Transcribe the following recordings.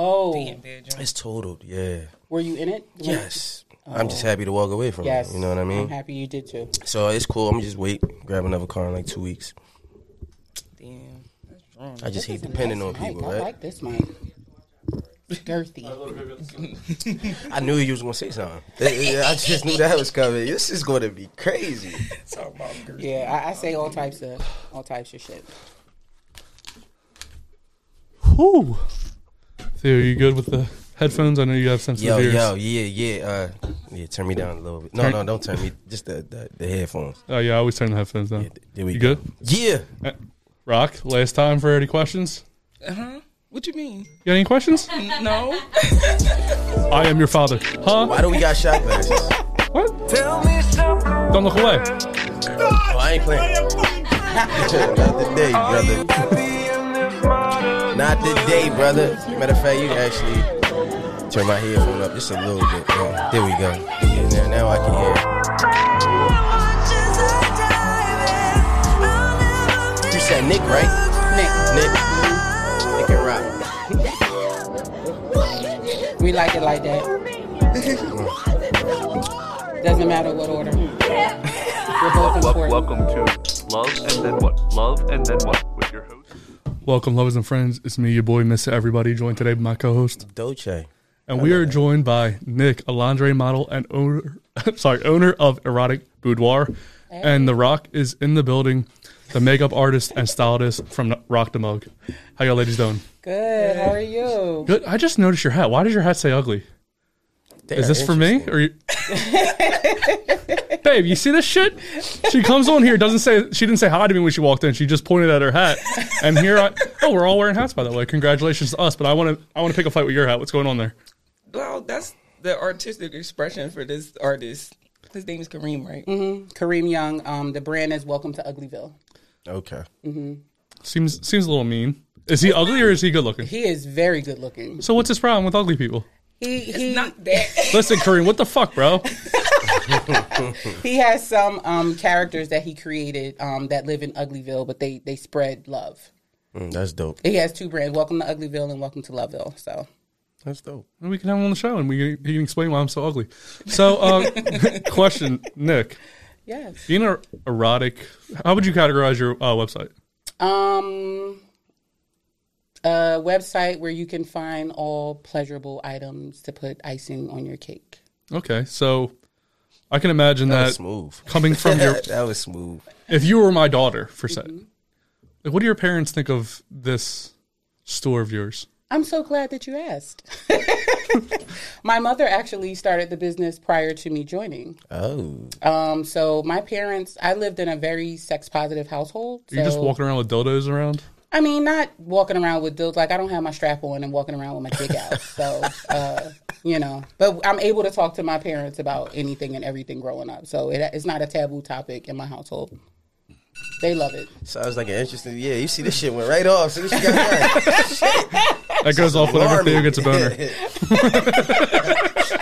Oh, It's totaled, yeah. were you in it? Yes. I'm just happy to walk away from Yes. it. You know what I I'm mean? happy you did too. So it's cool. I'm just wait, grab another car in like two weeks. Damn. That's strong. I just This hate is a depending nice on people, mic. I right? like this mic. Girthy. I knew you was gonna say something. I just knew that was coming. This is gonna be crazy. Talking about girl. Yeah, I, I say all types of all types of shit. Whew. Theo, are you good with the headphones? I know you have sensitive Yo, ears. yo, yeah, yeah, uh, yeah. Turn me down a little bit. No, Turn- no, don't turn me. Just the the, the headphones. Oh yeah, I always turn the headphones down. Yeah, th- there we you go. good? Yeah. Rock, last time for any questions. Uh-huh. What you mean? You got any questions? No. I am your father. Huh? Why do we got shot glasses? Oh, What? Tell me something. Don't look away. I ain't playing. Not today, brother. Happy in this modern Not today, brother. Matter of fact, you can actually turn my headphone up just a little bit. Oh, there we go. Yeah, now, now I can hear. it. Watch as I dive in. I'll never You said Nick, right? Nick, Nick. Nick and Rock. we like it like that. Doesn't matter what order. We're both important. Welcome to Love and Then What? Love and Then What? With your host. Welcome, lovers and friends. It's me, your boy, Mr. Everybody, joined today by my co-host, Dolce. and we are joined by Nick, a lingerie model and owner, sorry, owner of Erotic Boudoir, and The Rock is in the building, the makeup artist and stylist from Rock the Mug. How y'all ladies doing? Good. How are you? Good. I just noticed your hat. Why does your hat say ugly? They Is are this for me interesting. or you? Babe, you see this shit? She comes on here, doesn't say she didn't say hi to me when she walked in. She just pointed at her hat, and here I. Oh, we're all wearing hats by the way. Congratulations to us, but I want to I want to pick a fight with your hat. What's going on there? Well, that's the artistic expression for this artist. His name is Kareem, right? Kareem Young. Um, the brand is Welcome to Uglyville. Okay. Seems seems a little mean. Is he ugly or is he good looking? He is very good looking. So what's his problem with ugly people? He he Not that. Listen, Kareem, what the fuck, bro? he has some um characters that he created um that live in Uglyville, but they they spread love. Mm, that's dope. He has two brands: Welcome to Uglyville and Welcome to Loveville. So That's dope. And we can have him on the show, and we can, he can explain why I'm so ugly. So, uh, question, Nick, yes. being an erotic, how would you categorize your uh, website? Um, a website where you can find all pleasurable items to put icing on your cake. Okay, so I can imagine That that, was smooth. coming from your. that was smooth. If you were my daughter, for say, like, what do your parents think of this store of yours? I'm so glad that you asked. my mother actually started the business prior to me joining. Oh. Um, so my parents, I lived in a very sex positive household. You're just so- walking around with dildos around. I mean, not walking around with dildos. Like I don't have my strap on and walking around with my dick out. So, uh, you know, but I'm able to talk to my parents about anything and everything growing up. So it, it's not a taboo topic in my household. They love it. Sounds like an interesting. Yeah, you see, this shit went right off. So this shit got done. That goes off whenever Alarming. Theo gets a boner.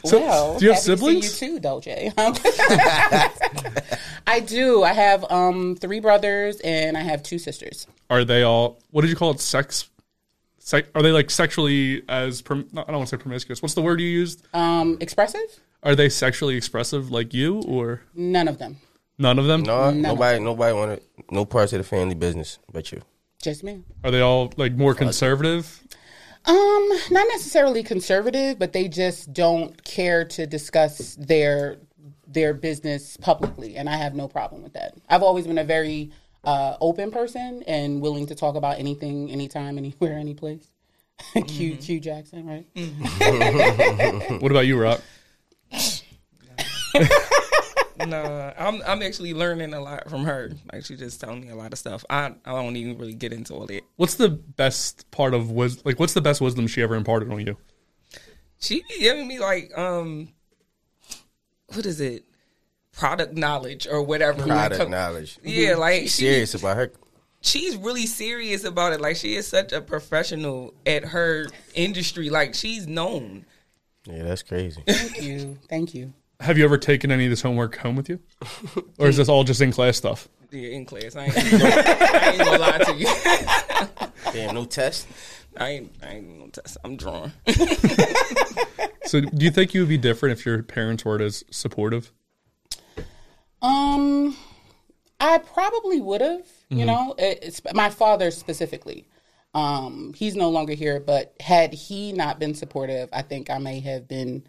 Yeah. well, do you have happy to see siblings? You too, Dolce. I do. I have um, three brothers and I have two sisters. Are they all? What did you call it? Sex? Sex? Are they like sexually as? Prom, no, I don't want to say promiscuous. What's the word you used? Um, expressive? Are they sexually expressive like you, or None of them. none of them? No, nobody, nobody wanted no parts of the family business but you. Just me. Are they all like more conservative? Um, not necessarily conservative, but they just don't care to discuss their their business publicly, and I have no problem with that. I've always been a very uh, open person and willing to talk about anything, anytime, anywhere, any place. Q Q Jackson, right? What about you, Rock? nah, I'm I'm actually learning a lot from her. Like she just telling me a lot of stuff. I I don't even really get into all that. What's the best part of wis- like? What's the best wisdom she ever imparted on you? She be giving me like um, what is it? Product knowledge or whatever. Like, Product come- knowledge. Mm-hmm. Yeah, like she, Serious about her. she's really serious about it. Like she is such a professional at her industry. Like she's known. Yeah, that's crazy. Thank you, thank you. Have you ever taken any of this homework home with you? Or is this all just in class stuff? Yeah, in class. I ain't, I ain't gonna lie to you. Damn, no test. I ain't, I ain't gonna test. I'm drawing. So, do you think you would be different if your parents weren't as supportive? Um, I probably would have. You know, it- it's, my father specifically. Um, he's no longer here, but had he not been supportive, I think I may have been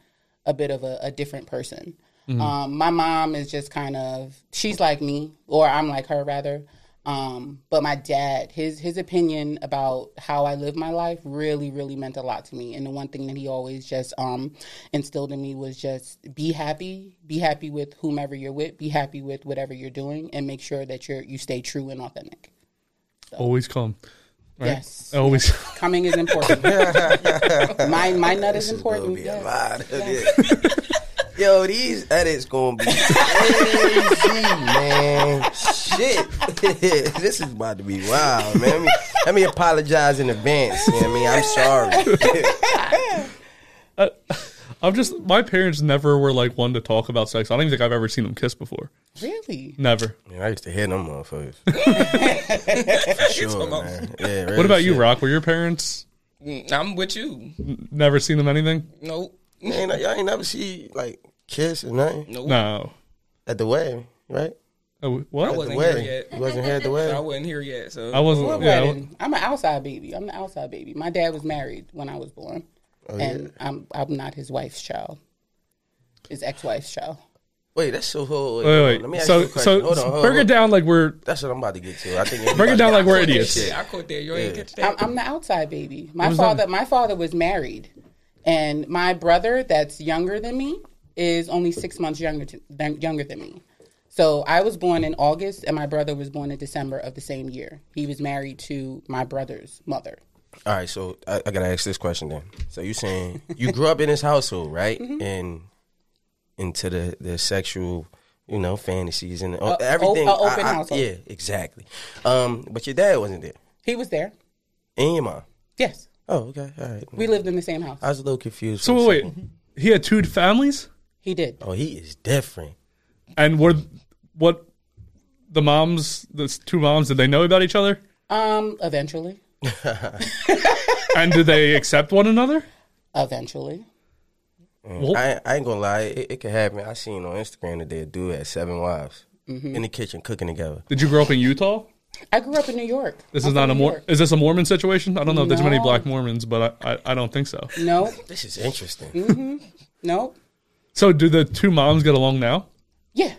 a bit of a, a different person. Um, my mom is just kind of she's like me, or I'm like her rather. Um, but my dad, his his opinion about how I live my life really, really meant a lot to me. And the one thing that he always just um instilled in me was just be happy, be happy with whomever you're with, be happy with whatever you're doing, and make sure that you're you stay true and authentic. Always calm. Right? Yes. Always. Coming is important. my my nut is important. Be yes. a lot of it. Yo, these edits gonna be crazy, man. Shit, this is about to be wild, man. Let me, let me apologize in advance. You know what I mean? I'm sorry. I'm just. My parents never were like one to talk about sex. I don't even think I've ever seen them kiss before. Really? Never. Man, I used to hit them motherfuckers. For sure, man. Yeah, real What about you, shit. Rock? Were your parents I'm with you. never seen them anything? Nope. Ain't, y'all ain't never see like kiss or nothing Nope. No. at the wedding, right? Oh, what? I At the wasn't. wasn't wedding, here yet. you wasn't here at the I wedding. wasn't here yet, so I wasn't yeah, I wa- wedding. I'm an outside baby. I'm the outside baby. My dad was married when I was born, Oh, and I'm I'm not his wife's child. His ex-wife's child. Wait, that's so. Hold, Wait, hold wait. on. Let me ask you So, a question. so hold on, hold break on. it down like we're. That's what I'm about to get to. I think Break it down like we're Yeah, idiots. shit. I caught that. You ain't catch I'm, that. I'm the outside baby. My was that? father, my father was married, and my brother, that's younger than me, is only six months younger to, than, younger than me. So I was born in August, and my brother was born in December of the same year. He was married to my brother's mother. All right, so I, I gotta ask this question then. So you saying you grew up in this household, right? Mm-hmm. And into the the sexual, you know, fantasies and o- everything. o- a open I- I- household. Yeah, exactly. Um, but your dad wasn't there, He was there. and your mom. Yes, Oh, okay, all right. we lived in the same house. I was a little confused. So for a wait, second. wait. He had two families, He did. Oh, he is different. and were what? The moms, the two moms, did they know about each other? Um, eventually, And did they accept one another? eventually. Well- I, I ain't gonna lie, it, it could happen. I seen on Instagram that they do had seven wives Mm-hmm. in the kitchen cooking together. Did you grow up in Utah? I grew up in New York. This I'm is not from a New mor- York. Is this a Mormon situation? I don't know if there's many No. black Mormons, but I, I, I don't think so. No, This is interesting. Mm-hmm. no. So do the two moms get along now? Yeah,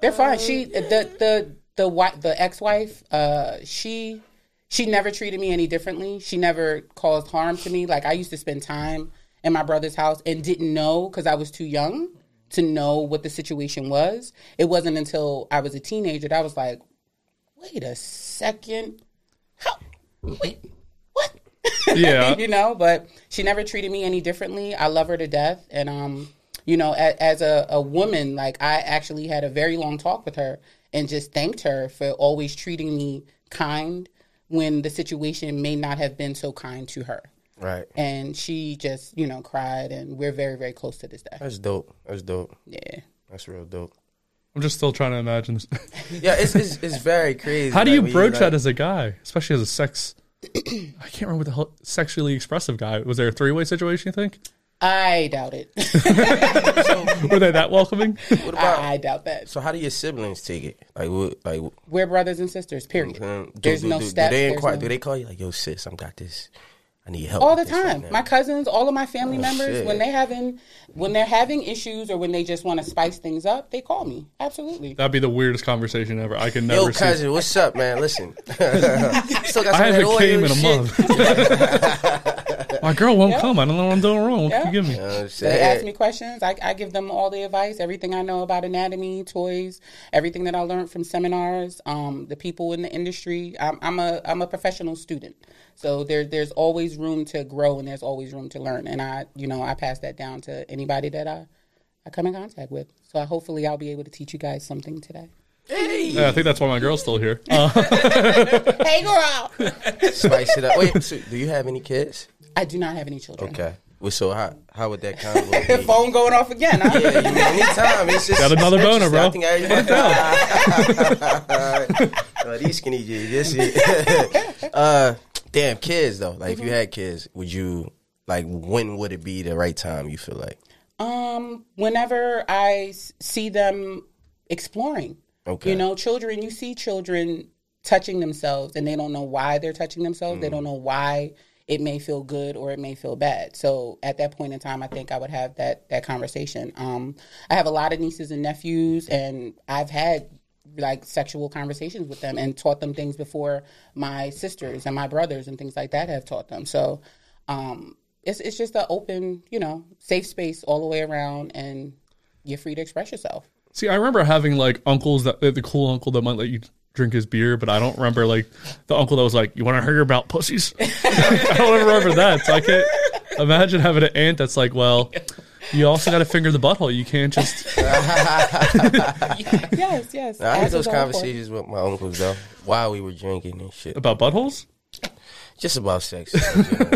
they're fine. She the the the wife the ex wife. Uh, she she never treated me any differently. She never caused harm to me. Like I used to spend time in my brother's house and didn't know because I was too young to know what the situation was. It wasn't until I was a teenager that I was like, wait a second, how? Wait, what? Yeah. you know but she never treated me any differently i love her to death and um you know as, as a, a woman like i actually had a very long talk with her and just thanked her for always treating me kind when the situation may not have been so kind to her Right. and she just you know cried and we're very very close to this day That's dope. That's dope. yeah That's real dope. I'm just still trying to imagine. This. Yeah, it's it's, it's very crazy. How do Like, you when broach like- that as a guy, especially as a sex? I can't remember what the hell sexually expressive guy. Was there a three way situation? You think? i doubt it Were they that welcoming? What about I, I doubt that so? How do your siblings take it? Like what? Like what- we're brothers and sisters period um, do, there's do, no do, step Do they there's inquire? no- Do they call you like, yo, sis? I'm got this. I need help all the with this right time. now." my cousins, all of my family members, Oh, shit. when they having when they're having issues or when they just want to spice things up, they call me. Absolutely. That'd be the weirdest conversation ever. I can never Yo, see. cousin, what's up, man? Listen, still got some of I that haven't oil came in a and shit. month. My girl won't come. I don't know what I'm doing wrong. What Yeah. can you give me? You know what I'm They ask saying? me questions. I, I give them all the advice, everything I know about anatomy, toys, everything that I learned from seminars, um, the people in the industry. I'm, I'm a I'm a professional student, so there there's always room to grow and there's always room to learn. And I you know I pass that down to anybody that I I come in contact with. So I, hopefully I'll be able to teach you guys something today. Yeah, I think that's why my girl's still here. Uh, Hey girl, Spice it up. Wait, so do you have any kids? I do not have any children. Okay. Well, so how how would that combo be? phone going off again. Huh? Yeah, you know, anytime. It's just Got another it's boner, bro. interesting. I think everybody. Well, these skinny jeans. Yes, yeah. uh, Damn kids though. Like Mm-hmm. if you had kids, would you like when would it be the right time? You feel like Um, whenever I s- see them exploring, Okay. you know, children, you see children touching themselves and they don't know why they're touching themselves. They don't know why it may feel good or it may feel bad. So at that point in time, I think I would have that, that conversation. Um, I have a lot of nieces and nephews and I've had like sexual conversations with them and taught them things before my sisters and my brothers and things like that have taught them. So, um, it's it's just an open, you know, safe space all the way around, and you're free to express yourself. See, I remember having like uncles that the cool uncle that might let you drink his beer, but I don't remember like the uncle that was like, "You want to hear about pussies?" I don't remember that. So I can't imagine having an aunt that's like, "Well, you also got to finger the butthole. You can't just." Yes, yes. I had those conversations with my uncles though while we were drinking and shit. About buttholes? Just about sex, in general.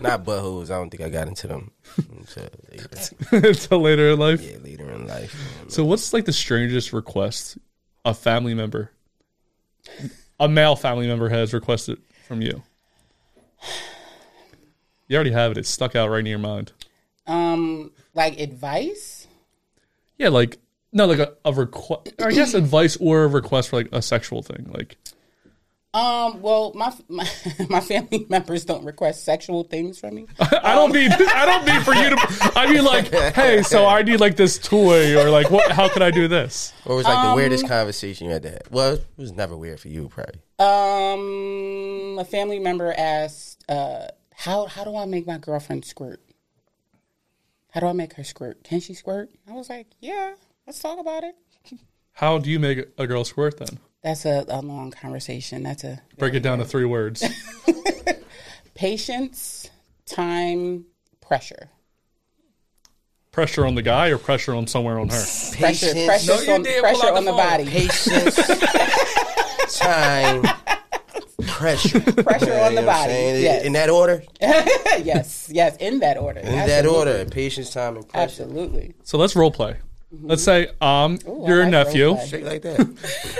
not buttholes. I don't think I got into them until later, Until later in life. yeah, later in life. So, what's like the strangest request a family member, a male family member, has requested from you? You already have it. It's stuck out right in your mind. Um, like advice. Yeah, like no, like a, a request. I guess advice or a request for like a sexual thing. Like Um, well, my my, my family members don't request sexual things from me. I don't mean I don't mean for you to. I mean like, hey, so I need like this toy or like what? How could I do this? What was like Um, the weirdest conversation you had to have? Well, it was never weird for you, probably. Um, a family member asked, uh, "How how do I make my girlfriend squirt? How do I make her squirt? Can she squirt?" I was like, "Yeah, let's talk about it." How do you make a girl squirt? Then That's a, a long conversation. That's a break it down to three words. patience, time, pressure. Pressure on the guy or pressure on somewhere on her. Pressure, pressure No, you on, did. pressure Pull out on the the phone. body. patience, time, pressure. Pressure on the You know what I'm body. saying? Yes. In that order. In yes, yes, in that order. In that order. Patience, time, and pressure. Absolutely. So let's role play. Let's say um, I you're a like nephew. role play. Like that.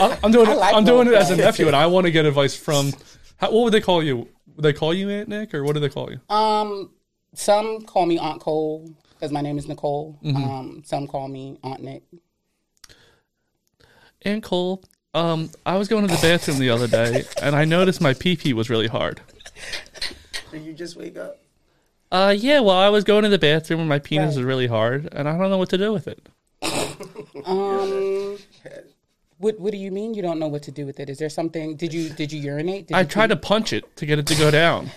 I'm, I'm doing it. like I'm doing it role as a play. nephew, and I want to get advice from. How, what would they call you? Would they call you Aunt Nick, or what do they call you? Um, some call me Aunt Cole because my name is Nicole. Um, some call me Aunt Nick. Aunt Cole. Um, I was going to the bathroom the other day, and I noticed my pee pee was really hard. Did you just wake up? Uh, yeah. Well, I was going to the bathroom, and my penis was really hard, and I don't know what to do with it. Um, what What do you mean you don't know what to do with it? Is there something? Did you Did you urinate? Did I you tried to punch it to get it to go down,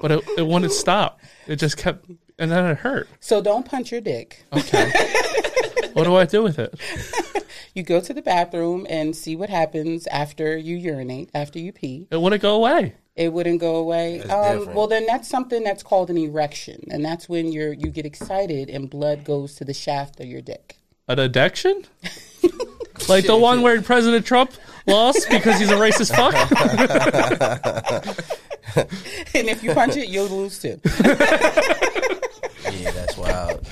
but it, it wouldn't stop. It just kept, and then it hurt. So don't punch your dick. What do I do with it? You go to the bathroom and see what happens after you urinate, after you pee. It wouldn't go away. It wouldn't go away. Um, different. well, then that's something that's called an erection, and that's when you're you get excited and blood goes to the shaft of your dick. An addiction? like the one where President Trump lost because he's a racist fuck? and if you punch it, you'll lose too. Yeah, that's wild.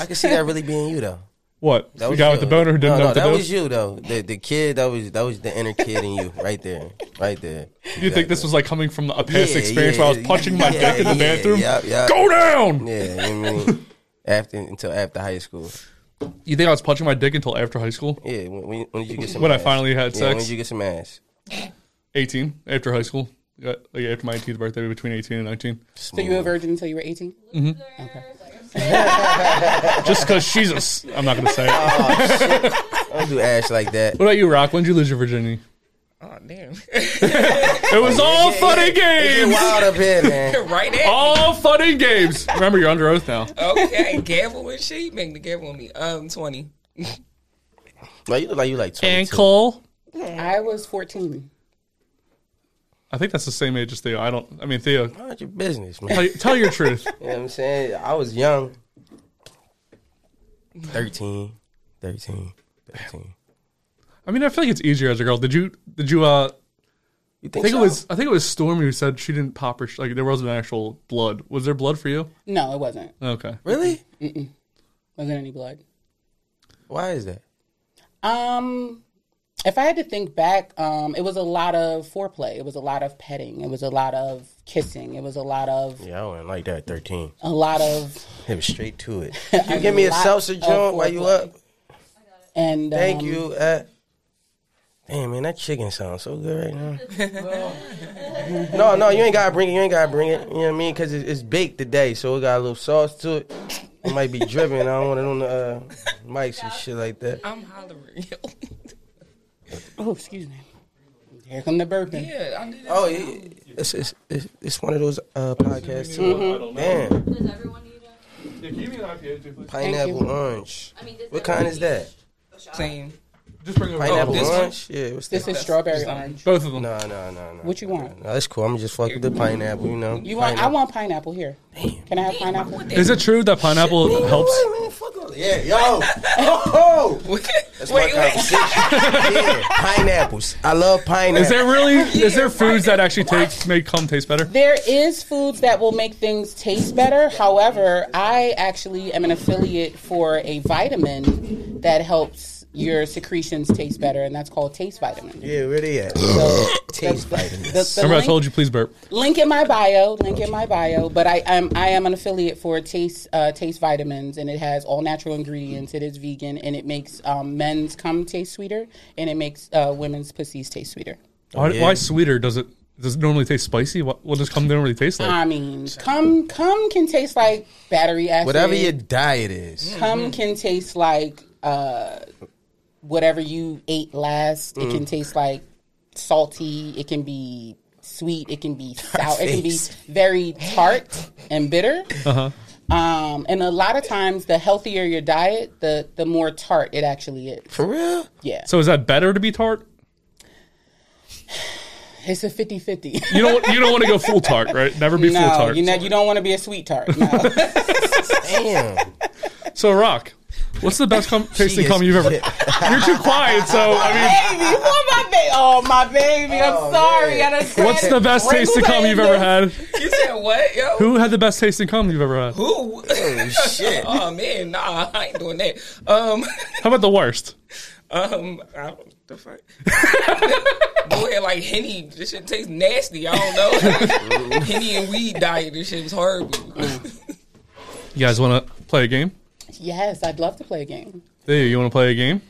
I can see that really being you though. What? That the guy with the boner who no, didn't know no, what to that do? was you though. The the kid that was that was the inner kid in you right there, right there. You think this was like coming from a past experience where I was punching my yeah, dick in the yeah, bathroom? Yeah, yeah, Go down! Yeah, you know what I mean after until after high school. You think I was punching my dick until after high school? Yeah, when, when, when did you get some? When I ass? finally had yeah, sex. When did you get some ass? 18, after high school. Yeah, Like after my 18th birthday, between 18 and 19. So you were a virgin until you were eighteen. Just because she's a. s- I'm not going to say it. I don't do ass like that. What about you, Rock? When did you lose your virginity? Oh damn! It was all fun and Get games! wild up here, man. right at All fun and games! Remember, you're under oath now. okay. Gamble and shit. You Make the gamble on me. Um, twenty. Well, you look like you like 22. And Cole. I was fourteen. I think that's the same age as Theo. I don't. I mean, Theo, Mind your business, man. tell, tell your truth. You know what I'm saying? I was young. 13, 13, 13. I mean, I feel like it's easier as a girl. Did you? Did you? Uh, You I think so? it was. I think it was Stormy who said she didn't pop her. Sh- like there wasn't actual blood. Was there blood for you? No, it wasn't. Okay. Really? Wasn't any blood. Why is that? Um, If I had to think back, um, it was a lot of foreplay. It was a lot of petting. It was a lot of kissing. It was a lot of Yeah, I wasn't like that at 13. a lot of It was straight to it. You give me a salsa joint while you up. and Thank um, you. Uh, damn man, that chicken sounds so good right now. no, no, you ain't gotta bring it. You ain't gotta bring it. You know what I mean? Cause it, it's baked today, so it got a little sauce to it. It might be dripping. I don't want it on the uh, mics and shit like that. I'm hollering. Oh, excuse me. Here come the burping. yeah, I knew that. Oh, yeah. it's, it's it's it's one of those uh, podcasts too. Man, Does everyone need a? pineapple orange. I mean, does What everyone kind is need that? a shot? Plain. Just bring it Pineapple this one? orange? Yeah. What's This that? is strawberry orange. Both of them. No, no, no, no. What you want? No, that's cool. I'm just fuck with the pineapple. You know. You want? I Pineapple. want pineapple here. Can I have pineapple? Is it true that pineapple helps? Wait, man, fuck all that. Yeah, yo. Oh, that's Wait, my wait. conversation. yeah, pineapples. I love pineapples. Is there really? Is there foods that actually take make cum taste better? There is foods that will make things taste better. However, I actually am an affiliate for a vitamin that helps your secretions taste better, and that's called Taste Vitamin. yeah, where they at? So Taste the- the- vitamin. the- the Remember, I link- told you please burp. link in my bio. Link in my bio. But I am I am an affiliate for Taste uh, Taste Vitamins, and it has all natural ingredients. It is vegan, and it makes um, men's cum taste sweeter, and it makes uh, women's pussies taste sweeter. Why, Oh, yeah. why sweeter? Does it does it normally taste spicy? What, what does cum normally taste like? I mean, cum cum can taste like battery acid. Whatever your diet is. cum Mm-hmm. can taste like uh, whatever you ate last. It Mm. can taste like salty. It can be sweet. It can be sour. It can be face. very tart and bitter. Uh-huh. Um, and a lot of times, the healthier your diet, the the more tart it actually is. For real? Yeah, So is that better to be tart? it's a 50-50. You don't you don't want to go full tart, right? Never be full no, tart. you know you don't want to be a sweet tart. No. Damn. so Rock, what's the best cum, tasting is- cum you've ever? You're too quiet. So I baby, you want my baby? Oh, my baby. I'm Oh, sorry. man. I done mean, what's said the best wrinkles tasting cum and you've ever this. had? You said what, yo? Who had the best tasting cum you've ever had? Who? Oh, shit. oh man, nah, I ain't doing that. Um, How about the worst? um, I don't, the fuck. Go ahead, like henny. This shit tastes nasty. I don't know. henny and weed diet. This shit was horrible. You guys want to play a game? Yes, I'd love to play a game. There, you want to play a game?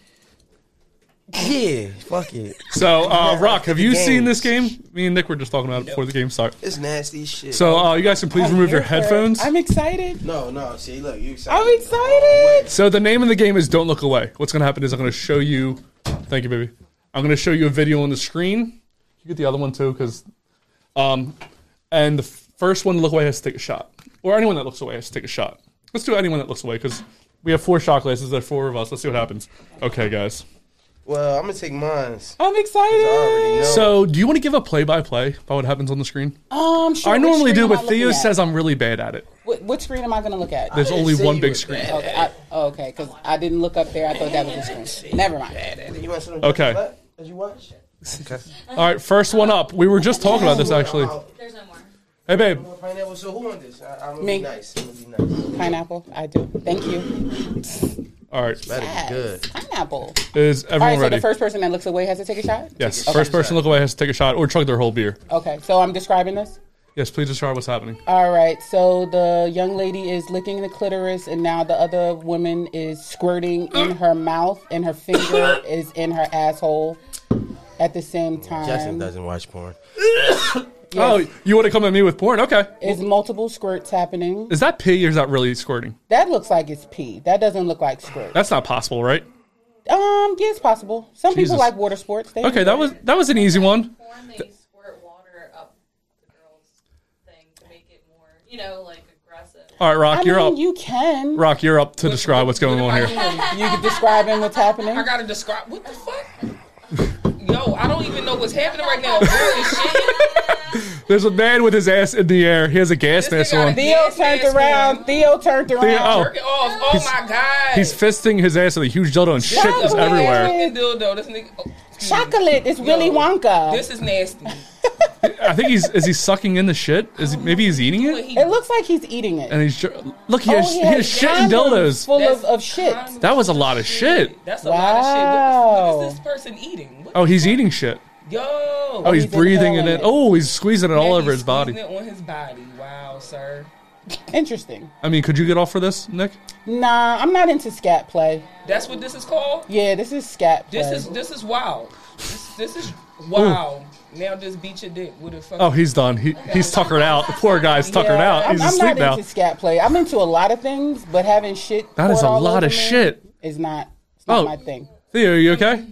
Yeah, fuck it. So, uh, Rock, have you Games. seen this game? Me and Nick were just talking about it before the game started. It's nasty as shit. So, uh, you guys can please remove your headphones. I'm excited. no, no. See, look, you excited. I'm excited. So the name of the game is Don't Look Away. What's going to happen is I'm going to show you. Thank you, baby. I'm going to show you a video on the screen. You get the other one too, because, um, and the first one to look away has to take a shot, or anyone that looks away has to take a shot. Let's do anyone that looks away because we have four shot glasses. There are four of us. Let's see what happens. Okay, guys. Well, I'm gonna take mine. I'm I excited. already know. So do you want to give a play-by-play about what happens on the screen? Um, sure, I which normally screen do, am I but looking Theo at? says I'm really bad at it. What, what screen am I going to look at? There's only see one you big with screen. Okay, I, oh, okay, because I didn't look up there. I thought that was the screen. Never mind. You want some Okay. Did you watch? All right, first one up. We were just talking about this actually. There's no more. Hey, babe. Oh, Pineapple. So who on this? I, I'm gonna Me. be nice. I'm gonna be nice. Pineapple. I do. Thank you. All right, That'd be good. Pineapple. is All everyone right, so ready? the first person that looks away has to take a shot? Yes, first person to look away has to take a shot or chug their whole beer. Okay, so I'm describing this? Yes, please describe what's happening. Oh, All right, so the young lady is licking the clitoris, and now the other woman is squirting in her mouth, and her finger is in her asshole at the same time. Jackson doesn't watch porn. Oh, you want to come at me with porn? Okay. Is multiple squirts happening? Is that pee or is that really squirting? That looks like it's pee. That doesn't look like squirt. That's not possible, right? Um, yeah, it's possible. Some Jesus. people like water sports. They Okay, that was that was an easy one. Porn, they squirt water up the girl's thing to make it more, you know, like aggressive. All right, Rock, I you're mean, up. you can. Rock, you're up to describe what's going on here. You can describe him what's happening. I gotta describe what the fuck. Yo, I don't even know what's happening right now. Holy shit. There's a man with his ass in the air. He has a gas This mask nigga on. got a- Theo turned Yes, around. ma'am. Theo turned around. Theo- oh. Jerk it off. Oh my god. He's fisting his ass with a huge dildo and shit is away. everywhere. Fucking dildo. This nigga. oh, excuse me. Chocolate is Willy Wonka. This is nasty. I think he's is he sucking in the shit? Is he, maybe he's eating But it? he- it looks like he's eating it. And he's ju- look he has, Oh, he has has shit and condoms dildos. full of, That's of shit. kind That was a lot of shit. That's a lot of shit. What is, what is this person eating? What Oh, he's eating shit. Yo. Oh, he's he's breathing it in. inhaling it. Oh, he's squeezing it all And over he's his body. squeezing It on his body. Wow, sir. Interesting. I mean, could you get off for this, Nick? Nah, I'm not into scat play. That's what this is called. Yeah, this is scat play. This is this is wild. This, this is wow. Now just beat your dick with a fucking. Oh, he's done. He he's tuckered out. The poor guy's tuckered Yeah, out. I'm, He's I'm asleep not now. into scat play. I'm into a lot of things, but having shit That is poured a all lot over of me shit. is not, it's not Oh. my thing. Theo, are you okay?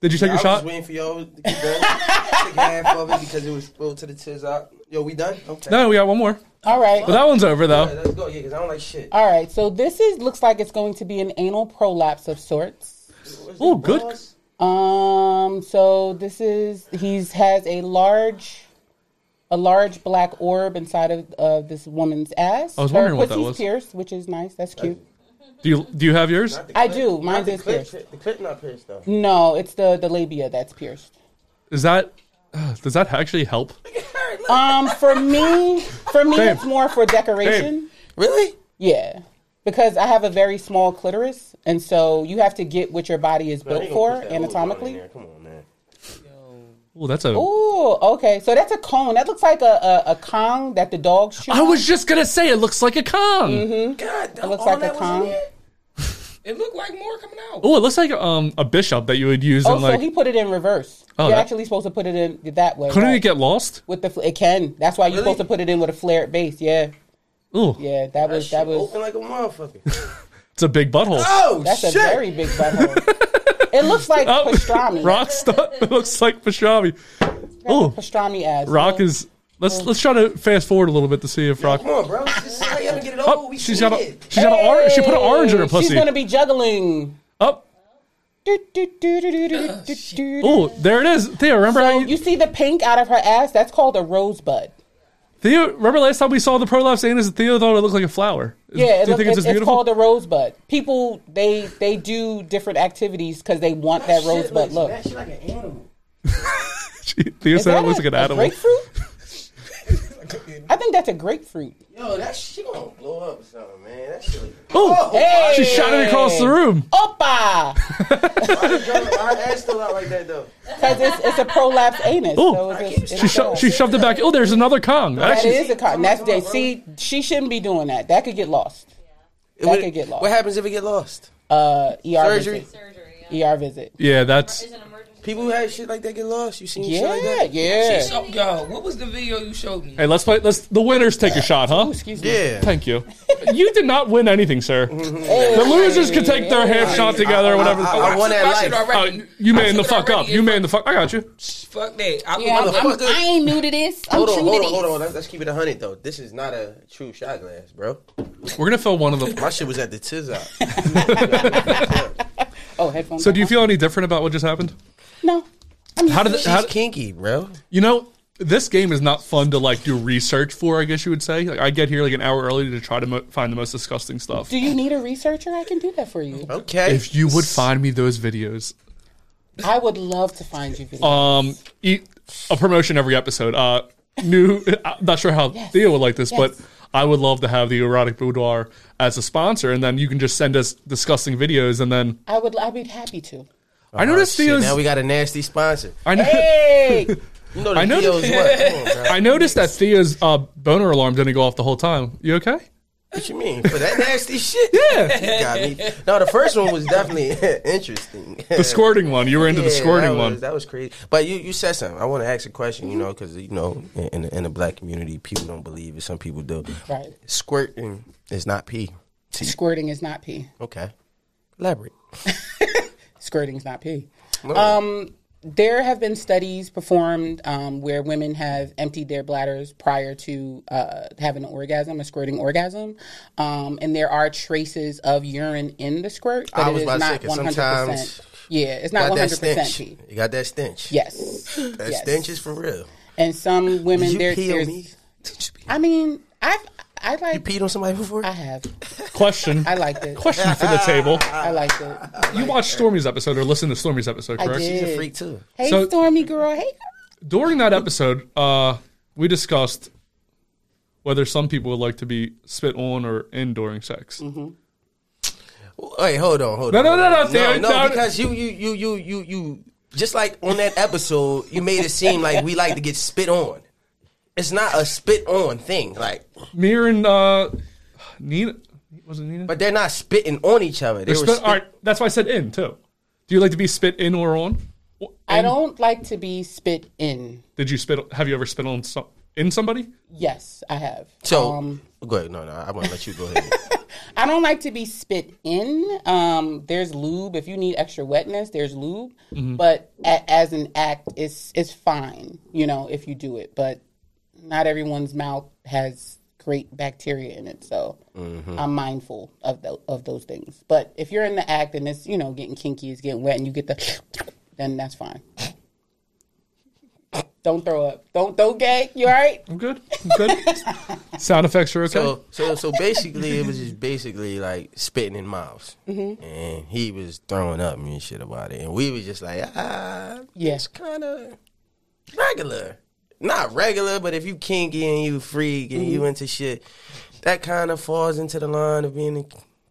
Did you take I your was shot? just waiting for y'all to get done. Took half of it because it was spilled to the tears out. Yo, we done? Okay. No, we got one more. All right. But that one's over All right, though. let's go. Yeah, because I don't like shit. All right. So this is looks like it's going to be an anal prolapse of sorts. Oh, good. Um. So this is he's has a large, a large black orb inside of uh, this woman's ass. I was Her wondering what that pussy's was. pierced, which is nice. That's cute. Do you do you have yours? I do. Not Mine the is clip. pierced. The clip not pierced though. No, it's the the labia that's pierced. Is that uh, does that actually help? Um. For me, for me, Babe. it's more for decoration. Really? Yeah. Because I have a very small clitoris, and so you have to get what your body is built for anatomically. Come on, man. Oh, that's a. I Ooh, okay. So that's a cone. That looks like a, a, a Kong that the dogs chew. on. was just gonna say it looks like a con. Mm-hmm. God, that It looks like a Kong. It looked like more coming out. Oh, it looks like um a bishop that you would use Oh, in like. so he put it in reverse. Oh, You're that- actually supposed to put it in that way. couldn't right? it get lost? with the fl- it can. That's why you're Really? supposed to put it in with a flared base. Yeah, Oh, yeah. That was that That was open like a motherfucker. it's a big butthole. oh that's shit! a very big butthole. it looks like Oh, pastrami. Rock stuff. It looks like pastrami. Oh, Pastrami ass. Rock is. Let's let's try to fast forward a little bit to see if Rock. Come on, bro. This is how you ever get it over. Oh, we she's see got a it. she's got an orange. She put an orange in her Hey, She's pussy. gonna be juggling. Up. Do, do, do, do, do, do, do, do, do. Oh, there it is. Theo, remember how So you, you see the pink out of her ass? That's called a rosebud. Theo? Remember last time we saw the prolapse anus? Theo thought it looked like a flower. Is- Yeah, it do you look, think it's, it's just it's beautiful? called a rosebud. People they they do different activities because they want that, Shit rosebud looks- look. That shit like an animal. Theo that said it looks a- like an a animal. grapefruit? I think that's a grapefruit. Yo, that shit gonna blow up or something, man. That shit. Oh, Hey! she shot it across the room. Opa! My Oh! ass still out like that though. Because it's, it's a prolapsed anus. Ooh. so it's just, it's She, sho- done. she shoved it back. Oh, there's another Kong. that Actually, is a con. That's day. See, she shouldn't be doing that. That could get lost. That What- could get lost. What happens if it get lost? Uh, ER Surgery. visit. Surgery. Yeah. ER visit. yeah, that's It's an emergency. People who have shit like that get lost. You seen shit like Yeah, that? yeah. So, yo, what was the video you showed me? Hey, let's play. Let's the winners take a shot, huh? Excuse me. Yeah. Thank you. You did not win anything, sir. The losers can take their half shot together or whatever. the I- I- fuck. won took that my shit life. already. Uh, you I man the took it fuck up. already. You man the fuck. I got you. Fuck that. I Yeah, was I'm- I'm- Motherfucker. I ain't new to this. I'm Hold on, true hold to on, this. hold on. Let's, let's keep it hundred though. This is not a true shot glass, bro. We're gonna fill one of them. My shit was at the tiz out. Oh, headphones. So, do you feel any different about what just happened? No. How did She's how, kinky, bro. you know? This game is not fun to like do research for. I guess you would say. Like, I get here like an hour early to try to mo- find the most disgusting stuff. Do you need a researcher? I can do that for you. Okay. If you would find me those videos, I would love to find you. Video. Uh, um, eat a promotion every episode. Uh, new. I'm not sure how Theo would like this, Yes. but I would love to have the erotic boudoir as a sponsor, and then you can just send us disgusting videos, and then I would. I'd be happy to. I noticed Oh, Shit, Theo's. now we got a nasty sponsor. I, know, Hey, You know the I know Theo's what? Come on, bro. I noticed that Theo's uh, boner alarm didn't go off the whole time. You okay? What you mean for that nasty shit? Yeah. You got me. No, the first one was definitely interesting. The squirting one. You were into the squirting that was, one. That was crazy. But you, you said something. I want to ask a question, you know, because, you know, in, in, the, in the black community, people don't believe it. Some people do. right. Squirting is not pee. Squirting is not pee. Okay. Elaborate. Squirting is not pee. Um, there have been studies performed um, where women have emptied their bladders prior to uh, having an orgasm, a squirting orgasm, um, and there are traces of urine in the squirt, but I it was is about to say, not 'cause one hundred sometimes percent. Yeah, it's not Got one that hundred percent stench. pee. You got that stench. Yes, That yes. stench is for real. and some Did women you there. pee on there's- me? I mean, I've I You like peed on somebody before? I have Question. I liked it. Question for the table. I liked it. You watched Stormy's episode or listened to Stormy's episode, I correct? did. She's a freak, too. Hey, So- Stormy girl. Hey. During that episode, uh, we discussed whether some people would like to be spit on or in during sex. Mm-hmm. Wait, hold on, hold No, on. no, no, no, hold on. Theo, no, no. because you, you, you, you, you, you just like on that episode, you made it seem like we like to get spit on. It's not a spit on thing, like, Mir and uh, Nina was it Nina? but they're not spitting on each other. They They're were spit- spit- all right, that's why I said in too. Do you like to be spit in or on? Or I in? don't like to be spit in. Did you spit? Have you ever spit on some, in somebody? Yes, I have. So, um, go ahead. No, no, I want to let you go ahead. I don't like to be spit in. Um, there's lube if you need extra wetness. There's lube, but a, as an act, it's it's fine. You know, if you do it, but not everyone's mouth has great bacteria in it, so I'm mindful of tho- of those things. But if you're in the act and it's you know getting kinky, it's getting wet, and you get the, then that's fine. Don't throw up. Don't throw gay. You all right? I'm good. I'm good. Sound effects are okay. So, so, so basically, it was just basically like spitting in mouths, Mm-hmm. and he was throwing up and shit about it, and we was just like, ah, Yeah. it's kind of regular, not regular, but if you kinky and you freak and Mm-hmm. you into shit, that kind of falls into the line of being a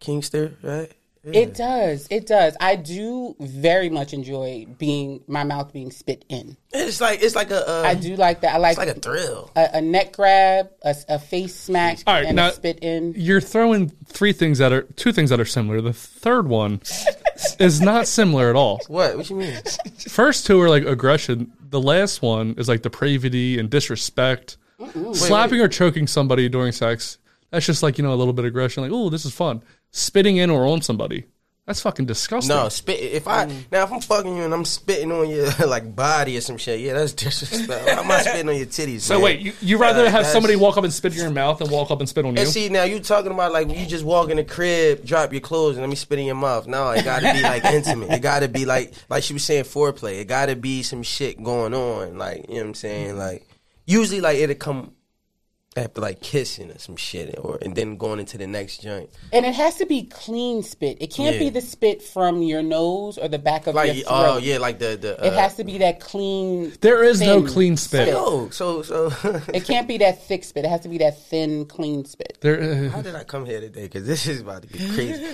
kingster, right? It does. It does. I do very much enjoy being my mouth being spit in. It's like it's like a uh, I do like that. I like, it's like a thrill. a, a, neck grab, a, s- a face smack, All right, and now- a spit in. You're throwing three things that are two things that are similar. The third one is not similar at all. What? What you mean? First two are like aggression. The last one is like depravity and disrespect. Slapping or choking somebody during sex. That's just like, you know, a little bit of aggression. Like, oh, this is fun. Spitting in or on somebody. That's fucking disgusting. No, spit. If I Mm. now if I'm fucking you and I'm spitting on your like body or some shit, yeah, that's disrespectful. How am I spitting on your titties? So wait, you, you rather Uh, have that's- somebody walk up and spit in your mouth than walk up and spit on you? And see, now you talking about like you just walk in the crib, drop your clothes, and let me spit in your mouth. No, it gotta be like intimate. It gotta be like like she was saying foreplay. It gotta be some shit going on. Like you know what I'm Mm-hmm. saying. Like usually like it'll come after like kissing or some shit, or and then going into the next joint. And it has to be clean spit. It can't be Yeah. the spit from your nose or the back of Like your throat. oh yeah, like the the. Uh, It has to be that clean. there is no thin clean spit. Oh, so so. It can't be that thick spit. It has to be that thin, clean spit. There, uh, How did I come here today? Because this is about to get crazy.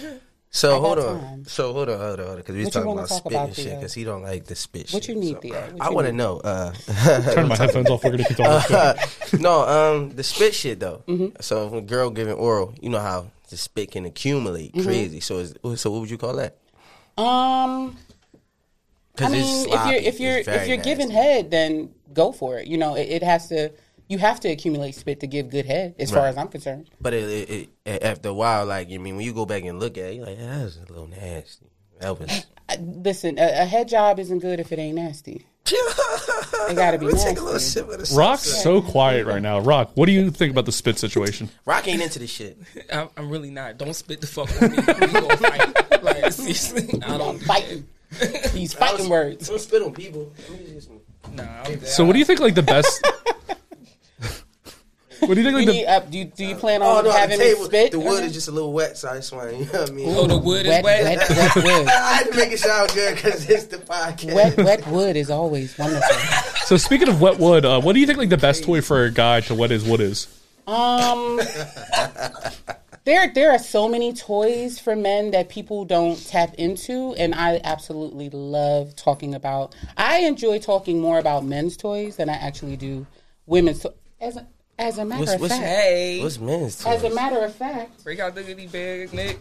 So hold on. time. So hold on, hold on, hold on. Because we was What you talking wanna about talk spit about, and shit. Theo? Because he don't like the spit. What you shit, need, so. Theo? What I you want to need? know. Uh, turn my headphones off. We're gonna keep talking. no, um, the spit shit though. Mm-hmm. So when a girl giving oral, you know how the spit can accumulate Mm-hmm. crazy. So is, so what would you call that? Um, I Because mean, if you're if you're if you're giving head, then go for it. You know, it, it has to. You have to accumulate spit to give good head, as far Right. as I'm concerned. But it, it, it, a- after a while, like I mean, when you go back and look at it, you're like, "Yeah, that was a little nasty. That was. I- Listen, a, a head job isn't good if it ain't nasty. It gotta be Let me take a little nasty. sip of this. Rock's so quiet right now. Rock, what do you think about the spit situation? Rock ain't into this shit. I'm, I'm really not. Don't spit the fuck on me. We gonna fight. Like, seriously, I I'm don't. fighting. These fighting words. Don't spit on people. Let me just- Nah, I'm, So, what do you think? Like the best. what do you think? Do Like you, the uh, do, you, do you plan Oh on no, having the me table. spit? Uh-huh. Mm-hmm. the wood is just a little wet, so I just want to. You know what I mean? Oh, the wood wet, is wet. wet, wet, wood. I had to make it sound good because it's the podcast. Wet, wet wood is always wonderful. so speaking of wet wood, uh, what do you think? Like the best toy for a guy to wet his wood is? Um, there there are so many toys for men that people don't tap into, and I absolutely love talking about. I enjoy talking more about men's toys than I actually do women's. To- as a, as a matter What's, of what's, fact, Hey, what's men's toys? as a matter of fact, break out the goodie bag, Nick.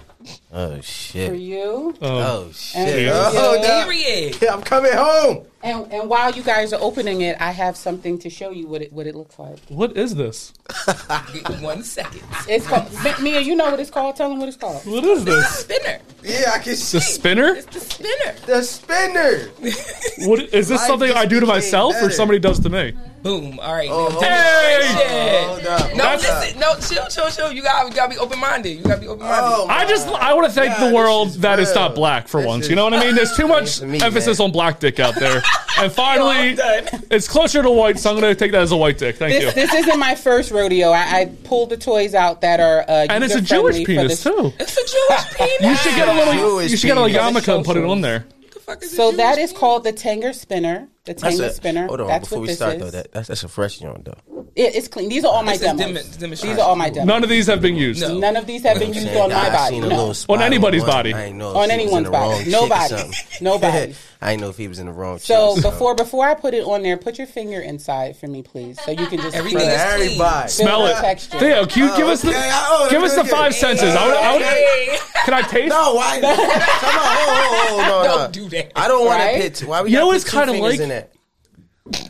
oh for shit! you. Oh shit! And- Oh, God. Period. Yeah, I'm coming home. And and while you guys are opening it, I have something to show you what it what it looks like. What is this? Get One second. It's called Mia. You know what it's called? Tell them what it's called. What is this? Spinner. Yeah, I can see The spinner? The spinner. the spinner. What is this? Life Something just I do to became myself, or better. somebody does to me? Boom. All right. Oh, now hold tell Hey! me some shit. Oh, Hold up. No, hold up. listen. No, chill, chill, chill. You got, you got to be open minded. You got to be open minded. Oh, I just I want to thank God, the world this is that it's real. not black for This once. is- You know what I mean? There's too much to me, emphasis man. on black dick out there. And finally, I'm done. it's closer to white, so I'm going to take that as a white dick. Thank This, you. this isn't my first rodeo. I, I pulled the toys out that are uh, And it's a user-friendly Jewish for penis the- too. It's a Jewish penis. You should get a little. Jewish You should get a little penis. yarmulke and put it on there. What the fuck is a So Jewish that is penis? called the Tanger Spinner. The That's Tanger a- Spinner. Hold on, That's before what we this start is. though, that, that's that's a fresh joint though. It, it's clean. These are all my This is demos. dem- demonstration. These are all my demos. None of these have been used. No. None of these have been used on my I body. seen a No. little spot anybody's one. body. I ain't know if On she was in anyone's the body. wrong chick or Nobody's. something. Nobody's. I didn't know if he was in the wrong. So chick, before before I put it on there, put your finger inside for me, please, so you can just Everything feel- is everybody, feel Smell the it. texture. Theo, can you give us the Okay, I- oh, give us the okay, five okay. senses? I would, I would, Hey, can I taste? No, why? Come on, oh, oh, oh, no, Don't no. do that. I don't want Right? to pitch. Why we You gotta know put it's two kinda fingers like- in that?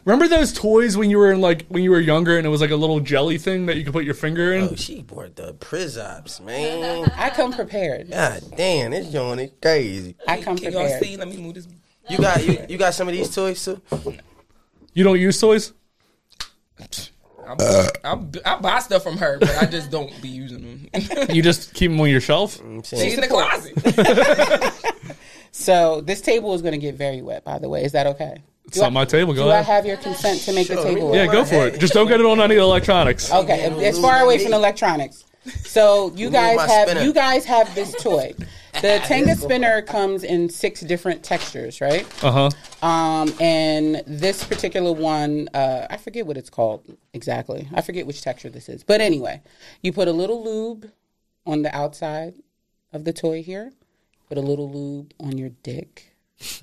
Remember those toys when you were in like when you were younger and it was like a little jelly thing that you could put your finger in? Oh, she bought the prizops, man. I come prepared. God damn, this joint is crazy. I come Can y'all prepared. see? Let me move this. You got you, you got some of these toys too. You don't use toys? I, I, I buy stuff from her, but I just don't be using them. You just keep them on your shelf? She's in the closet. So this table is going to get very wet. By the way, is that okay? It's on my table. Go Do I ahead. have your consent to make the Sure. table wet? Yeah, go for it. Just don't get it on any electronics. Okay, as far away from electronics. So you guys my have spinner. you guys have this toy. The Tenga spinner comes in six different textures, right? Uh huh. Um, and this particular one, uh, I forget what it's called exactly. I forget which texture this is. But anyway, you put a little lube on the outside of the toy here. Put a little lube on your dick.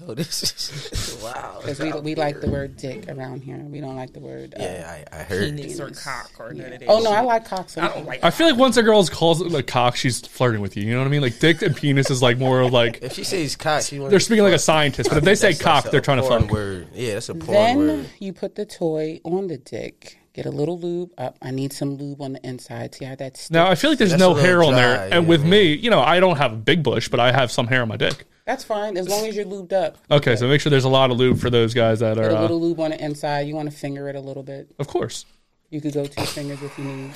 Oh, this is wow. Because we, we like the word dick around here. We don't like the word. Uh, Yeah, I, I heard. Penis or cock or none of that. Oh, no, shit. I like cock. I don't like. I feel like once a girl calls it a cock, she's flirting with you. You know what I mean? Like dick and penis is like more of like If she says cock, she they're speaking like a scientist, but if they say cock, they're trying to fuck. Word. Yeah, that's a porn Then word. you put the toy on the dick. Get a little lube up. I need some lube on the inside. See how that's Now I feel like there's That's no a little hair on dry, there, you know and with what I me, you know, I don't have a big bush, but I have some hair on my dick. that's fine as long as you're lubed up. Okay, so make sure there's a lot of lube for those guys that are. Put a Uh, little lube on the inside. You want to finger it a little bit. of course, You could go two fingers if you need.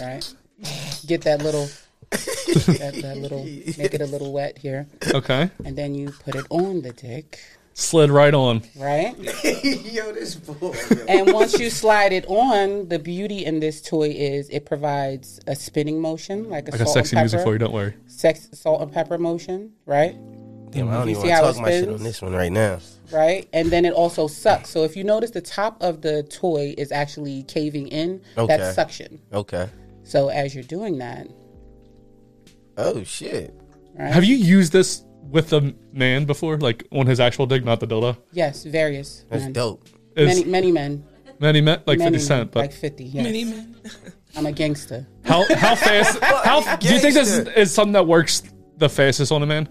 Right. Get that little. that, that little. Make it a little wet here, okay, and then you put it on the dick. slid right on. Right. Yo, this boy. And once you slide it on, the beauty in this toy is it provides a spinning motion, like a I salt got and sexy pepper, music for you. Don't worry. sex, salt and pepper motion, right? Damn, I don't even see want how to it talk my shit spins? on this one right now. Right, and then it also sucks. So if you notice, the top of the toy is actually caving in. Okay. That's suction. Okay. So as you're doing that, Oh shit. Have you used this with a man before, like on his actual dick, not the dildo? yes, various That's men. dope. Is many many men, many men like many fifty cent? But like fifty. Yes. Many men. I'm a gangster. how how fast? how do you think this is, Gangster. is something that works the fastest on a man?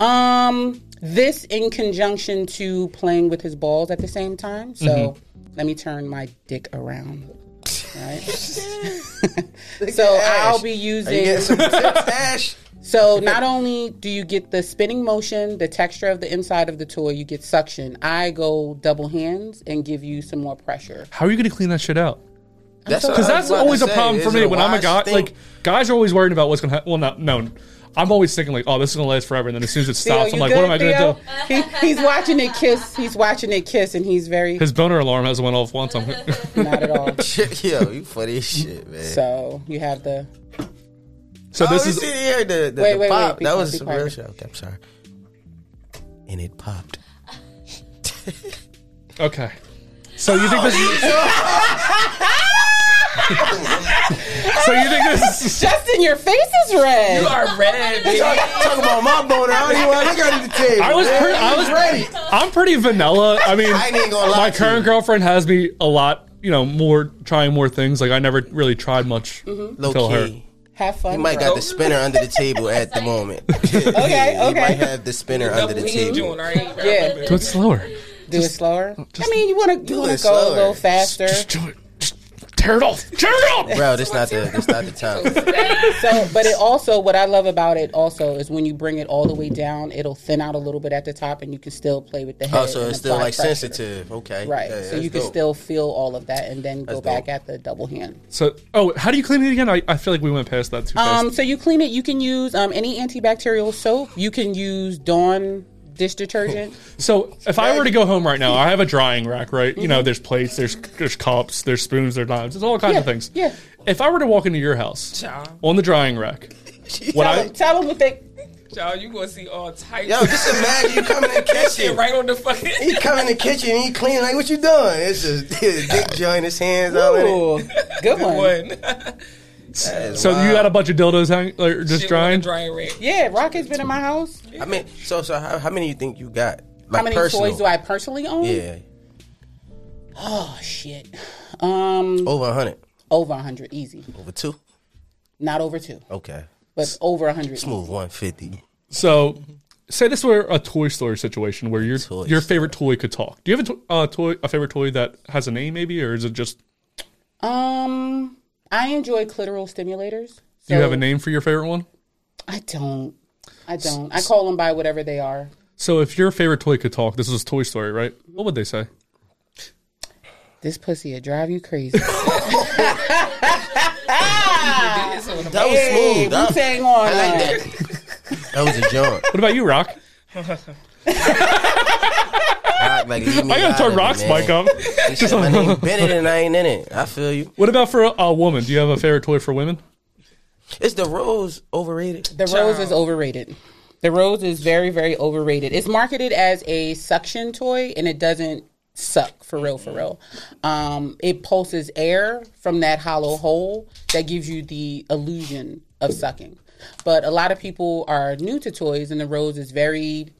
Um, this in conjunction to playing with his balls at the same time. So Mm-hmm. let me turn my dick around. Right. so I'll be Are you using. getting some tips, Ash? So not only do you get the spinning motion, the texture of the inside of the toy, you get suction. I go double hands and give you some more pressure. How are you going to clean that shit out? That's Uh, Because that's always a problem for me when I'm a guy. Like guys are always worried about what's gonna happen. Well, not no. I'm always thinking like, oh, this is gonna last forever, and then as soon as it Theo, stops, I'm you like, what am I good, gonna do? Theo? He, he's watching it kiss. He's watching it kiss, and he's very His boner alarm has went off once. I'm not at all. Shit, yo, you funny as shit, man. So you have the so oh, this you is see here, the, the, Wait, wait, the wait, pop. be that quiet, was be some quiet. real shit. Okay, I'm sorry. And it popped. okay. So you think this? Is, so you think this? Is, Justin, your face is red. You are red. baby. Talk, talk about my boner. I don't even want to look under the table. I was man. pretty. I was ready. I'm pretty vanilla. I mean, I ain't gonna lie my to current you. girlfriend has me a lot. You know, more trying more things. Like I never really tried much until Low her. key. Have fun. You might bro. got the spinner under the table at the moment. Okay, You might okay. have the spinner under Double the hand joint, table. all right? Yeah, Do it slower. do it slower. I mean, you want to you want it to go a slower. little faster. Just do it. Just tear it off. Tear it off. Bro, this not the this not the time. So, but it also what I love about it also is when you bring it all the way down, it'll thin out a little bit at the top, and you can still play with the head. Oh, so and it's still apply like pressure. sensitive. Okay. Right, Yeah, so that's you can dope. still feel all of that, and then go That's back dope. at the double hand. So, oh, how do you clean it again? I, I feel like we went past that too fast. Um, so you clean it. You can use um, any antibacterial soap. You can use Dawn dish detergent. so, if I were to go home right now, I have a drying rack, right? You Mm-hmm. know, there's plates, there's there's cups, there's spoons, there's knives, there's all kinds of Yeah, things. yeah. If I were to walk into your house Child. on the drying rack, Tell what I them, tell them what they. Child, you gonna see all types. Yo, just imagine you coming in the shit kitchen. right on the fucking. He come in the kitchen and he clean like what you doing? It's just his dick joint, his hands all in it. Ooh, good one. one. So you got a bunch of dildos hang, like, just Shit drying? with a drying rack. Yeah, Rocket's been in my house. I mean, so so how, how many you think you got? Like How many personal? toys do I personally own? Yeah, Oh shit. Um, over a hundred, over hundred easy. over two. Not over two, Okay, but over hundred. move one fifty. So, say this were a toy store situation where your Toy your favorite toy could talk. Do you have a, to- a toy, a favorite toy that has a name, maybe, or is it just Um, I enjoy clitoral stimulators. do you have So- a name for your favorite one? I don't. I don't. I call them by whatever they are. So, if your favorite toy could talk, this is Toy Story, right? What would they say? This pussy will drive you crazy. It is on the- That was hey, smooth. That, Wu-Tang on. I like uh, that. that was a joint. What about you, Rock? Rock, like, leave me I gotta out of turn it, Rock's man. mic up. He said, my name Bennett and I ain't in it. I feel you. What about for a, a woman? Do you have a favorite toy for women? Is the rose overrated? The rose is overrated. The rose is very, very overrated. It's marketed as a suction toy, and it doesn't suck for real, for real. Um, it pulses air from that hollow hole that gives you the illusion of sucking. But a lot of people are new to toys, and the rose is very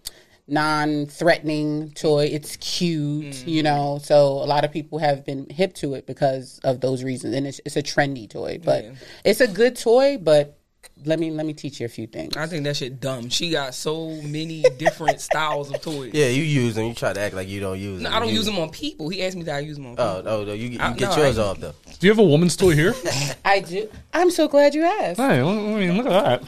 non-threatening toy. It's cute, you know. So a lot of people have been hip to it because of those reasons, and it's, it's a trendy toy. But it's a good toy, but let me let me teach you a few things. I think that shit dumb. She got so many different styles of toys. Yeah, you use them. You try to act like you don't use them. No, I don't You- use them on people. He asked me that I use them on people. Oh, oh, no, you, you I- get no, yours I- off though. Do you have a woman's toy here? I do. I'm so glad you asked. I, hey, I mean, look at that.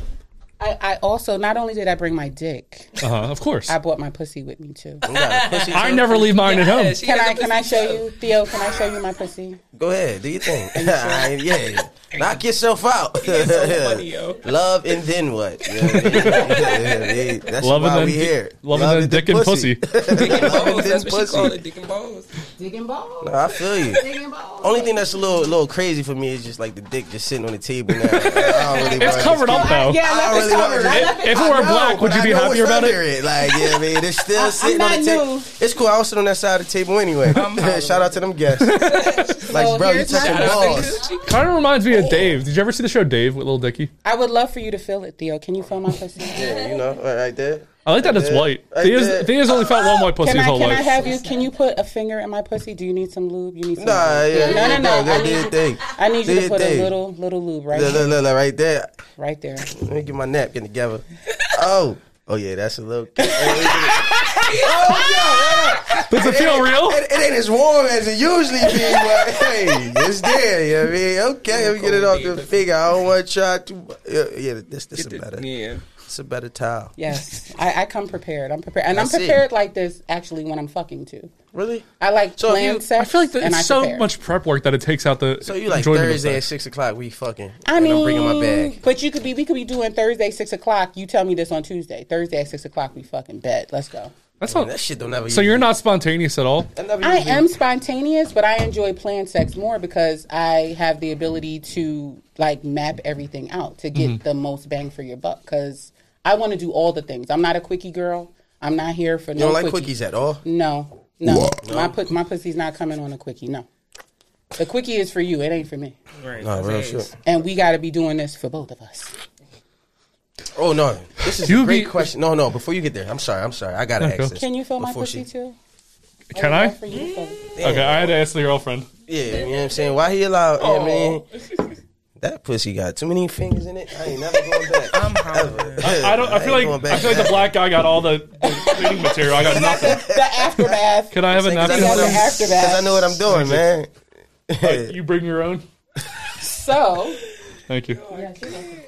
I also not only did I bring my dick, Uh-huh, of course. I I, brought my pussy with me too. You got a pussy too? never leave mine at home. Can I can I show you Theo? Can I show you my pussy? Go ahead, do your thing. I ain't- yeah, knock yourself out. so funny, yo. Love and then what? You know what I mean? Yeah, yeah, That's Loving why then we di- here. loving then dick and pussy. Love and then That's what she called pussy. it, dick and balls. Digging balls. I feel you. Only thing that's a little, little crazy for me is just like the dick just sitting on the table now. I don't really It's mind covered this up though. Yeah, I I left it really covered. wanted I it. left it If it covered. were I know, black, would but you I be know happy what's about under it? Like, yeah, man, they're still I- sitting I on the table. knew. It's cool. I was sitting on that side of the table anyway. Shout out to them guests. like, So bro, you here's my- touching Shout out balls. Kind of reminds Oh. me of Dave. Did you ever see the show Dave with Little Dicky? I would love for you to feel it, Theo. Can you feel my pussy? Yeah, you know, right, right there. I like that it's white. I Thea's, did. Thea's only felt one white pussy Can his I whole can I life. have you? Can you put a finger in my pussy? Do you need some lube? You need some. Nah, lube. yeah, yeah, No, no, no. yeah, I need yeah, you- thing. I need you Do to your put a thing. little little lube right Look, here, look, look, look, right there. right there. Let me get my napkin together. Oh, oh yeah, that's a Oh, little. it, Does it feel real? it ain't as warm as it usually be, but hey, it's there. You know what I mean? Okay, let me get it off the finger. I don't want to try too. mu- Yeah, yeah this this a better. Yeah. It's a better towel. Yes, I, I come prepared. I'm prepared, and I I'm see. prepared like this actually when I'm fucking too. Really? I like So if planned you- I sex. feel like that and it's I so prepare. much prep work that it takes out the So you like enjoyment of Thursday at sex. six o'clock? We fucking. I mean, and I'm bringing my bag. but you could be. We could be doing Thursday six o'clock. You tell me this on Tuesday. Thursday at six o'clock, we fucking bet. Let's go. That's That not. shit don't ever. So you're not spontaneous at all. I am spontaneous, but I enjoy planned sex more because I have the ability to like map everything out to get Mm-hmm. the most bang for your buck. Because I want to do all the things. I'm not a quickie girl. I'm not here for You no don't like quickie. quickies at all. No, no. My put my pussy's not coming on a quickie. No, the quickie is for you. It ain't for me. Right. No, that's real ass. shit. And we got to be doing this for both of us. Oh no, this is You a great be- question. No, no. Before you get there, I'm sorry. I'm sorry. I gotta Okay. ask this. Can you feel my before pussy she- too? Can would I? love for you to feel it. Okay, I had to ask the girlfriend. Yeah, you know what I'm saying? Why he allowed, you know what I mean? That pussy got too many fingers in it. I ain't never going back. I'm hollering. I don't. I feel ain't going like I back. feel like the black guy got all the, the cleaning material. I got nothing. The aftermath. Can I have a They napkin? got the please? aftermath. Because I know what I'm doing, man. You bring your own. So Thank you.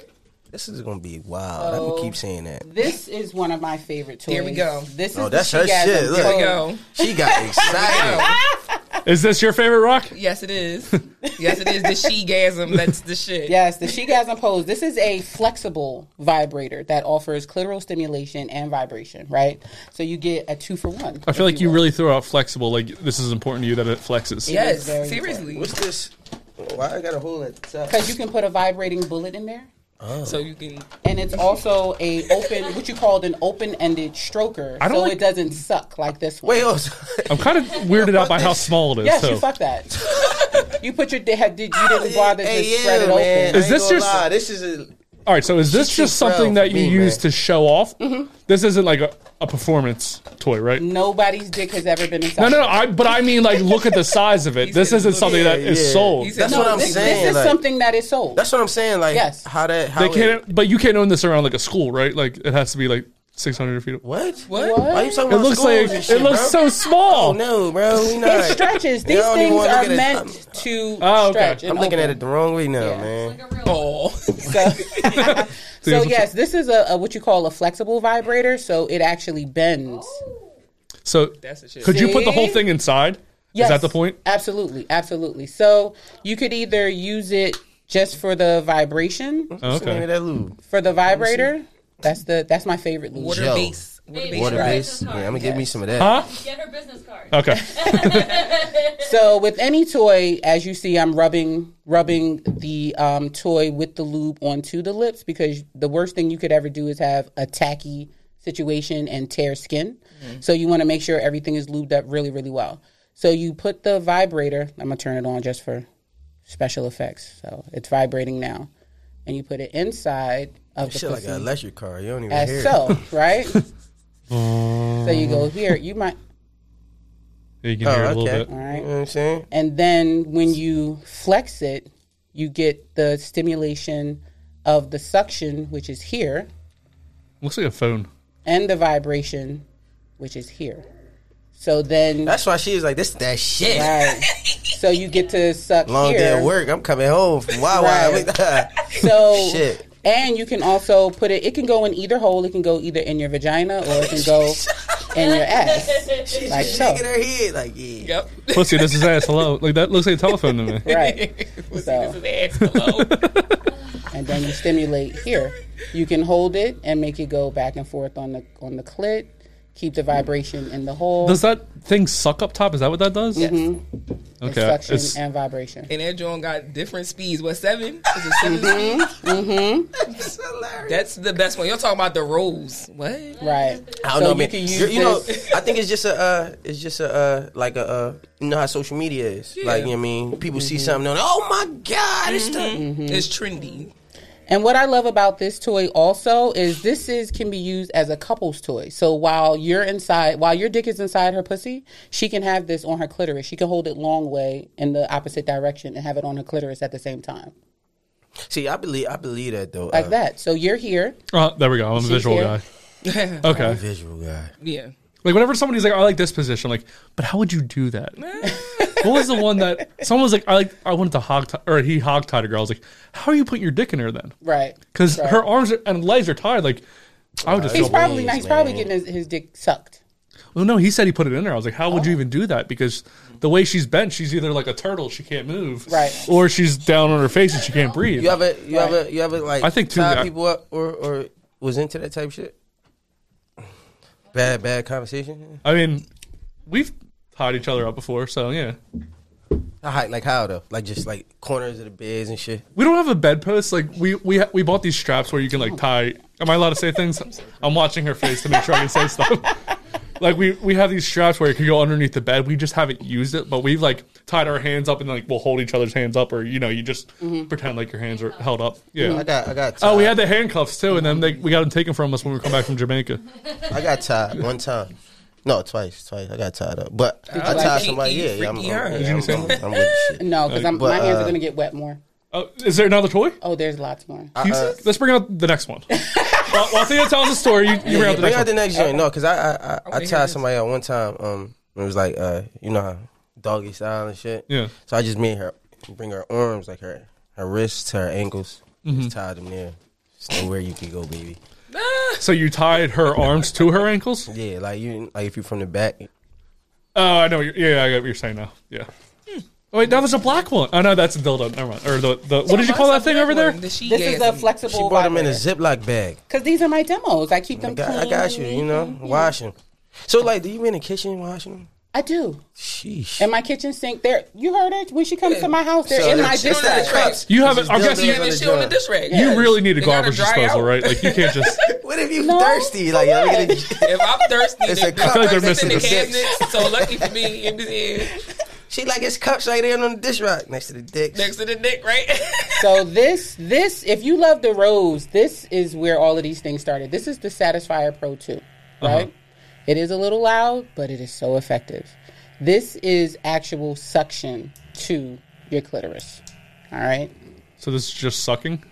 This is going to be wild. I'm Oh. going to keep saying that. this is one of my favorite toys. There we go. This is Oh, the that's her Shigasm shit. Look. toy. There we go. She got excited. Is this your favorite rock? Yes, it is. Yes, it is. The she-gasm. That's the shit. Yes, the Shigasm pose. This is a flexible vibrator that offers clitoral stimulation and vibration, right? So you get a two for one. I feel like you will. really throw out flexible. Like this is important to you that it flexes. Yes, very seriously. What's this? Why I got a hole at the top? Because you can put a vibrating bullet in there. So you can and it's also a open, what you called an open-ended stroker, I don't so like- it doesn't suck like this one. Wait, oh, I'm kind of weirded out by how small it is. yes, so. you fuck that. you put your dick, had- did you didn't bother to hey, spread yeah, it man. open? Is this your? just- This is a. All right, so is this She's just too proud something for that you me, use man. Mm-hmm. to show off? This isn't like a, a performance toy, right? No, Nobody's dick has ever been inside. no, no. I but I mean, like, look at the size of it. this said isn't something that is yeah. sold. He said- That's No, what I'm this, saying. this is like, something that is sold. That's what I'm saying. Like, Yes. how that? How They it- can't, but you can't own this around like a school, right? Like, it has to be like 600 feet. What? What? What? Why you talking It about looks schools like and oh, shit, it looks bro? so small. Oh, no, bro. We not. it stretches. They These don't even things wanna look are at it. meant I'm- to Oh, okay. stretch. I'm and looking at open. it the wrong way now, Yeah. man. Oh. ball. So, so what- yes, this is a, a what you call a flexible vibrator. So it actually bends. Oh. So, That's the shit. could you put the whole See? thing inside? Yes, Is that the point? Absolutely, absolutely. So you could either use it just for the vibration, Oh, Look at okay. that lube. for the vibrator. That's the that's my favorite lube. Water Joe. base. Water base. Water right. base. Yeah, I'm gonna give me some of that. Huh? Get her business card. Okay. So with any toy, as you see, I'm rubbing rubbing the um, toy with the lube onto the lips because the worst thing you could ever do is have a tacky situation and tear skin. Mm-hmm. So you want to make sure everything is lubed up really, really well. So you put the vibrator. I'm gonna turn it on just for special effects. So it's vibrating now, and you put it inside of the Shit like pussy an electric car. You don't even hear as it. so, right? so you go here. You might. You can Oh, hear it a okay. little bit. All You right. know what I'm saying? and then when you flex it, you get the stimulation of the suction, which is here, Looks like a phone. and the vibration, which is here. So then, That's why she was like, this that shit. right. so you get to suck Long here. day at work. I'm coming home from Wawa. So Shit. and you can also put it. It can go in either hole. It can go either in your vagina or it can go in your ass, like so. Shaking her head like, yeah. Yep. Pussy, this is ass. Hello. Like that looks like a telephone to me. Right. Pussy, So- this is ass. Hello. and then you stimulate here. You can hold it and make it go back and forth on the on the clit. Keep the vibration in the hole. Does that thing suck up top? Is that what that does? Okay. Mm-hmm. suction It's, and vibration. and that joint got different speeds. What seven? Is it 7 Mm-hmm. speeds? That's hilarious. That's the best one. You're talking about the rolls. What? Right. I don't so know, you man. can use Girl, you know, this- I think it's just a, uh, it's just a, uh, like a, uh, you know how social media is. Like, you know what I mean? People see something, they're like, oh my God, it's the. It's trendy. And what I love about this toy also is this is can be used as a couple's toy. So while you're inside, while your dick is inside her pussy, she can have this on her clitoris. She can hold it long way in the opposite direction and have it on her clitoris at the same time, See, I believe, I believe that though. like Uh, that. So you're here. uh, there we go. I'm a visual here? guy. Okay. Visual guy. Yeah. Like whenever somebody's like, I like this position, like, but how would you do that? what was the one that someone was like, I like, I wanted to hog tie, or he hog tied a girl. I was like, how are you putting your dick in her then? Right. Because her arms are, and legs are tied. Like, I would just He's feel. probably not. He's probably man. getting his, his dick sucked. well, no, he said he put it in her. I was like, how would Oh. you even do that? Because the way she's bent, she's either like a turtle, she can't move, Right. or she's down on her face and she can't breathe. You ever, you ever, you ever like I think, too, tied I- people up or or was into that type shit. Bad, bad conversation. I mean, we've tied each other up before, so yeah. I hide- like how though, like just like corners of the beds and shit. We don't have a bedpost. Like we we ha- we bought these straps where you can like tie. Am I allowed to say things? I'm watching her face to make sure I can say stuff. Like we we have these straps where it could go underneath the bed. We just haven't used it, but we've like tied our hands up and like we'll hold each other's hands up, or you know, you just pretend like your hands are held up. Mm-hmm. I Yeah. got, I got. Tied. Oh, we had the handcuffs too, and then they, we got them taken from us when we come back from Jamaica. I got tied one time. No, twice, twice. I got tied up, but I you tied like- somebody. you Yeah, yeah, I'm, I'm, freaky her. yeah, I'm, I'm, I'm with the shit. No, because I'm But, my hands uh, are gonna get wet more. Oh, is there another toy? Oh, there's lots more. Uh, You- Let's bring out the next one. while, while Thea tells the story, you, you bring out the Bring next out one. the next joint. No, because I, I, I, I hear tied this. somebody out one time. Um, it was like, uh, you know how doggy style and shit. Yeah. So I just made her bring her arms, like her her wrists to her ankles. Just tied them there. It's nowhere you can go, baby. So you tied her arms to her ankles. Yeah, like you, like if you're from the back. Oh, I know. What you're, yeah, I got what you're saying now. Yeah. Oh, wait, that was a black one. Oh no, that's a dildo. Never mind. Or the, the what did you call that thing over there? The she This is a gasm. She flexible brought them in a vibrator Ziploc bag. because these are my demos. I keep them I got, clean. I got you. You know, wash them. So like, do you be in the kitchen washing them? I do. Sheesh. And my kitchen sink, there. You heard her when she comes to my house. They're So in my it's- it's dish not rack. cups. You It's haven't- just I'm dildos guessing you- on And then the shit on the job. dish rack. You really need a They gotta garbage dry disposal, out. right? Like you can't just. What if you No. thirsty? Like, I'm gonna get a- If I'm thirsty, It's it's a cup. I feel like they're in the missing a sip. cabinet. So lucky for me, it was in she like it's cups right there on the dish rack next to the dick. next to the dick, right? So this, this, if you love the rose, this is where all of these things started. This is the Satisfier Pro 2, Uh-huh. right? It is a little loud, but it is so effective. This is actual suction to your clitoris. All right, So this is just sucking.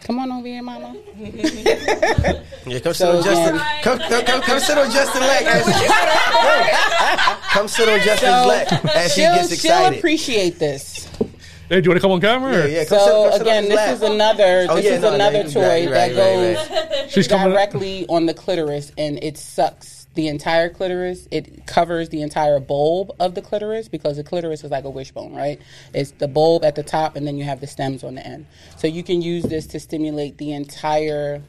come on over here, Mama. Yeah, come sit So, on Justin. um, Come, come, come, come sit on Justin Leck. As come sit on Justin's So, uh, Leck as he She'll, gets she'll excited. appreciate this. Hey, do you want to come on camera? yeah, yeah, come sit, So come sit again, on his this lap. is another. Oh, this yeah, is no, no, another you toy right, you that right, you right, goes. you right. She's coming. up. directly on the clitoris and it sucks the entire clitoris. It covers the entire bulb of the clitoris because the clitoris is like a wishbone, right? It's the bulb at the top and then you have the stems on the end. So you can use this to stimulate the entire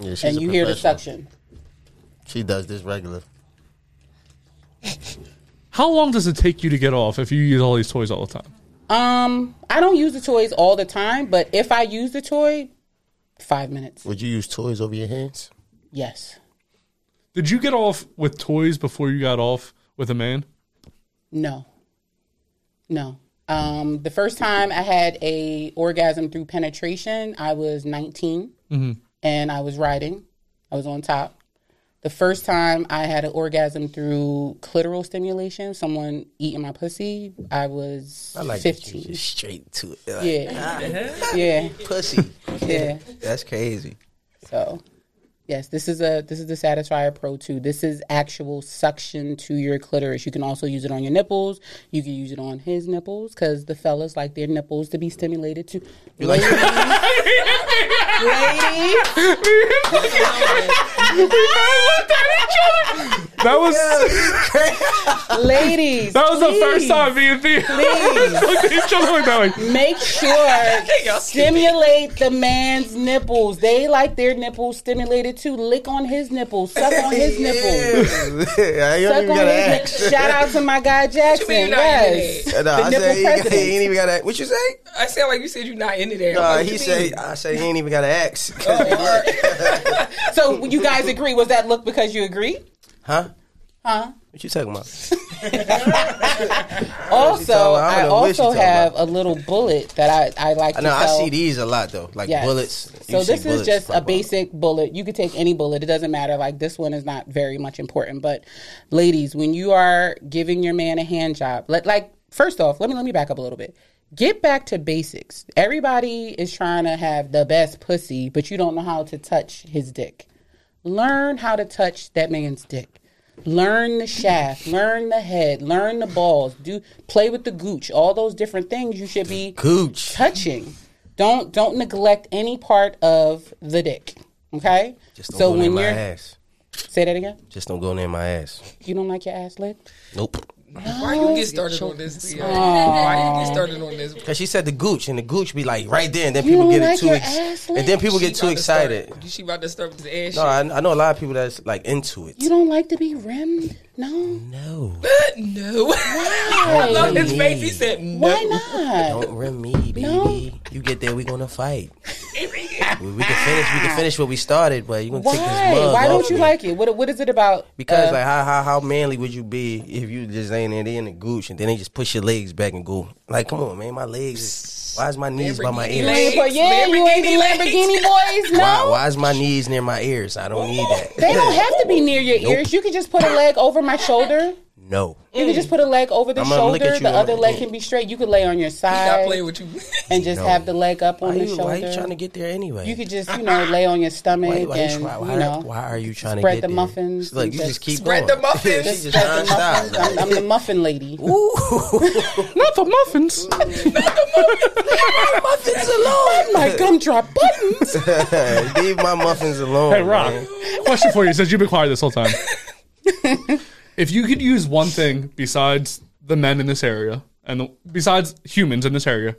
Yeah, she's and a you hear the professional. suction. She does this regular. How long does it take you to get off if you use all these toys all the time? Um, I don't use the toys all the time, but if I use the toy, 5 minutes. Would you use toys over your hands? Yes. Did you get off with toys before you got off with a man? No. No. Um, the first time I had a orgasm through penetration, I was 19 Mm-hmm. and I was riding. I was on top. The first time I had an orgasm through clitoral stimulation, someone eating my pussy, I was I like that you 15. just straight to it. Like, Yeah. yeah. Pussy. Yeah. That's crazy. So, yes, this is a this is the Satisfier Pro 2. This is actual suction to your clitoris. You can also use it on your nipples. You can use it on his nipples because the fellas like their nipples to be stimulated too. ladies, ladies, That was ladies. that was the first please, time me and Thea Please looked at each other like that. Like, make sure Y'all stimulate the man's nipples. They like their nipples stimulated too. Lick on his nipples, suck on his nipples. I ain't Suck even on his gotta ask. nipples. Shout out to my guy Jackson. mean you're not Yes. Nah, the I nipple said he, president. he ain't even gotta. What you say? I sound like you said you're not into there. Nah, Like, he you say. mean? I say he ain't even gotta ask. So you guys agree? Was that look because you agree? huh? Huh? What you talking about? Also, talking about? I I don't know what also she talking have about. a little bullet that I, I like to No, I sell. see these a lot though, like Yes. bullets. You So see this is bullets just pop a up. basic bullet. You could take any bullet. It doesn't matter. Like this one is not very much important. But ladies, when you are giving your man a hand job, let like first off, let me let me back up a little bit. Get back to basics. Everybody is trying to have the best pussy, but you don't know how to touch his dick. Learn how to touch that man's dick. Learn the shaft, learn the head, learn the balls, do play with the gooch, all those different things you should be Gooch. touching. Don't don't neglect any part of the dick. Okay. Just don't go near my ass. say that again, Just don't go near my ass. you don't like your ass licked. Nope. Why you get started on this? Thea? Why you get started on this? Cause she said the gooch, and the gooch be like right there, and then You people don't get it like too, your ex- ass and then licked? people She get too about to start- excited. She about to start with the ass. No, shit. I, I know a lot of people that's like into it. You don't like to be rimmed. No. No, no. I love his face. He said no. Why not? don't rim me, baby. No. You get there, we gonna fight. we, we can finish. We can finish what we started, but you gonna take Why? this mug Why off don't you me. like it? What What is it about? Because uh, like how, how how manly would you be if you just ain't in there in the gooch and then they just push your legs back and go like come on man my legs is, why is my knees by my Lamborghini ears you ain't for- yeah, you ain't the Lamborghini boys. No. why why is my knees near my ears I don't need that They don't have to be near your ears. You can just put a leg over my shoulder. no You can just put a leg over the I'ma look shoulder. at you The and other I'm leg like, can be straight. You could lay on your Stop side playing with you. and just No. have the leg up why on are the you shoulder. why you trying to get there anyway You could just, you know, lay on your stomach why, why, and, you, try, why, you know, why are you trying spread to get the there? muffins look and you just- just keep Spread going. the muffins. She just spread the muffins. I'm, nonstop I'm the muffin lady. not the muffins. muffins alone My gumdrop buttons. leave my muffins alone Hey, Rock. man. Question for you, since you've been quiet this whole time. if you could use one thing besides the men in this area and the, besides humans in this area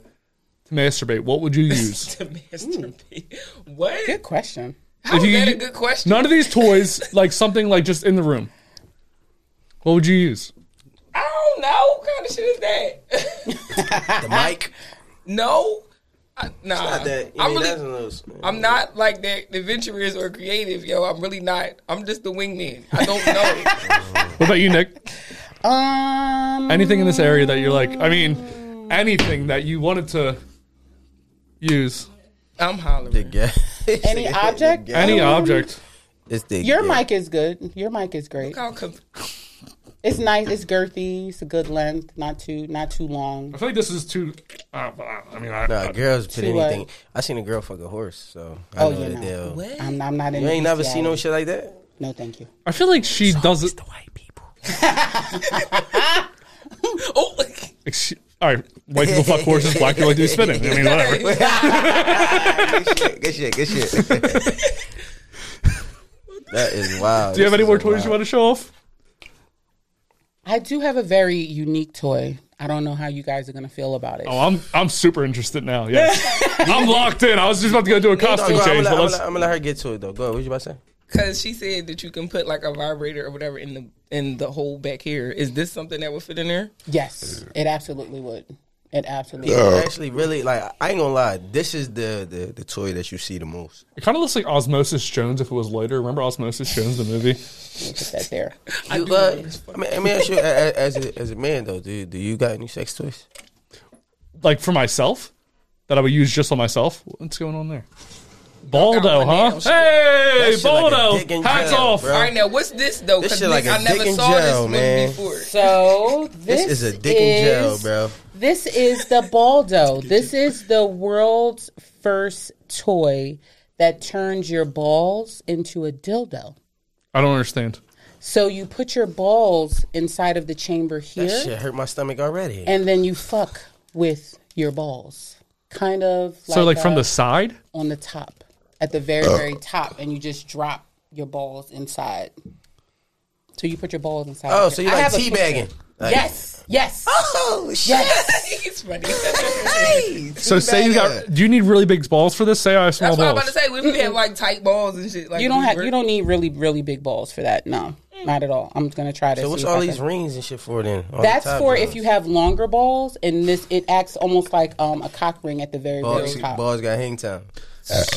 to masturbate, what would you use? to Hmm. masturbate. What? Good question. How is you- that a good question? None of these toys, like something like just in the room. What would you use? I don't know. What kind of shit is that? The mic. no. I, nah. Not that. I I'm mean, really. that's a little- I'm not like that adventurous or creative, yo. I'm really not. I'm just the wingman. I don't know. What about you, Nick? Um, Anything in this area that you're like, I mean, anything that you wanted to use, I'm hollering. Yeah. Any object? any Um, object. It's the Your yeah. mic is good. Your mic is great. How come- It's nice. It's girthy. It's a good length. Not too not too long. I feel like this is too. Uh, I mean, I, Nah, girls put She what? anything. I seen a girl fuck a horse, so I Oh, know yeah, that no. they'll. I'm, I'm not in. You the ain't never bestiality. seen no shit like that. No, thank you. I feel like she doesn't. Oh, Excuse, all right, white people fuck horses, black people do spinning. I mean, whatever. Good shit. Good shit. Good shit. that is wild. Do you have any more toys you want to show off? I do have a very unique toy. I don't know how you guys are gonna feel about it. Oh, I'm I'm super interested now. Yes, I'm locked in. I was just about to go do a costume I'm change, but let's. gonna let her get to it though. Go. Ahead. What you about to say? Because she said that you can put like a vibrator or whatever in the in the hole back here. Is this something that would fit in there? Yes, it absolutely would. It absolutely. would. Actually, really, like I ain't gonna lie. This is the the, the toy that you see the most. It kind of looks like Osmosis Jones if it was later. Remember Osmosis Jones, the movie? Put that there. I, you, uh, I mean, I mean, as, as a, as a man though, do do you got any sex toys? Like for myself, that I would use just on myself. What's going on there? Baldo, Knock out my huh? nails. Hey, That shit like a Baldo! dick in Hats jail, off. bro. All right, now what's this though? This Because shit like a I never dick in saw jail, this man. one before. So this, This is a dick in jail, is- bro. This is the Baldo. this is the world's first toy that turns your balls into a dildo. I don't understand. So you put your balls inside of the chamber That here, shit hurt my stomach already. and then you fuck with your balls, kind of like So, like from uh, the side? on the top, at the very Oh. very top, and you just drop your balls inside. So you put your balls inside. Oh, of so here. you I like have a picture. teabagging? Like, Yes, yes, Oh shit! it's funny. So, say you got. Do you need really big balls for this? Say I have small That's what I'm about balls. to say. If we had like tight balls and shit, like you don't we have were- you don't need really really big balls for that. No, not at all. I'm gonna try to. Mm. So what's see if all I these can- rings and shit for then? All the That's top for joints. if you have longer balls, and this it acts almost like um, a cock ring at the very balls, very top. balls got hang time.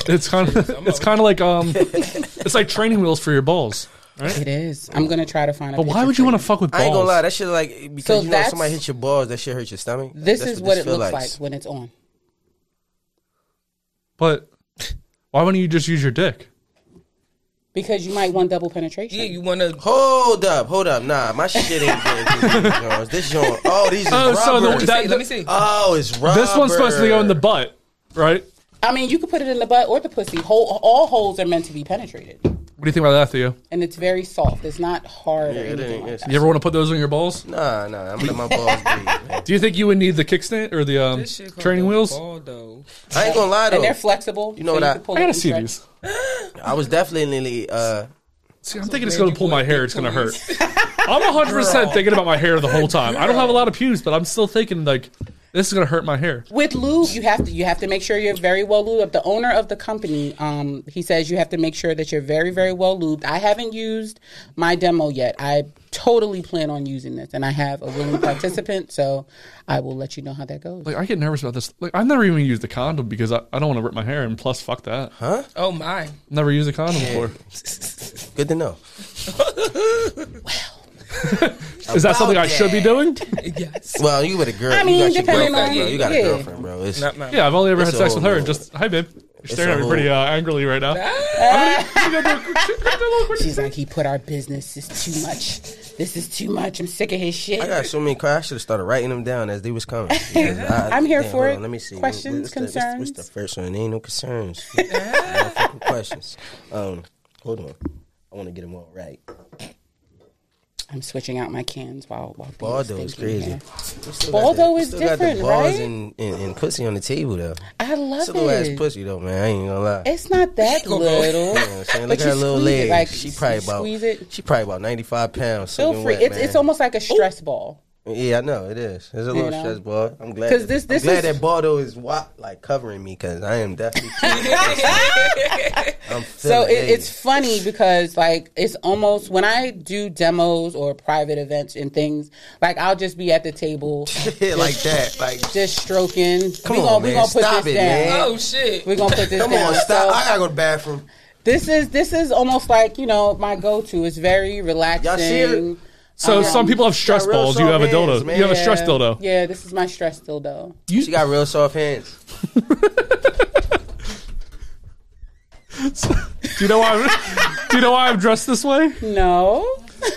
It's kind of. It's kind of like um. It's like training wheels for your balls. It is. I'm gonna try to find. A But why would you want to fuck with balls? I ain't gonna lie, that shit like because So you know if that's- somebody hit your balls, that shit hurt your stomach. This That's is what, it feel looks like when it's on. But why wouldn't you just use your dick? Because you might want double penetration. Yeah, you want to. Hold up, hold up, nah, my shit ain't good. These joints. this joint, oh these is Oh, so the- rubber. that- Let me see. oh, it's rubber. This one's supposed to go in the butt, right? I mean, you could put it in the butt or the pussy. Hole, all holes are meant to be penetrated, What do you think about that, Theo? and it's very soft. It's not hard or It anything. ain't- like it's- You ever want to put those on your balls? Nah, nah, I'm gonna let my balls breathe. man. Do you think you would need the kickstand or the um, This shit called training the wheels? ball, though. I ain't gonna lie that. And they're though, flexible. You know what I- can pull it I gotta and see stretch. these. I was definitely uh, See, I'm thinking it's gonna pull my hair. It's gonna hurt. I'm 100 percent thinking about my hair the whole time. I don't have a lot of pubes, but I'm still thinking like this is gonna hurt my hair. With lube, you have to you have to make sure you're very well lubed up. The owner of the company, um, he says you have to make sure that you're very very well lubed. I haven't used my demo yet. I totally plan on using this, and I have a willing participant, so I will let you know how that goes. Like I get nervous about this. Like I've never even used a condom because I, I don't want to rip my hair. And plus, fuck that. Oh my! Never used a condom before. good to know. Is that something I should be doing? Yes. Well, you with a girl, I you mean, got your depending girlfriend, on- bro. You got yeah. a girlfriend, bro. It's, Not mine. Yeah, I've only ever It's had a sex with whole- her. Just hi, babe. You're staring at me whole- pretty uh, angrily right now. She's like, he put our business. It's too much. This is too much. I'm sick of his shit. I got so many questions. I should have started writing them down as they was coming. Because I- I'm here damn, for hold it. on, Let me see. What- Questions, what's the- what's the- What's the concerns? first one? Ain't no concerns. No fucking questions. Um, hold on. I want to get them all right. I'm switching out my cans while while Bea was Baldo is thinking crazy. here. We still got Baldo we is still different, got the balls right? and, and, and pussy on the table though. I love It's a little ass it. pussy though, man. I ain't gonna lie. It's not that Go, go. little. You know what I'm saying? Look but at her you little squeeze it, legs. like, she probably about squeeze it. she probably about ninety five pounds. Feel soaking free. wet, it's it's man. almost like a stress ball. Yeah, I know it is. It's a You little know? stress ball. I'm glad. 'Cause that- this- this I'm glad is- that Baldo is wa- like covering me because I am definitely. I'm So feeling it, it's funny because like it's almost when I do demos or private events and things, like I'll just be at the table like that. Like, just stroking. Come we on, gonna, man. we gonna put Stop this it, down. man. oh shit. We're gonna put this come down. on, stop! So I gotta go to the bathroom. this is this is almost like, you know, my go to. It's very relaxing. see it? So some people have stress Got real balls. You have a soft dildo. hands, man. you have a Yeah. stress dildo. Yeah, this is my stress dildo. She got real soft hands. Do you know why? I'm, do you know why I'm dressed this way? No.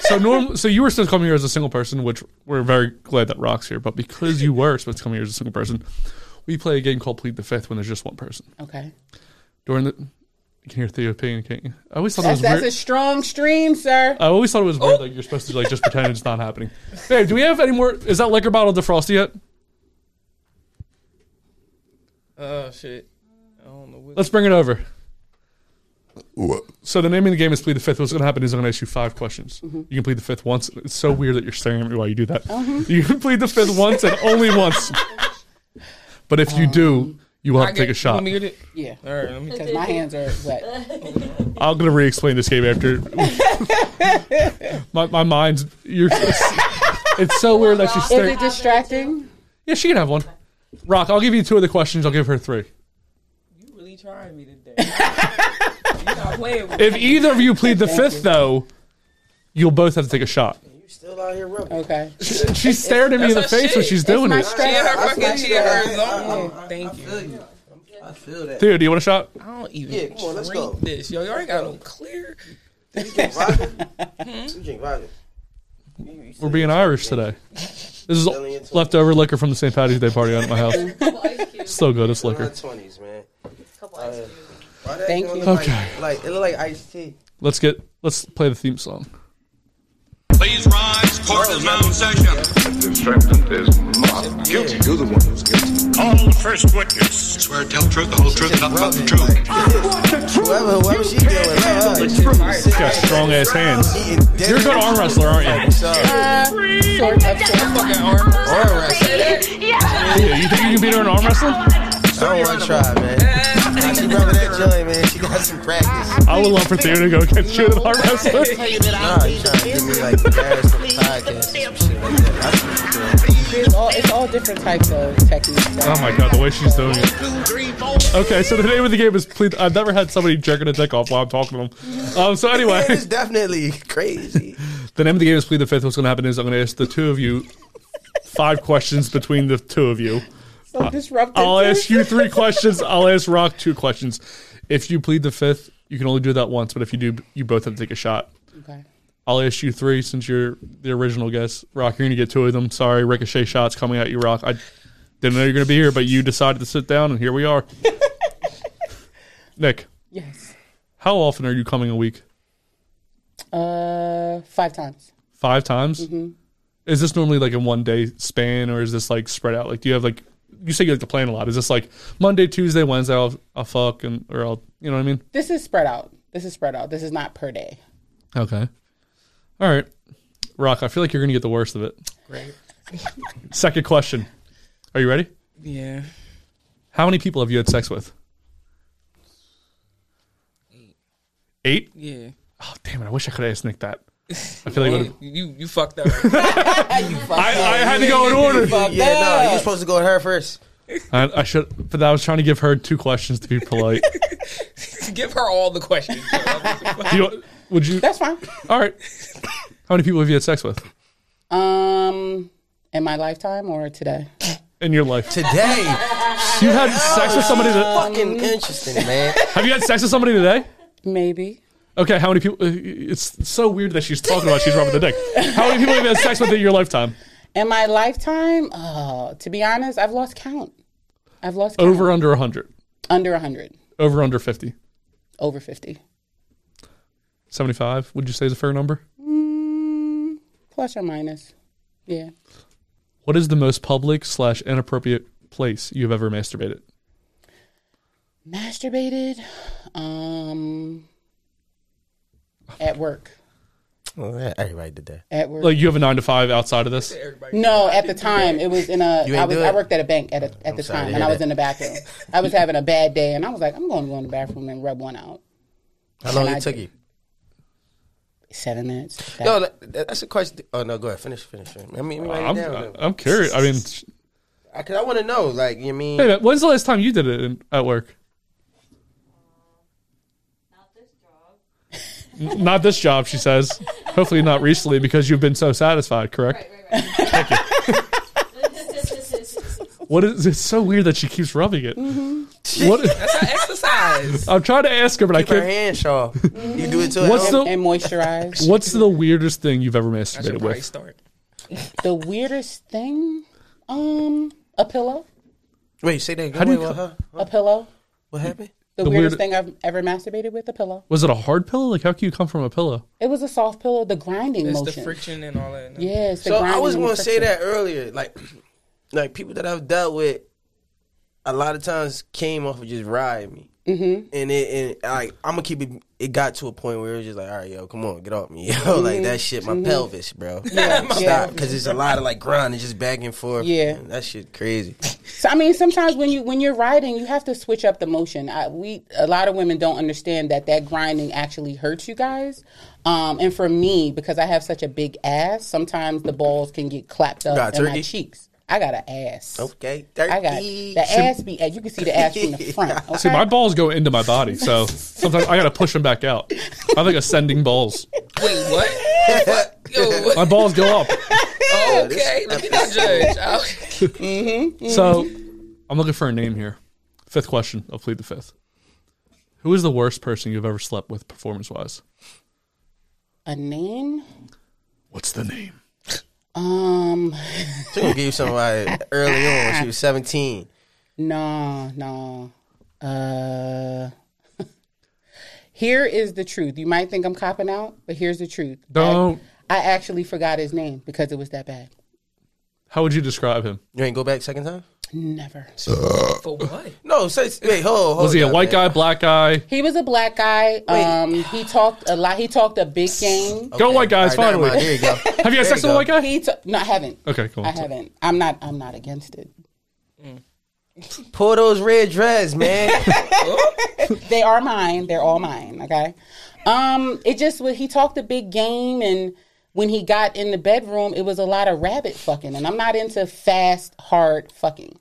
So norm, so you were supposed to come here as a single person, which we're very glad that rocks here. But because you were supposed to come here as a single person, we play a game called Plead the Fifth when there's just one person. Okay. During the, you can hear Theo peeing, can't you? I always thought That's, it was that's a weird. strong stream, sir. I always thought it was weird Oh. that you're supposed to like just pretend it's not happening. Babe, do we have any more? Is that liquor bottle defrosted yet? Oh shit. I don't know what. Let's bring it over. So the name of the game is plead the fifth. What's going to happen is I'm going to ask you five questions. Mm-hmm. You can plead the fifth once. It's so weird that you're staring at me while you do that. Mm-hmm. You can plead the fifth once and only once. But if you do, you will have I to take a get- shot. you muted? Yeah. All right, let me take Because my hands are wet. I'm going to re-explain this game after. my my mind's you're. It's so weird that she's Is staring. it distracting? Yeah, she can have one. Rock, I'll give you two of the questions. I'll give her three. You really trying me today. You're not playing with me. If either of you plead the fifth, though, you'll both have to take a shot. You still out here rubbing? Okay. She stared at me in the That's her face when shit. she's It's doing my it. She in her I fucking see she in her that. zone. Thank you. feel you. I feel that. Theo, do you want a shot? I don't even Yeah, come on, let's drink go. this. Yo, you already got on clear. You drink vodka. We're being Irish today. This is leftover liquor from the St. Patty's Day party out at my house. So good, it's liquor. Twenties, man. Uh, Couple ice cubes. Why that Thank shit you. look like- Okay. Like, it look like iced tea. Let's get let's play the theme song. Please rise for the mound session. Distracted is not guilty. You're the one who's guilty. Call the first witness. Swear to tell the truth, the whole truth, nothing but the truth. Whoever, whoever she dealing with, uh, let her. She She's got strong ass hands. eating dinner. You're a good arm wrestler, aren't you? Sort of, sort of. Fucking arm. Arm wrestling. Theo, you think you can beat her in arm wrestling? I don't want to try, man. She rubbing that joint, man. She got some practice. I would love for Theo to go against you in arm wrestling. Nah, you trying to get me like embarrassed on the podcast and shit like that. That's what you're doing. It's all, it's all different types of techniques. though. Oh my god, the way she's doing it. Okay, so the name of the game is please. I've never had somebody jerking a dick off while I'm talking to them. Um, so anyway, Man, it's definitely crazy. The name of the game is Plead the Fifth. What's going to happen is I'm going to ask the two of you five questions between the two of you. So disruptive. I'll too. ask you three questions. I'll ask Rock two questions. If you plead the fifth, you can only do that once, but if you do, you both have to take a shot. Okay. I'll ask you three since you're the original guest. Rock, you're going to get two of them. Sorry, ricochet shots coming at you, Rock. I didn't know you were going to be here, but you decided to sit down, and here we are. Nick, Yes. how often are you coming a week? Uh, five times. five times. Is this normally like in one day span, or is this like spread out? Like, do you have like you say you like to plan a lot? Is this like Monday, Tuesday, Wednesday? I'll, I'll fuck and or I'll you know what I mean? This is spread out. This is spread out. This is not per day. Okay, all right, Rock. I feel like you're gonna get the worst of it. Great. Second question: Are you ready? Yeah. How many people have you had sex with? Eight. Yeah. Oh damn it! I wish I could have asked Nick that. I feel like it would've- You you fucked up. right? I, I had to go in order. Yeah, no, you're Oh, supposed to go with her first. I, I should, but I was trying to give her two questions to be polite. Give her all the questions. Do you, would you? That's fine. All right. How many people have you had sex with Um, in my lifetime or today? in your life? Today, You had sex with somebody. To, fucking interesting, man. have you had sex with somebody today? Maybe. Okay. How many people? uh, It's so weird that she's talking about she's rubbing the dick. How many people have you had sex with in your lifetime? In my lifetime, oh, to be honest, I've lost count. I've lost count. Over under hundred. under hundred, Over under fifty. over fifty, Seventy-five. Would you say is a fair number? plus or minus. Yeah. What is the most public slash inappropriate place you've ever masturbated? Masturbated. Um, at work. Oh, yeah, everybody did that. At work. Like you have a nine to five outside of this. No, at the time it was in a. You ain't I was do I it? worked at a bank at a, at the sorry to time, hear and I was that. in the bathroom. I was having a bad day, and I was like, I'm going to go in the bathroom and rub one out. How long And I it took you? Seven minutes. That- No, that, that- that's a question. Oh no, go ahead. Finish, finish. finish. I mean, write it I'm, down. I'm curious. I mean, Because I want to know. Like, you mean? hey, man, when's the last time you did it in, at work? Not this job. N- Not this job, she says. Hopefully not recently because you've been so satisfied, correct? Right, right, right. What is it's so weird that she keeps rubbing it. What Exercise. I'm trying to ask her, but I Mm-hmm. Keep her can't. hands off. You do it to What's What's the- the and moisturize. What's the weirdest thing you've ever I should masturbated probably with? start. the weirdest thing? Um, a pillow. wait? Say that. How How do do you what, co- huh? A pillow. what happened? The, The weirdest weird- thing I've ever masturbated with a pillow. Was it a hard pillow? Like how can you come from a pillow? It was a soft pillow. The grinding It's the motion. friction and all that. Yeah, it's the So grinding. I was and the going to say friction. that earlier. Like, like people that I've dealt with, a lot of times came off of just riding me, mm-hmm. and it and like I'm gonna keep it. It got to a point where it was just like, all right, yo, come on, get off me, yo, like that shit, my pelvis, bro, Mm-hmm. yeah. stop, because it's a lot of like grinding, just back and forth. Yeah. Man, that shit crazy. So, I mean, sometimes when you when you're riding, you have to switch up the motion. I, we a lot of women don't understand that that grinding actually hurts you guys. Um, and for me, because I have such a big ass, sometimes the balls can get clapped up Got in my turkey? cheeks. I got an ass. Okay, I got thirty. the ass be you can see the ass from the front. Okay? See, my balls go into my body, so sometimes I gotta push them back out. I'm like ascending balls. Wait, what? What? Yo, what? My balls go up. okay, look at that judge. Oh, So I'm looking for a name here. Fifth question. I'll plead the fifth. Who is the worst person you've ever slept with performance wise? a name. What's the name? Um, She gonna give you somebody early on. She was seventeen. no, no. Uh, here is the truth. You might think I'm copping out, but here's the truth. Don't. I actually forgot his name because it was that bad. How would you describe him? You ain't go back second time. Never. for what? No, say, wait, hold, hold Was he a up, white Oh, man. guy, black guy? He was a black guy. Um, he talked a lot. He talked a big game. Go white guys, All right, never finally. mind. There you go. Have you had sex you with a go. white guy? He t- no, I haven't. Okay, cool. I haven't. I'm not. I'm not against it. Pull those red dreads, man. They are mine. They're all mine. Okay. Um, it just wa- he talked a big game, and when he got in the bedroom, it was a lot of rabbit fucking, and I'm not into fast hard fucking.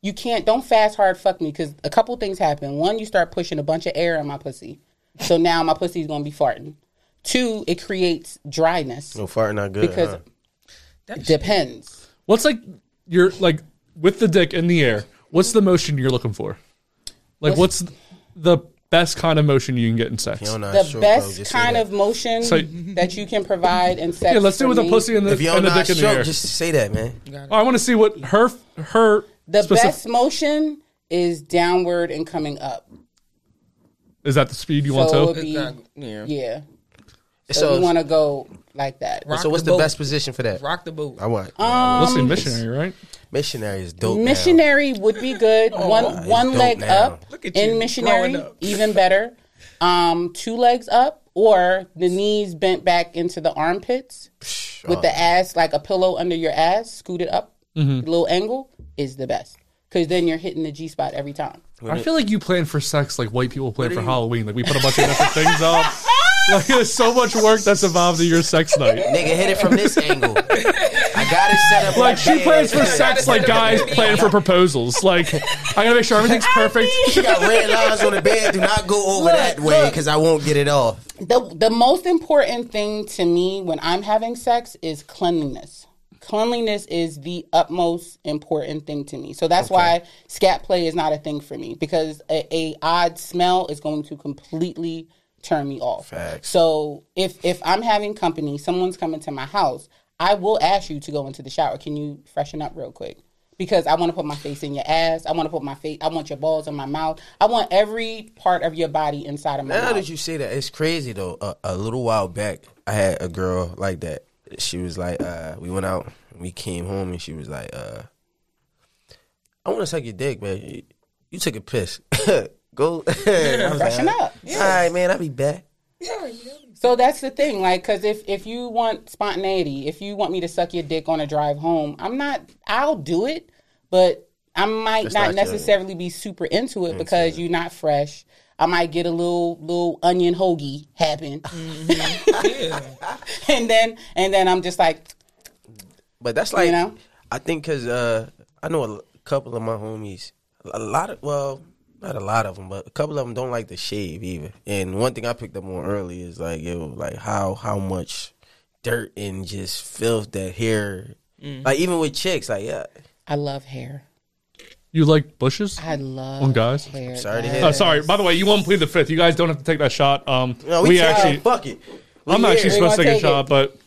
You can't. Don't fast hard fuck me because a couple things happen. One, you start pushing a bunch of air in my pussy, so now my pussy's gonna be farting. Two, it creates dryness. no farting not good. because huh? it depends. What's like you're like with the dick in the air? What's the motion you're looking for? Like what's, the best kind of motion you can get in sex? You don't know The how stroke goes, best just say kind that. of motion So- that you can provide in sex. Yeah, let's do it for with a me, pussy and the, If you don't and know the how dick in the air. stroke, just say that, man. Oh, I want to see what her her The specif- best motion is downward and coming up. is that the speed you so it want would to? be Not- yeah. yeah. So, So, you want to go like that. Rock so what's the boat. best position for that? Rock the boat. I want Let's see missionary, right? missionary is dope. Missionary would be good. Oh, One it's one dope leg now. up Look at you, in missionary, growing up. even better. Um, two legs up or the knees bent back into the armpits with oh. the ass like a pillow under your ass, scooted up, little angle is the best because then you're hitting the G spot every time. I feel like you plan for sex like white people plan for Halloween. Like we put a bunch of different things up. Like there's so much work that's involved in your sex night. Nigga, hit it from this angle. I got it set up. Like she that. plans for sex like guys plan for proposals. Like I gotta make sure everything's perfect. She got red lines on the bed. Do not go over Look, that way look. because I won't get it off. the the most important thing to me when I'm having sex is cleanliness. Cleanliness is the utmost important thing to me. So that's why scat play is not a thing for me because a, a odd smell is going to completely turn me off. So if if I'm having company, someone's coming to my house, I will ask you to go into the shower. Can you freshen up real quick? Because I want to put my face in your ass. I want to put my face. I want your balls in my mouth. I want every part of your body inside of my Now mouth. that you say that, it's crazy though. A, a little while back, I had a girl like that. She was like, uh, we went out, we came home, and she was like, uh, I want to suck your dick, man. You, you took a piss. Go. I was like, Freshen up. All right, man, I'll be back. So that's the thing, like, because if if you want spontaneity, if you want me to suck your dick on a drive home, I'm not. I'll do it, but I might not, not your- necessarily be super into it because you're not fresh. I might get a little little onion hoagie happen, and then and then I'm just like, But that's like, know? I think because uh, I know a l- couple of my homies, a lot of, well, not a lot of them, but a couple of them don't like to shave either. And one thing I picked up on early is like, yo, like how how much dirt and just filth that hair, like even with chicks, like yeah, I love hair. You like bushes? I love On guys? hair. sorry to guys. hear. Oh, that. sorry. By the way, you won't plead the fifth. You guys don't have to take that shot. Um, No, we, we, tried. actually, fuck it. We I'm here. actually supposed to gonna take take a shot, it. but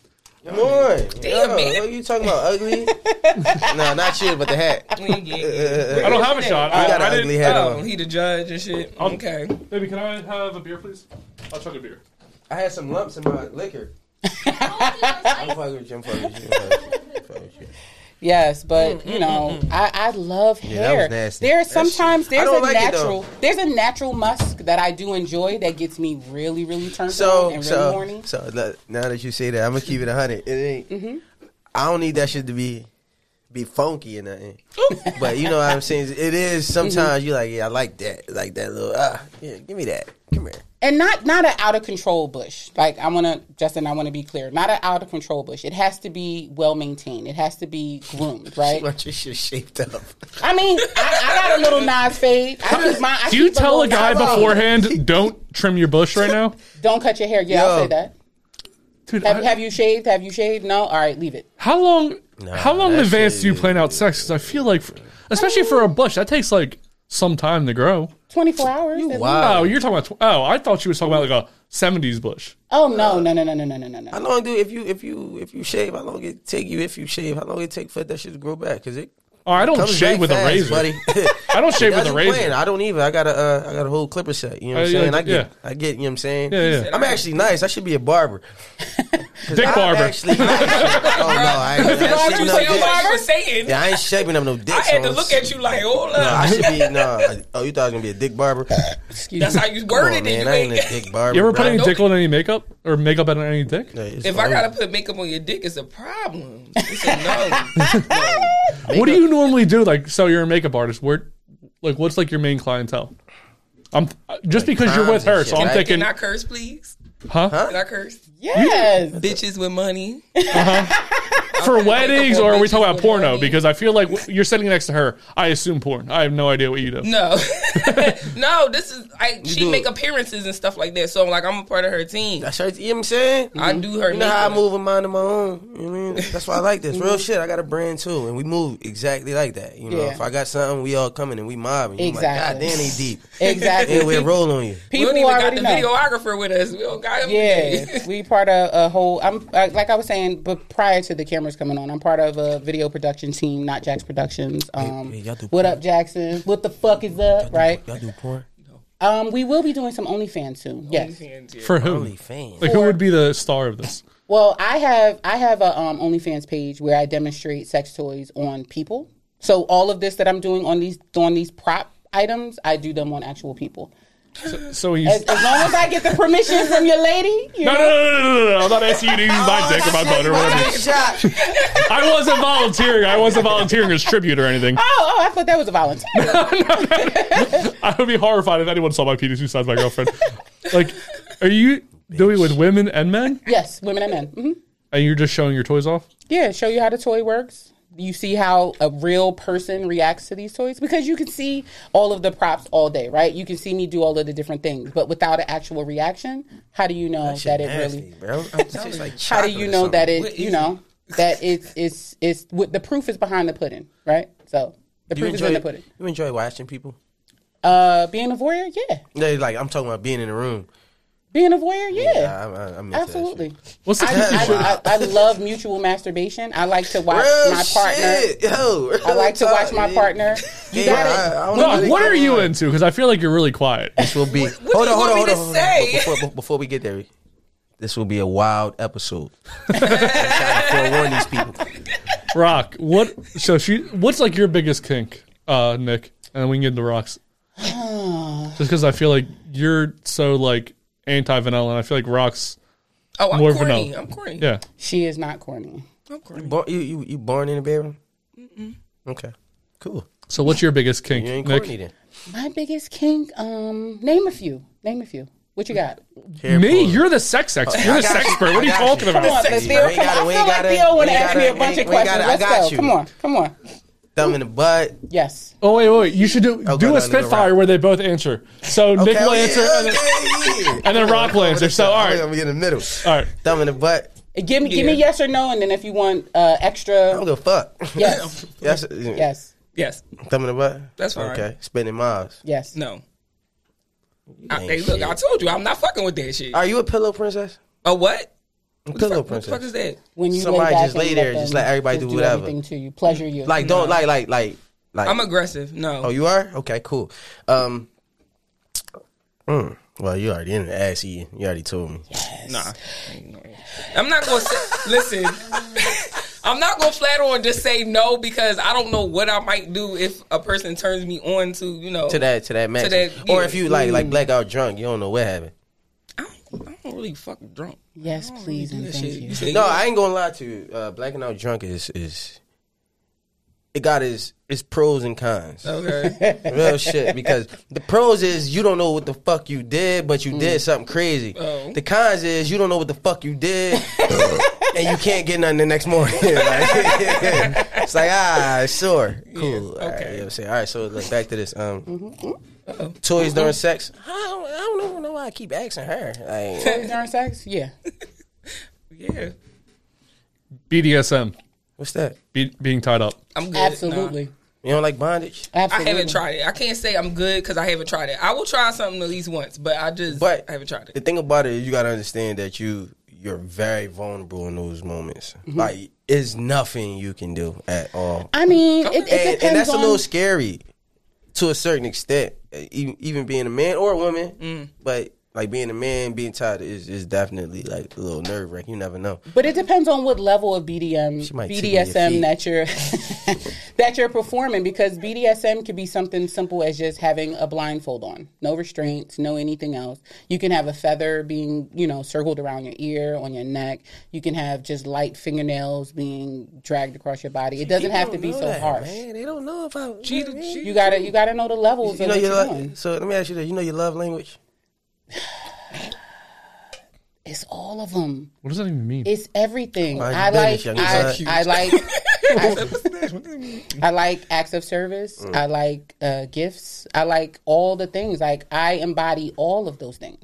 Come on, Damn, Yo, man. What you talking about? Ugly? no, not you, but the hat. You We ain't getting it. I don't have a shot. I, got I an didn't. ugly hat Oh, on. he the judge and shit. Okay. Baby, can I have a beer, please? I'll chug a beer. I had some lumps in my liquor. I'm fucking with you. I'm fucking with you. I'm fucking with you. Yes, but you know, I, I love that hair. was nasty. There's sometimes there's a don't like it, though. natural there's a natural musk that I do enjoy that gets me really really turned on and So, really so, horny. so look, now that you say that, I'm gonna keep it hundred. It ain't. I don't need that shit to be be funky and nothing. but you know what I'm saying? It is sometimes you like, yeah, I like that, like that little. Ah, yeah, give me that. Come here. And not not an out of control bush. Like I want to Justin, I want to be clear. Not an out of control bush. It has to be well maintained. It has to be groomed, right? Watch your shit shaped up. I mean, I, I got a little Nas fade. I keep my, I Do you keep tell a little guy Nas fade. beforehand, don't trim your bush right now? Don't cut your hair. Yeah, I'll Yo. say that. Dude, Have, I- have you shaved? Have you shaved? No. All right, leave it. how long? how long in that advance shit do you is- plan out sex? Because I feel like, for- especially for a bush, that takes like some time to grow. Twenty four hours. at least. Uh, Oh, you're talking about? Tw- oh, I thought you was talking about like a '70s bush. Oh no no no no no no no no How no. long do if you if you if you shave? How long it take you if you shave? How long it take for that shit to grow back? Cause it Oh, I don't comes shave back with fast, a razor. buddy. I don't shave with That's what a I'm razor. playing. I don't even. I got a uh, I got a whole clipper set. You know what Uh, I'm yeah, saying? I get yeah. I get. You know what I'm saying? Yeah, yeah. I'm actually nice. I should be a barber. 'Cause Dick I'm barber. Actually nice. oh no, I ain't, I ain't What you shaping up say no what dick. you was saying? Yeah, I ain't shaping up no dick. I had to look at you like, hold up. I should be no. Oh, you thought I was gonna be a dick barber? That's how you Come on, worded man. it. You I ain't ain't, a dick barber. You ever bro. put any dick on any makeup or makeup on any dick? Yeah, it's if I fine. gotta put makeup on your dick, it's a problem. It's a no. What do you normally do? Like, so you're a makeup artist. Where, like, what's like your main clientele? I'm just because you're clowns with her, and so shit, I'm right? thinking, Can I curse, please? huh? Can I curse? Yes. Bitches with money. For weddings, or are we talking Bitches about with porno? money. Because I feel like w- you're sitting next to her. I assume porn. I have no idea what you do. No, no. This is I. She do make it. appearances and stuff like that. So like, I'm a part of her team. That's right. You know what I'm saying? I do her. You know how I makeup. move a mind of my own. You know what I mean? That's why I like this. Real shit. I got a brand too, and we move exactly like that. You know, Yeah. if I got something, we all coming and we mobbing. You Exactly. Like, God damn, they deep. Exactly. And we roll on you. We People don't even got already the know. videographer with us. We don't got him. Yeah, we part of a whole. I'm uh, like I was saying, but prior to the cameras coming on, I'm part of a video production team, not Jax Productions. Um, hey, y'all do what porn? up, Jackson? What the fuck is up? Right? Y'all do porn? Um, we will be doing some OnlyFans soon. Yes. For who? Only fans. Like, who would be the star of this? Well, I have I have a um, OnlyFans page where I demonstrate sex toys on people. So all of this that I'm doing on these on these prop items, I do them on actual people. So you. As, as long as I get the permission from your lady, you No, no, know, no, no, no, no, no! I'm not asking you to use my dick or my butt or whatever. Shot. I wasn't volunteering. I wasn't volunteering as tribute or anything. Oh, oh, I thought that was a volunteer. I would be horrified if anyone saw my penis besides my girlfriend. like, are you doing it with women and men? yes, women and men. hmm And you're just showing your toys off? Yeah, show you how the toy works. You see how a real person reacts to these toys because you can see all of the props all day, right? You can see me do all of the different things, but without an actual reaction, how do you know that, it really? Bro. I'm just like How do you know that What it? You is know that it's it's it's what the proof is behind the pudding, right? So the You proof is in enjoy, the pudding. you enjoy watching people? Uh, being a voyeur, yeah. They like I'm talking about being in the room. Being a voyeur, yeah. I, I, I'm into that Absolutely. What's the I, I, I, I love mutual masturbation. I like to watch shit. Real my partner. shit. Yo, I like to watch my partner. You Yeah, got it. I- I don't know No, they what are come you on. into? Because I feel like you're really quiet. This will be. what do you want me to say? Before, before- before we get there, this will be a wild episode. I'm trying to forewarn these people. Rock, what? So she, what's like your biggest kink, uh, Nick? And then we can get into rocks. Just because I feel like you're so like anti vanilla, and I feel like Rock's Oh, I'm More corny. vanilla. I'm corny. yeah. She is not corny. I'm corny. Born, you, you you born in the bedroom? Mm-mm. Okay, cool. So what's your biggest kink, You ain't Nick? Courtney then. My biggest kink, um, name a few. Name a few. What you got? Me? You're the sex Oh, expert. You're the sex expert. What are you talking Come about? on, sexy, Theo. man. We Come gotta- on. we I feel like gotta- Theo want we to ask me gotta- a bunch we of questions. gotta- I Let's got go. you. Come on. Come on. Thumb in the butt. Yes. Oh wait, wait. You should do no, do no, a no, spitfire Rock. where they both answer. So Nick will answer, and then, and then Rock will answer. So all I'm right, in the middle. all right. Thumb in the butt. Give me give me Yeah. yes or no, and then if you want uh, I don't extra, give a fuck. yes, Yes. yes, Yes. Thumb in the butt. That's fine. Okay. Spinning miles. yes. No. I, ain't hey, look, I shit. told you, I'm not fucking with that shit. Are you a pillow princess? A what? A What the, pillow fuck, what the princess. fuck is that? When you Somebody lay back just lay and there, them just let everybody just do whatever. everything to you, pleasure you. Like don't like like like like. I'm aggressive. No. oh, you are okay. Cool. Um. mm, Well, you already in the ass eating. You already told me. Nah. I'm not gonna say, listen. I'm not gonna flat on just say no because I don't know what I might do if a person turns me on to you know To that to that match. that, Or yeah. if you like like blackout drunk, you don't know what happened. I don't, I don't really fuck drunk. yes, Oh, please and Mm, thank you. say- No, I ain't gonna lie to you. Uh, blacking out drunk is is it got its its pros and cons. okay. Real shit. Because the pros is you don't know what the fuck you did, but you did something crazy. Oh. The cons is you don't know what the fuck you did. And you can't get nothing the next morning. Like, it's like ah, sure, cool. okay, okay. you know what I'm saying. All right, so look, back to this. Um, toys during sex. I don't, I don't even know why I keep asking her. Like, During sex, yeah. Yeah, BDSM, what's that? be, being tied up. I'm good. Absolutely. You don't like bondage? Nah. I Absolutely. haven't tried it. I can't say I'm good because I haven't tried it. I will try something at least once, but I just But I haven't tried The it. thing about it is you gotta understand that you you're very vulnerable in those moments. Like it's nothing you can do at all. I mean, it, it And, depends and that's a on little scary to a certain extent. e- Even, even being a man or a woman. But like being a man, being tired is, is definitely like a little nerve wracking. You never know. But it depends on what level of BDM, She might tickle your feet. BDSM that you're that you're performing because BDSM could be something simple as just having a blindfold on, no restraints, no anything else. You can have a feather being, you know, circled around your ear, on your neck. You can have just light fingernails being dragged across your body. It doesn't have to be so harsh. Man, they don't know if I Cheated, cheated. You gotta you gotta know the levels You of know what your you're love, doing. so let me ask you this. You know your love language? It's all of them. What does that even mean? It's everything. Mind I your like, business, young I, sir. I like, I, I like acts of service. Mm. I like uh, gifts. I like all the things. Like I embody all of those things.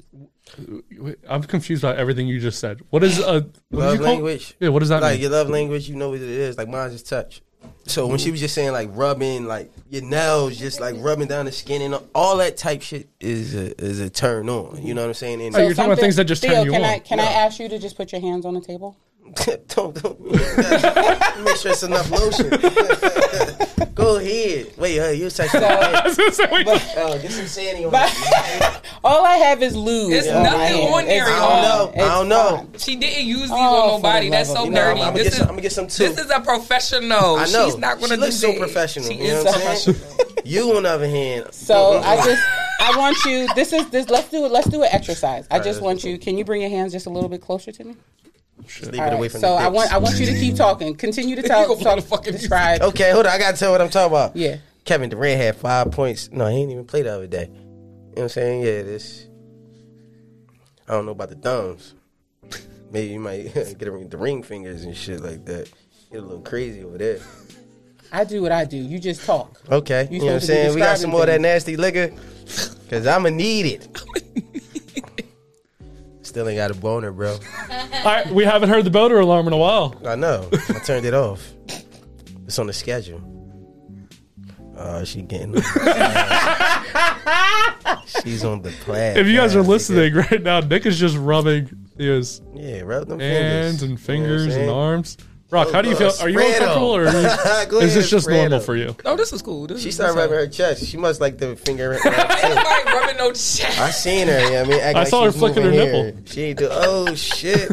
Wait, I'm confused about everything you just said. What is a what did you Love call- language. Yeah, what does that like mean? your love language, you know what it is. Like mine is touch. So when she was just saying like rubbing, like your nails, just like rubbing down the skin and all that type shit is a, is a turn on. You know what I'm saying? And So you're talking about things that just Theo, turn you can I on. can I ask you to just put your hands on the table? don't don't make sure it's enough lotion. Go ahead. Wait, uh, you're touching. I was gonna say, wait, Oh, get some sandy on. But it. all I have is lube. It's on my nothing hand. on there It's at I all. don't fine. It's know. I don't know. fine. She didn't use these Oh, on nobody. for the That's love so of- No, I'm, dirty. I'm gonna this get is some. I'm gonna get some too. this is a professional. I know. She's not gonna she looks do so that. professional. She you know is what I'm professional. saying? You on the other hand, So I just I want you. This is this. Let's do it. Let's do an exercise. I just let's want you. Can you bring your hands just a little bit closer to me? just leave All it right, away from so the I dicks. want I want you to keep talking. Continue to You tell gonna play talk the fucking music. describe. Okay, hold on. I gotta tell what I'm talking about. Yeah. Kevin Durant had five points. No, he ain't even play the other day. You know what I'm saying? Yeah, this. I don't know about the thumbs. Maybe you might get a ring, the ring fingers and shit like that. Get a little crazy over there. I do what I do. You just talk. Okay, You you, know what I'm supposed to be saying? We got describing some more of that things. nasty liquor, cause I'ma need it. Still ain't got a boner, bro. I- we haven't heard the boater alarm in a while. I know. I turned it off. It's on the schedule. Oh, she getting. She's on the plaid. If you guys are man. listening right now, Nick is just rubbing his yeah, rub them hands fingers. and You know what I'm fingers and saying? arms. Rock, how do you feel? Are you Spread 'em. uncomfortable or are you- Go is ahead, this just spread normal 'em. for you? No, this was cool. This She was- started this rubbing her chest. She must like the finger. was- Ain't nobody rubbing no chest. I seen her. Yeah, I mean, act I like she saw her was flicking moving her here. nipple. She ain't do. Oh shit!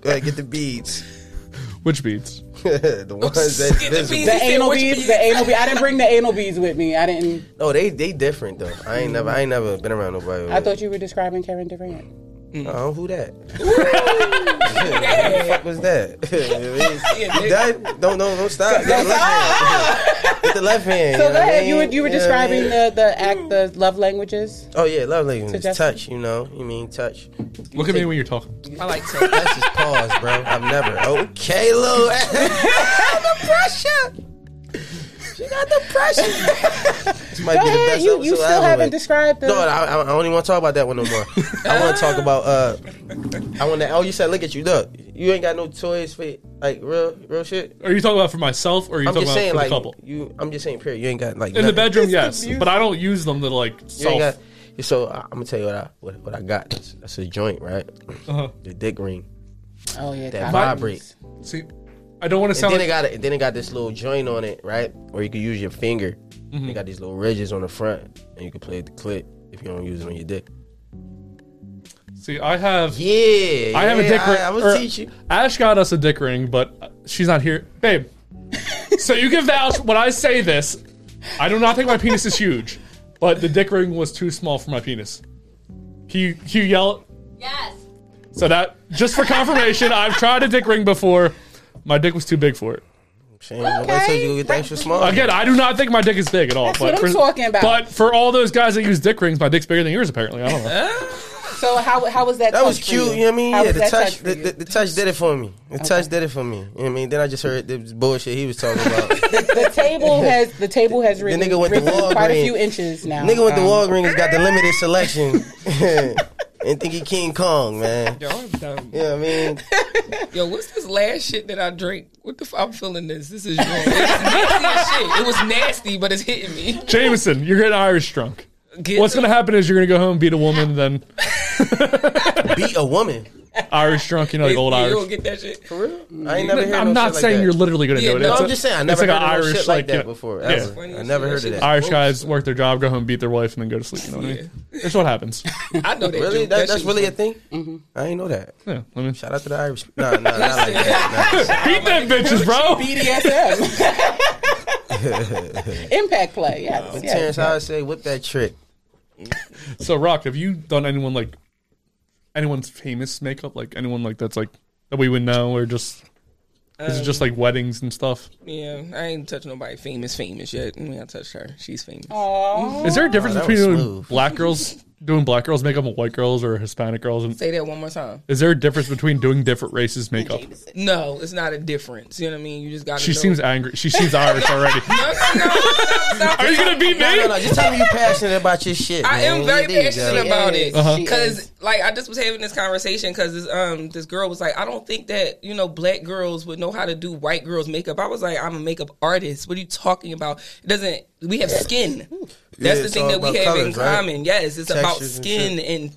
Go ahead, get the beads. Which beats? the ones Get that's the visible. beads. The said, anal "Which beads, beads?" the anal beads. I didn't bring the anal beads with me. I didn't. No, they they different though. I ain't never I ain't never been around nobody. I thought you were describing Karen Durant. Oh, who that? What the fuck was that? you done? Don't, no, don't stop. Get the left hand. Get the left hand. So you know go what I ahead. You were mean? you were know what I describing mean? the the act, the love languages. Oh yeah, love language is Justin. touch. You know, you mean touch. Look at me when you're talking. I like to. That's just pause, bro. I've never. Okay, Lil. the pressure. She got the pressure. this might Go be the ahead. best You episode you I still ever haven't made. described the. No, I, I, I don't even want to talk about that one no more. I want to talk about. uh I want to. Oh, you said look at you. Look, you ain't got no toys for like real, real shit. Are you talking about for myself or are you I'm talking just about saying, for like the couple? you. I'm just saying, period. You ain't got like In the nothing. bedroom, yes, but I don't use them to like You ain't self. got. So I, I'm gonna tell you what I what, what I got. That's, that's a joint, right? Uh-huh. The dick ring oh yeah, that Tom vibrates. See, I don't want to And sound then like it got it. Then it got this little joint on it, right? Where you can use your finger. Mm-hmm. It got these little ridges on the front, and you can play with the clip if you don't use it on your dick. See, I have. Yeah, I have a yeah, dick ring. Er, I, I or will teach you. Ash got us a dick ring, but she's not here, babe. so you can vouch when I say this. I do not think my penis is huge, but the dick ring was too small for my penis. He he yelled. Yes. So that just for confirmation, I've tried a dick ring before. My dick was too big for it. Shame, nobody told you to get er, the extra small. Again, I do not think my dick is big at all. That's what I'm for, talking about. But for all those guys that use dick rings, my dick's bigger than yours. Apparently, I don't know. So how how was that? That was touch for cute, you know what I mean? How yeah, was the that touch, for the, you? the, the touch did it for me. The touch did it for me. You know what I mean? Then I just heard the bullshit he was talking about. the The table has the table has risen, nigga went to risen quite a Walgreens. few inches now. nigga with the Um, Walgreens got the limited selection. and think he King Kong, man. Yo, I'm dumb. You know what I mean? Yo, what's this last shit that I drink? What the? F- I'm feeling this. This is wrong. It's nasty as shit. It was nasty, but it's hitting me. Jameson, you're getting Irish drunk. Get What's gonna happen is you're gonna go home, beat a woman, then Beat a woman. Irish drunk. You know, like old You Irish. don't get that shit. For real? I ain't never heard I'm no not shit saying like you're that. literally going to Yeah, do it. no, It's I'm a- just saying I never it's like heard an no Irish shit like you that know, before. yeah. Ever. I never heard of that. Irish guys work their job, go home, beat their wife, and then go to sleep. You know what I mean? That's what happens. I know that. Really? joke. That, that's shit really was Mm-hmm. a thing? I ain't know that. Yeah, I mean, Shout out to the Irish. Nah, nah, not like that. Nah. beat them bitches, bro. BDSM. Impact play, yes. yes. Terrence, I would say, whip that trick. So, Rock, have you done anyone like anyone's famous makeup? Like anyone like that's like that we would know, or just is it just like weddings and stuff? Yeah, I ain't touched nobody famous, famous yet. I mean, I touched her. She's famous. Oh. Is there a difference Oh, that between was doing smooth. black girls doing black girls makeup and white girls or Hispanic girls? And Say that one more time. is there a difference between doing different races makeup? No, it's not a difference. You know what I mean? You just got. She seems angry. She seems Irish already. Are you gonna beat me? No, no, just tell me you're passionate about your shit. I man. am very There you go. passionate about it Uh-huh. She because, like, I just was having this conversation because this um this girl was like, I don't think that you know black girls would know how to do white girls makeup. I was like, I'm a makeup artist. What are you talking about? It doesn't. We have skin. That's Yeah, the it's thing all that we about have in colors, right? common. Yes, it's about Textures and skin and,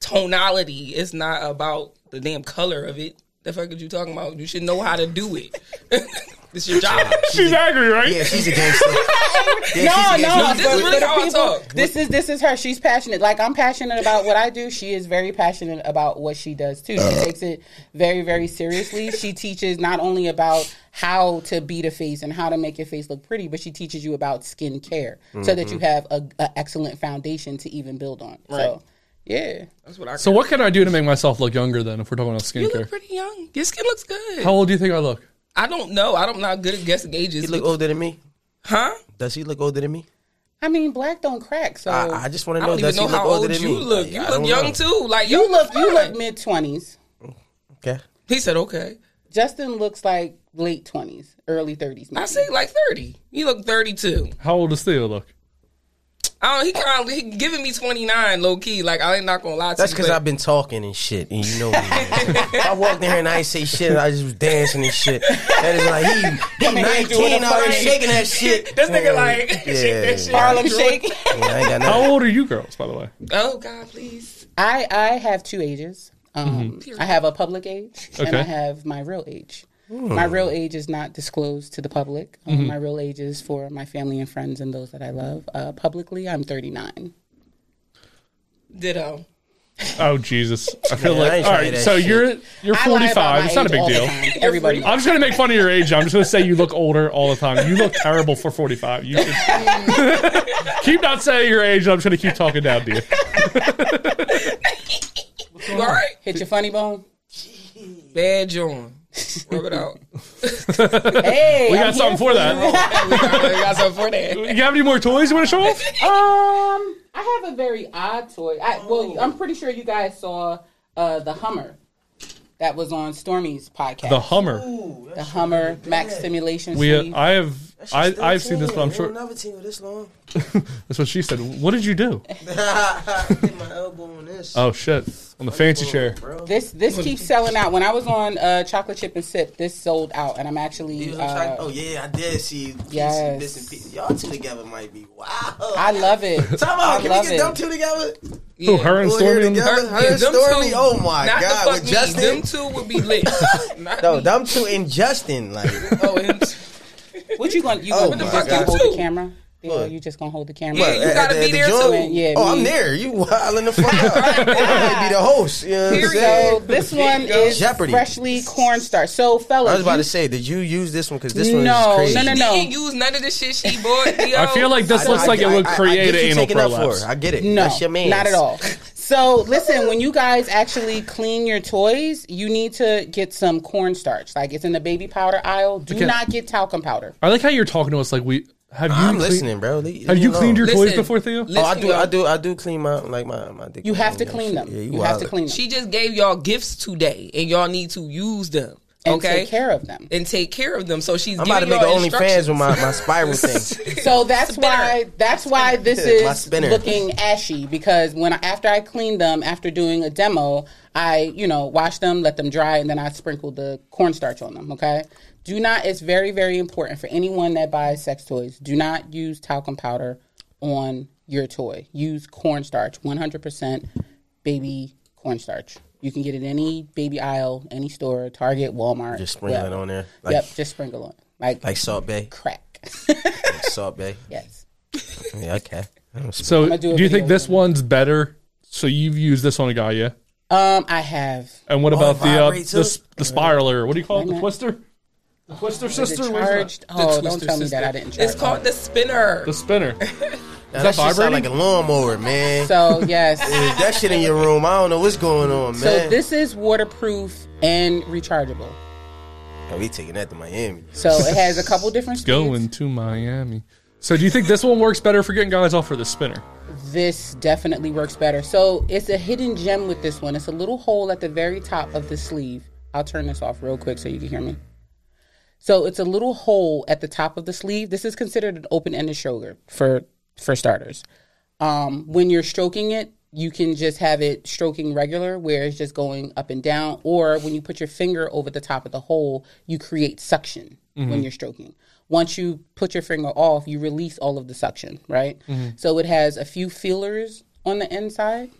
tonality. It's not about the damn color of it. The fuck are you talking about? You should know how to do it. it's your job. She's angry, right? Yeah, she's a gangster. No, no, No, this but is really for the how I people- talk. This is this is her. She's passionate. Like I'm passionate about what I do. She is very passionate about what she does too. She Uh-huh. takes it very, very seriously. She teaches not only about how to beat a face and how to make your face look pretty, but she teaches you about skin care so that you Mm-hmm. have a, a excellent foundation to even build on. So yeah. That's what I. So what can I do to make myself look younger then if we're talking about You look skincare? pretty young. Your skin looks good. How old do you think I look? I don't know. I don't, I'm not good at guessing ages. He look older than me. huh? Does he look older than me? I mean, black don't crack. So I, I just want Oh, to know. I don't even Does know he look how older old than you me? look. Like, You I look don't young know. too. Like you look you fine. look mid twenties. Okay. He said, "Okay." Justin looks like late twenties, early thirties. I say like thirty. You look thirty-two. How old does Theo look? I don't, he kind of he giving me twenty-nine, low key. Like I ain't not gonna lie to That's you. because but I've been talking and shit, and you know me. If I walked in here and I ain't say shit, I just was dancing and shit. That is like he, he here and doing nineteen a out here party. shaking that shit. This nigga Mm, like, shake that shit. Harlem Shake. Yeah, I ain't got How nothing. old are you girls, by the way? Oh God, please. I I have two ages. Um, I have a public age and Okay. I have my real age. My real age is not disclosed to the public. Um, Mm-hmm. My real age is for my family and friends and those that I love. Uh, publicly, I'm 39. Ditto. Oh Jesus! I feel Yeah, I like ain't all trying right. that So shit. you're you're I lie about 45. my It's not a age big all the deal. time. Everybody, I'm just gonna make fun of your age. I'm just gonna say you look older all the time. You look terrible for 45. You should keep not saying your age. I'm just gonna keep talking down to you. You all right? Hit your funny bone. Bad joint. Rub it out. Hey, We I'm got something here for that. we got, we got something for that. You have any more toys you want to show off? Um, I have a very odd toy. I, well, I'm pretty sure you guys saw uh, the Hummer that was on Stormy's podcast. The Hummer. The Hummer Max Simulation. We, uh, Suite. I have, I, I've seen this, but I'm I've sure never seen it this long. that's what she said. What did you do? Get my elbow on this. Oh shit! On the fancy chair. bro. this this keeps selling out. When I was on uh, Chocolate Chip and Sip, this sold out, and I'm He actually. was on Shaq- oh Uh, yeah, I did see. Yes. Yes. Bits and pieces. Y'all two together might be wow. I love it. Time I out. Can love we get them it. two together? Who, her and Who here Stormy? on the- together? Her, Yeah, and them Stormy. two- oh my not god, the fuck with me. Justin. Them two would be lit. Not No, me. them two and Justin, like Oh, him too. What you gonna you Oh gonna my just gonna God. hold Two. the camera? Yeah, you just gonna hold the camera. Yeah, you gotta be there joint? too. And yeah, oh, me. I'm there. You wilding the fuck out. I might be the host. You know what I'm Period. saying? So this one is Jeopardy. freshly cornstarch. So I fellas, was about you- to say, did you use this one? Because this one No, is crazy. no, no, She no. didn't use none of the shit she bought. Yo. I feel like this I- looks I- like it I- would I- I create get you anal taking up for prolapse. her. I get it. No, That's your man. not at all. So listen, when you guys actually clean your toys, you need to get some cornstarch. Like it's in the baby powder aisle. Do Okay. not get talcum powder. I like how you're talking to us like we have you. I'm clean- listening, bro. Leave, Have leave you me cleaned your alone. toys Listen, before Theo? listen. Oh, I do. y'all. I do. I do clean my like my my dick. You have to and clean Oh, shit. them. Yeah, you you, have to wildin'. clean them She just gave y'all gifts today, and y'all need to use them. and okay, take care of them. and take care of them. So she's I'm about to giving make an y'all instructions. OnlyFans with my, my spiral thing. So that's Spinner. why that's why this Yeah, my is spinner. looking ashy because when I, after I cleaned them after doing a demo, I you know washed them, let them dry, and then I sprinkled the cornstarch on them. Okay, do not. It's very very important for anyone that buys sex toys. Do not use talcum powder on your toy. Use cornstarch, one hundred percent baby cornstarch. You can get it any baby aisle, any store, Target, Walmart. Just sprinkle it wherever. on there, like yep, just sprinkle on like like like Salt Bay, crack. Salt Bay. yes. Yeah, okay. So gonna do a do you think video this soon. one's better? So you've used this on a guy, yeah? Um, I have Oh, And what about the uh, vibrate too? the, s- the spiraler? What do you call it? The minute. twister? The twister sister? What is that? charged. Oh, The don't Twister tell me sister. that I didn't charge. It's called the spinner. The spinner. Now, that, shit sound vibrating? like a lawnmower, man. so yes. If that shit in your room. I don't know what's going on, so man. this is waterproof and rechargeable. Yeah, we taking that to Miami. So it has a couple different speeds. Going to Miami. So do you think this one works better for getting guys off for the spinner? This definitely works better. So it's a hidden gem with this one. It's a little hole at the very top of the sleeve. I'll turn this off real quick so you can hear me. So it's a little hole at the top of the sleeve. This is considered an open-ended stroker for for starters. Um, when you're stroking it, you can just have it stroking regular, where it's just going up and down. Or when you put your finger over the top of the hole, you create suction when you're stroking. Once you put your finger off, you release all of the suction, right? So it has a few feelers on the inside,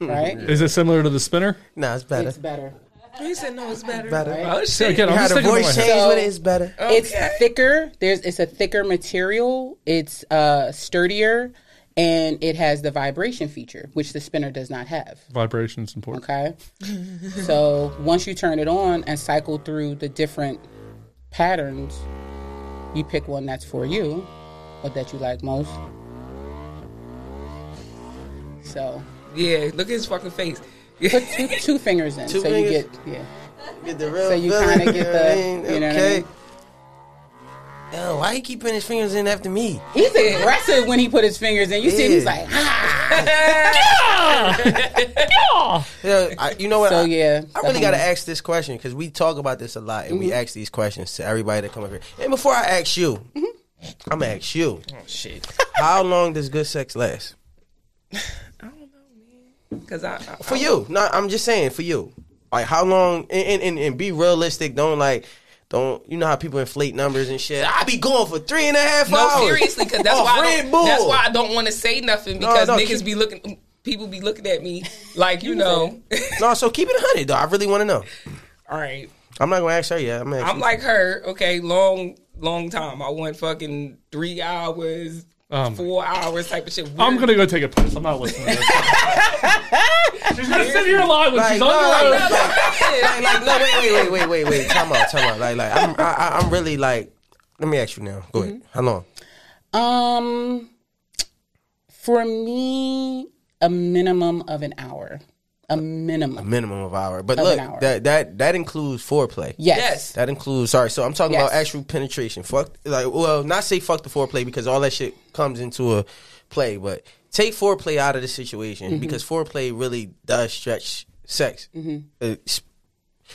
right? Is it similar to the spinner? Nah, it's better. It's better. He said no, it's better. Better. Oh So shit! again, I'm How just the thinking in my voice head. change with it is better. It's thicker. There's it's a thicker material. It's uh sturdier and it has the vibration feature, which the spinner does not have. Vibration's important. Okay. so once you turn it on and cycle through the different patterns, you pick one that's for you or that you like most. So Yeah, look at his fucking face. put two, two fingers in. Two so you fingers? get yeah. Get the real So you feeling, kinda get know what I the- mean? you know what I okay. mean? Yo, why he keep putting his fingers in after me? He's aggressive when he put his fingers in. You see him, he's Yeah. like, ah. Yo, I, you know what? So I- yeah. I really gotta ask this question because we talk about this a lot and we Mm-hmm. ask these questions to everybody that come up here. And before I ask you, I'm gonna ask you, Oh shit! how long does good sex last Because I, I for you? No, I'm just saying for you. Like how long? And and, and, and be realistic. Don't like. Don't you know how people inflate numbers and shit? I be going for three and a half no hours. seriously because that's Oh, why I Red don't, Bull. that's why I don't want to say nothing because no, niggas keep- be looking, people be looking at me like you know. No, so keep it a hundred though. I really want to know. All right, I'm not gonna ask her yet. I'm, gonna ask I'm you. like her. Okay, long, long time. I want fucking three hours, Um, four hours type of shit. Weird. I'm gonna go take a piss. I'm not listening to this. she's gonna sit here live when she's Like, no, on the road. like, like, like, no, wait, wait, wait, wait, wait, wait, wait. Time out, time out. Like, like, I'm, I, I- I'm really like. Let me ask you now. Go ahead. How long? Um, for me, a minimum of an hour. a minimum. minimum of hour. But Of look, an hour. that that that includes foreplay. Yes. Yes. That includes sorry, so I'm talking Yes. about actual penetration. Fuck like well, not say fuck the foreplay because all that shit comes into a play, but take foreplay out of the situation Mm-hmm. because foreplay really does stretch sex. Mm-hmm. It's-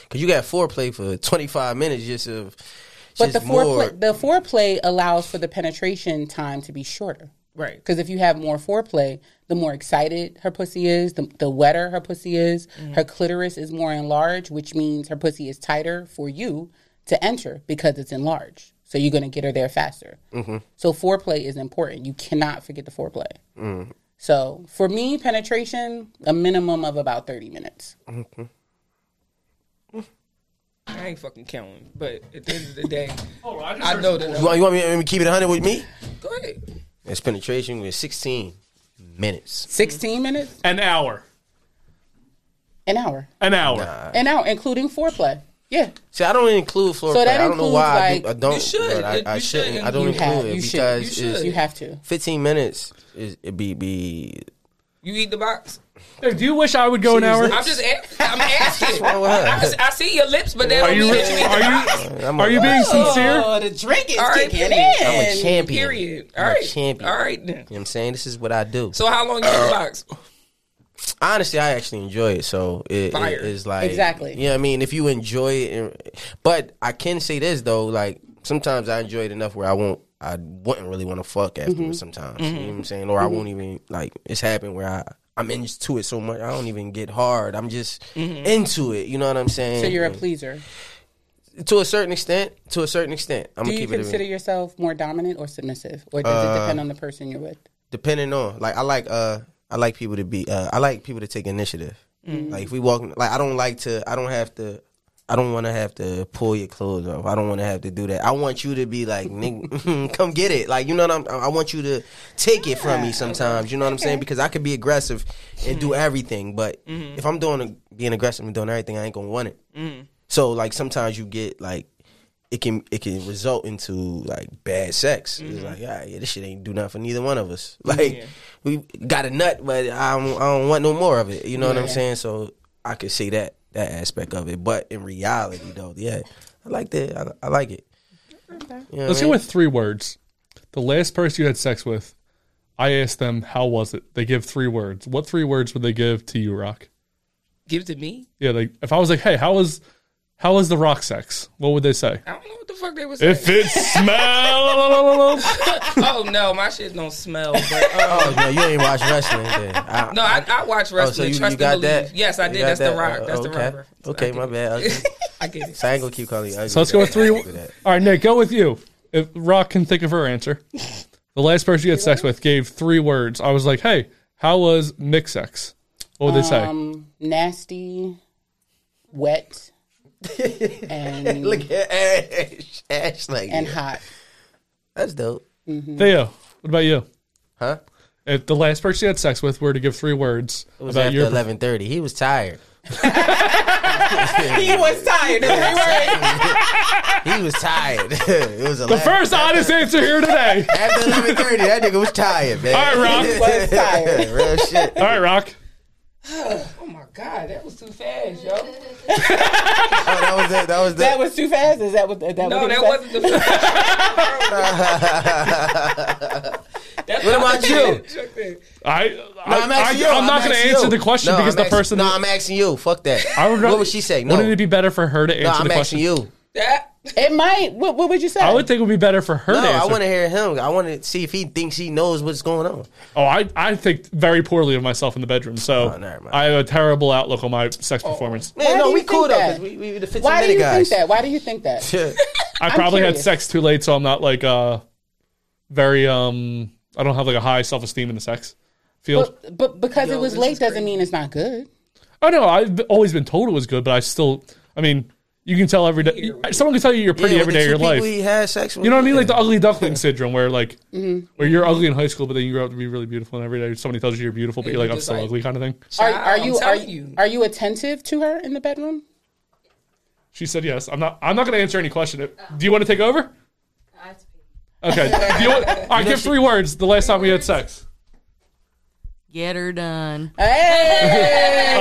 Cause you got foreplay for 25 minutes just of But just the more. foreplay, the foreplay allows for the penetration time to be shorter. Right. Because if you have more foreplay, the more excited her pussy is, the, the wetter her pussy is, her clitoris is more enlarged, which means her pussy is tighter for you to enter because it's enlarged. So you're going to get her there faster. So foreplay is important. You cannot forget the foreplay. So for me, penetration, a minimum of about 30 minutes. I ain't fucking counting, but at the end of the day, I, know that. you, want, you want me to keep it 100 with me? Go ahead. It's penetration with 16 minutes. 16 minutes? An hour. An hour. An hour. An hour, including foreplay. Yeah. See, I don't include floor So play. that I don't know includes, why I, do, like- I don't. You should. but I, It- I you should shouldn't. I don't include- include You have- you should. it because You should. it's You have to. 15 minutes. Is, it be be. You eat the box. Dude, do you wish I would go an hour? I'm just. a- I'm asking. wrong with her? I, just- I see your lips, but they Are don't you mean that you eat the are box. you I'm are a- you being sincere? Oh, the drink is All right, kicking please. in. I'm a champion. Period. All I'm a right. champion. All right You then. know what I'm saying? This is what I do. So how long you eat the box? Honestly, I actually enjoy it. So it- Fire. it is like. Exactly. You know what I mean? If you enjoy it. and- But I can say this, though. Like, sometimes I enjoy it enough where I won't. I wouldn't really want to fuck afterwards Mm-hmm. sometimes. You know what I'm saying? Or I won't even like it's happened where I I'm into it so much I don't even get hard. I'm just into it. You know what I'm saying? Mm-hmm. So you're a pleaser. To a certain extent, to a certain extent, I'm Do gonna you keep it. a Uh, consider real- yourself more dominant or submissive, or does it depend on the person you're with? Depending on, like, I like, uh, I like people to be, uh, I like people to take initiative. Like, if we walk, like, I don't like to, I don't have to, I don't want to have to pull your clothes off. I don't want to have to do that. I want you to be like, nigga, come get it. Like, you know what I'm, I want you to take it from me sometimes. You know what I'm saying? Because I could be aggressive and do everything, but if I'm doing a, being aggressive and doing everything, I ain't gonna want it. So like sometimes you get like it can it can result into like bad sex. It's Mm-hmm. like ah, yeah, this shit ain't do nothing for neither one of us. Like we got a nut, but I don't, I don't want no more of it. You know what I'm saying? So I could see that that aspect of it, but in reality though, yeah, I like that. I, I like it. You know what Let's I go mean? with three words. The last person you had sex with, I asked them how was it. They give three words. What three words would they give to you, Rock? Give it to me. Yeah, like if I was like, hey, how was how was the Rock sex? What would they say? I don't know what the fuck they was saying. If it smells, oh no, my shit don't smell. But, um, Oh no, you ain't watch wrestling. Then. I, no, I, I watch oh, wrestling. so you, Trust you and got believe. that? Yes, I You did. got That's that? the rock. Oh, That's the okay. rock. reference. Okay, I my get bad. Okay. it. I get it. So I ain't gonna keep calling you. ugly. So let's go with three. I ain't gonna do that. All right, Nick, go with you. If Rock can think of her answer, the last person you had sex with gave three words. I was like, hey, how was Nick sex? What would they Um, nasty, wet, and Look at Ash. Ash like and yeah, hot. that's dope. say? Theo, what about you? Huh? If the last person you had sex with were to give three words It was about after your eleven thirty. He was tired. He was tired. The three words. He was tired. it was the 11. first honest answer here today. after eleven thirty. That nigga was tired, man. All right, Rock. Was tired. Real shit. All right, Rock. Oh my god, that was too fast, yo. Oh, that was it. That was That that. was too fast. Is that what? Is that No, what he that said? wasn't the. That's What about you? I, I, I'm asking you. I, am not going to asking answer you. the question No, because I'm the asking- person. No, I'm asking you. Fuck that. I would rather- what would she say? No, Wouldn't it be better for her to answer no. the I'm question? asking you. That It might. What, what would you say? I would think it would be better for her No, to answer. I want to hear him. I want to see if he thinks he knows what's going on. Oh, I, I think very poorly of myself in the bedroom. So Oh, never mind. I have a terrible outlook on my sex performance. Man, Why do no, you we think cool though. that? 'cause We, we, we the 15 Why do you minute guys. think that? Why do you think that? I probably had curious. sex too late, so I'm not like uh very um I don't have like a high self esteem in the sex field. But, but because it was late doesn't mean it's not good. oh no, I've always been told it was good, but I still I mean, you can tell every day someone can tell you you're pretty Yeah, every with the day of your two people life. He had sex with. you know what I mean? yeah. Like the ugly duckling syndrome where like where you're ugly in high school but then you grow up to be really beautiful and every day somebody tells you you're beautiful but you're like I'm just still like- ugly kind of thing. Are, Child, are I'm you are telling you you. are you attentive to her in the bedroom? She said yes. I'm not I'm not gonna answer any question. Do you want to take over? I have to pee. Okay. Do you want, all right, give three words. The last time we had sex. Get her done. Hey!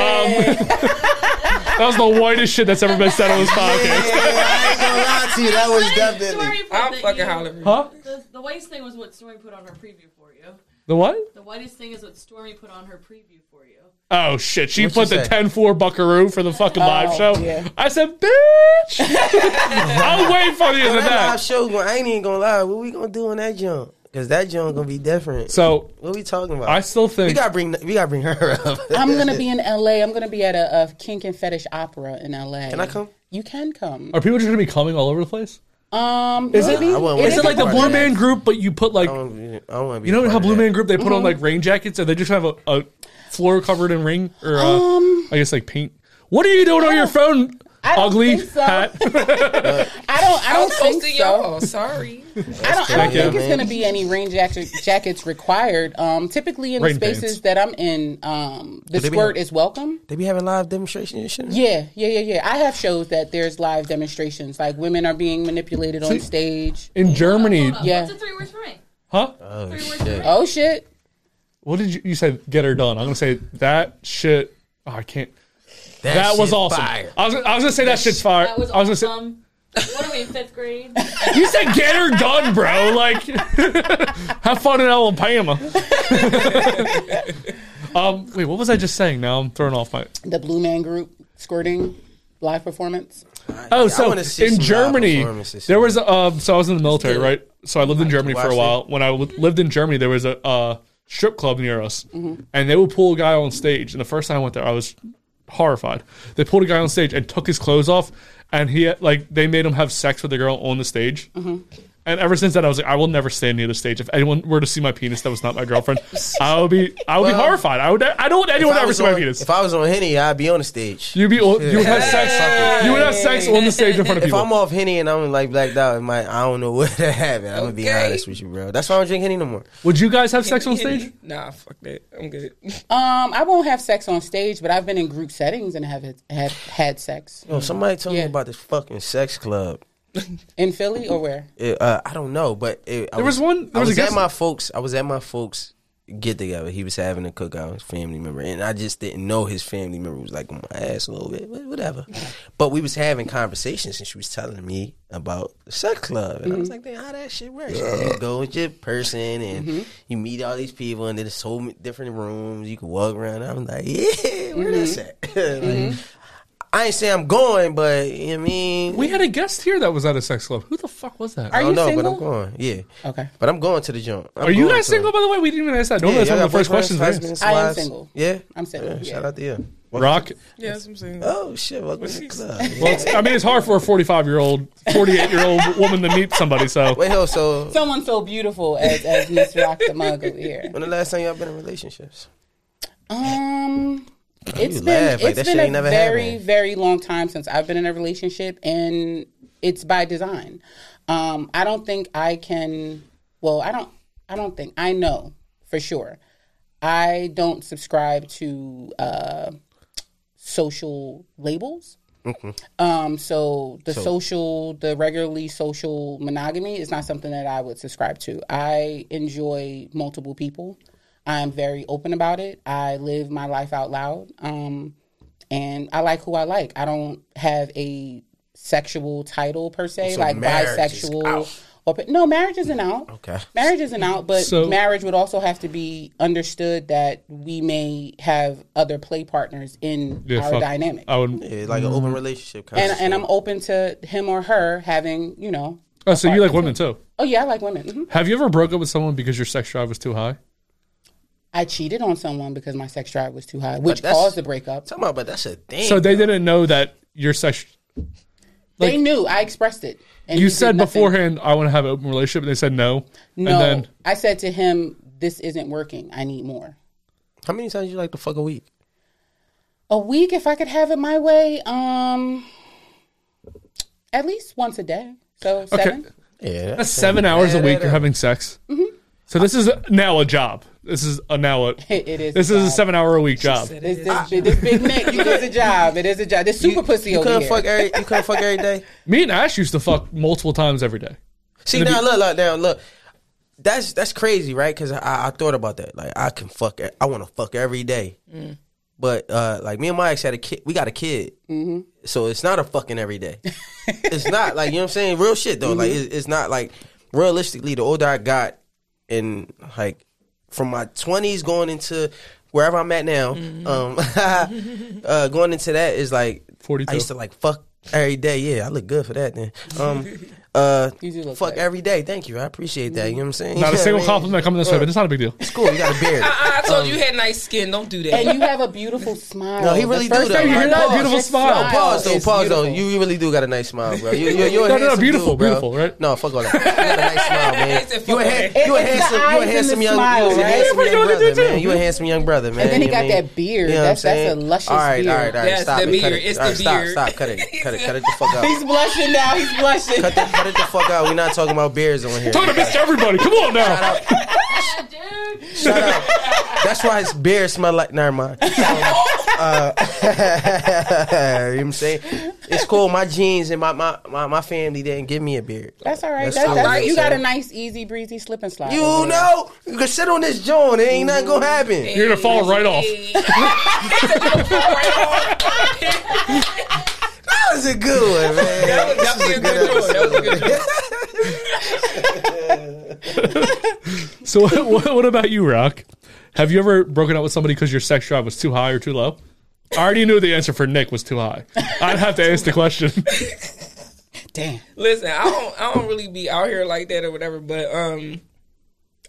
Um, That was the whitest shit that's ever been said on this podcast. I ain't gonna lie to you. That was definitely. I'm fucking hollering. Huh? The, the whitest thing was what Stormy put on her preview for you. The what? The whitest thing is what Stormy put on her preview for you. Oh shit! She What'd put she the say? 10-4 Buckaroo for the fucking live show. yeah. I said, "Bitch, I'm way funnier than That live that." show, going- I ain't even gonna lie. What we gonna do on that jump? Cause that jump gonna be different. So what we talking about? I still we think gotta bring we gotta bring her up. I'm gonna be in LA. I'm gonna be at a, a kink and fetish opera in LA. Can I come? You can come. are people just gonna be coming all over the place? Um, Is it- maybe. I wouldn't Is it like the Part Blue of that. Man Group, but you put like I don't wanna be- I don't wanna be you know part how of Blue that. Man Group they put Mm-hmm. on like rain jackets and they just have a, a floor covered in rain or uh, I guess like paint. What are you doing on your phone? I Um, don't Ugly think so. hat. I don't. I I don't was think hosting so. y'all. Sorry. I don't. I don't Thank you. think it's Man. gonna be any rain jacket, jackets required. Um, typically in Rain the spaces pants. that I'm in, um, the they be- squirt is welcome. They be having live demonstrations and shit. Yeah, yeah, yeah, yeah. I have shows that there's live demonstrations, like women are being manipulated on stage. In Germany, Hold on, Yeah. What's the three words for me? huh? Oh Three words shit. for me? Oh shit! What did you you said? Get her done. I'm gonna say that shit. oh, I can't. That, was shit awesome. fire. I was, I was gonna say that shit's fire. That was I was gonna say awesome. what are we in fifth grade? you said get her done, bro. Like, have fun in Alabama. um, wait, what was I just saying? Now I'm thrown off my. The Blue Man Group squirting live performance. Oh, I so wanna see some in live Germany, performances. there was a, um. So I was in the military, right? So I lived in Germany for watch a it. while. When I w- lived in Germany, there was a uh, strip club near us, Mm-hmm. and they would pull a guy on stage. And the first time I went there, I was horrified. They pulled a guy on stage and took his clothes off, and he had- like they made him have sex with a girl on the stage. Mm-hmm. And ever since then, I was like, I will never stand near the stage. If anyone were to see my penis, that was not my girlfriend. I would be, I would be horrified. I would, I don't want anyone If to I ever was see my on- penis. If I was on Henny, I'd be on the stage. You'd be, on- you would have Yeah. sex, Fuck it. you would have sex on the stage in front of If people. I'm off Henny and I'm like blacked out, it might, I don't know what that happened. I'm gonna be Okay. honest with you, bro. That's why I don't drink Henny no more. Would you guys have sex on stage? Nah, fuck that. I'm good. Um, I won't have sex on stage, but I've been in group settings and have have had sex Oh. Yo, somebody told Yeah. me about this fucking sex club. in Philly or where? It, uh, I don't know, but it, I There was one- I there was a was, at guest- my folks. I was at my folks get together. He was having a cookout, his family member, and I just didn't know his family member was like on my ass a little bit, wha- whatever. But we was having conversations, and she was telling me about the sex club, and I Mm-hmm. was like, "Damn, how that shit works? You go with your person, and Mm-hmm. you meet all these people, and there's so many different rooms you can walk around." I'm like, "Yeah, where Mm-hmm. that's at?" Like, I ain't say I'm going, but you know what I mean, We had a guest here that was at a sex club. Who the fuck was that? Are I Are, you don't know, single? but I'm going. Yeah. Okay. But I'm going to the joint. I'm you going guys to single, it. by the way? We didn't even ask that. Normally Yeah, that's y'all one of got the first boyfriends, questions we ask. husbands, I am wives? single. Yeah, I'm single, Yeah, yeah. Shout out to you. Welcome Rock. Yes, I'm saying. to- oh shit! Welcome to the club. Well, it's- I mean, it's hard for a 45 year old, 48 year old woman to meet somebody. So Wait, hell, so Someone so beautiful as as Miss Rock the Mug over here. when the last time y'all been in relationships? Um, it's you been laugh like it's been that shit a ain't never very happened. very long time since I've been in a relationship, and it's by design. Um, I don't think I can. Well, I don't. I don't think I know for sure. I don't subscribe to uh, social labels. Um, so the social, the regularly social monogamy is not something that I would subscribe to. I enjoy multiple people. I'm very open about it. I live my life out loud. Um, and I like who I like. I don't have a sexual title per se, So like marriage is bisexual. out. Or, no, marriage isn't out. Okay. Marriage isn't out, but So- marriage would also have to be understood that we may have other play partners in Yeah, our fuck. dynamic I would. Yeah, like an open Mm-hmm. relationship. Kind and and I'm open to him or her having you know. Oh, so you like women too? Oh yeah, I like women. hmm Have you ever broke up with someone because your sex drive was too high? I cheated on someone because my sex drive was too high, which that's- caused the breakup. talking about, but that's a thing. So they didn't know that your sex. they knew I expressed it. And You he did said nothing. beforehand, I want to have an open relationship, and they said no. No, And then I said to him, "This isn't working. I need more." How many times you like to fuck a week? A week, if I could have it my way, um, at least once a day. So seven. Yeah, that's seven hours a week you're having sex. Mm-hmm. So this is now a job. This is a now a. It, it is. This a is a job. seven Ah. hour a week job. It's this, this big neck. It is a job. It is a job. This super pussy You over couldn't here. fuck every. You couldn't fuck every day. Me and Ash used to fuck multiple times every day. See now, look, look, now, look. that's that's crazy, right? Because I, I thought about that. Like I can fuck. e- I want to fuck every day. But uh, like me and my ex had a kid. We got a kid, so it's not a fucking every day. it's not like you know what I'm saying. Real shit though. Like it's, it's not like realistically. The older I got, and like from my 20s going into wherever I'm at now, um, uh, going into that is like 42. I used to like fuck every day. Yeah, I look good for that then. Um, uh, You do look fuck good. every day. Thank you. I appreciate that. You know what I'm saying? Not a Yeah, single man. compliment coming this way, but it's not a big deal. It's cool. You got a beard. I, I told you you had nice skin. Don't do that. And you have a beautiful smile. No, he really the first do, though. thing You hear pause, that beautiful his smile? No, pause though. is Pause though. beautiful. You you really do got a nice smile, bro. You, you, you're a No, no, no, handsome beautiful, dude, bro. beautiful, right? No, fuck all that. You got a nice smile, man. He said, fuck You a, all han- that. you a It's the handsome, eyes you a and handsome the young, smile, you a right? handsome Yeah, young what you gonna brother, do, too? man. You a handsome young brother, man. then he You got know what I that mean? beard. You know what That's- I'm that's saying? a luscious All right, all beard. right, all right. That's Stop the it. Cut beard. it. It's All right, the stop, beard. stop. Cut it. Cut it. Cut it the fuck out. He's blushing now. He's blushing. Cut it, cut it the fuck out. We're not talking about beards on here. Talking to Mr. Everybody, come on now. Shut up. That's why his beard smell like never mind. So, uh, you know what I'm saying? It's cool. My jeans and my, my, my, my family didn't give me a beard. That's all right. That's That's, that's, cool. Right. you got a nice, easy, breezy slip and slide. You over there. know, you can sit on this joint. It ain't nothing gonna happen. You're gonna fall right off. That was a good one, man. That was definitely a good choice. That was a good choice. So what, what, what about you, Rock? Have you ever broken up with somebody because your sex drive was too high or too low? I already knew the answer for Nick was too high. I'd have to ask the question. Damn. Listen, I don't I don't really be out here like that or whatever, but um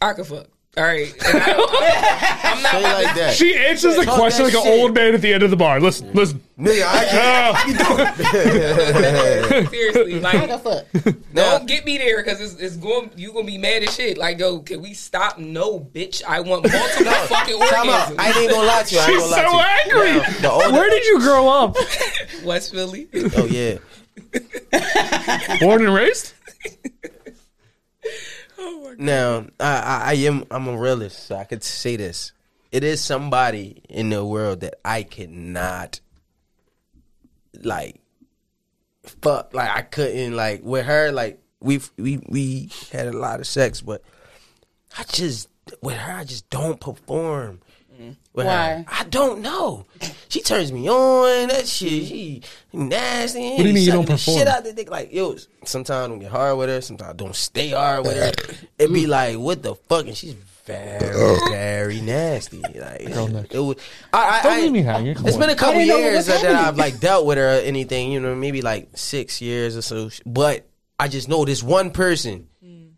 I can fuck. All right. And I don't- I'm not Say about like to- that. She answers the Talk question like that an shit. old man at the end of the bar. Listen, listen. Nigga, I can't. Ah, seriously. What the Like fuck? don't get me there because it's, it's going you gonna be mad as shit. Like, yo, can we stop? No, bitch. I want multiple fucking Time out. I orgasms. ain't gonna lie to you. I ain't she's gonna so lie to you. angry. The older- Where did you grow up? West Philly. Oh yeah. Born and raised? Now I, I, I am I'm a realist, so I could say this. It is somebody in the world that I cannot like fuck like I couldn't like with her like we we we had a lot of sex, but I just with her I just don't perform. With her. Why? I don't know. She turns me on. That shit, she nasty. What do you mean you don't Shit perform? out the dick. Like yo, sometimes I don't get hard with her. Sometimes I don't stay hard with her. It be like what the fuck, and she's very very nasty. Like Nick. it was. I, I, Don't I, leave me hanging. Come It's on. been a couple didn't know what years was that, that happening. I've like dealt with her or anything. You know, maybe like six years or so. But I just know this one person Mm.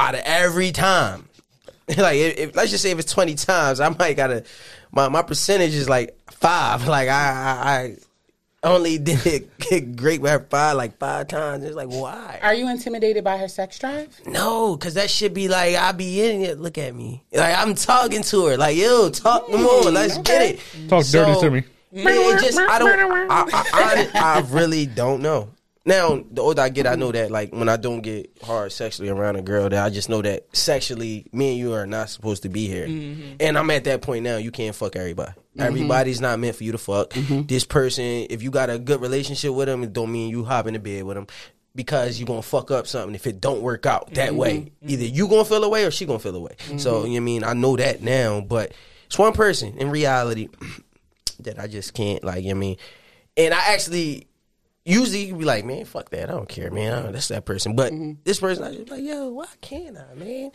out of every time. like, if, if- let's just say if it's twenty times, I might gotta. My my percentage is like five. Like I I, I only did it great with her five like five times. It's like why? Are you intimidated by her sex drive? No, cause that should be like I be in it. Look at me. Like I'm talking to her. Like yo, talk more. Let's Mm. get it. Talk dirty So- to me. Yeah, it just I don't. I, I, I, I really don't know. Now, the older I get, I know that like when I don't get hard sexually around a girl, that I just know that sexually, me and you are not supposed to be here. And I'm at that point now. You can't fuck everybody. Everybody's not meant for you to fuck. This person, if you got a good relationship with them, it don't mean you hop in the bed with them because you gonna fuck up something if it don't work out that way. Either you gonna feel away or she gonna feel away. So you know what I mean I know that now, but it's one person in reality that I just can't like. You know what I mean, and I actually usually be like, man, fuck that. I don't care, man. I don't, that's that person. But this person, I just be like, yo, why can't I, man?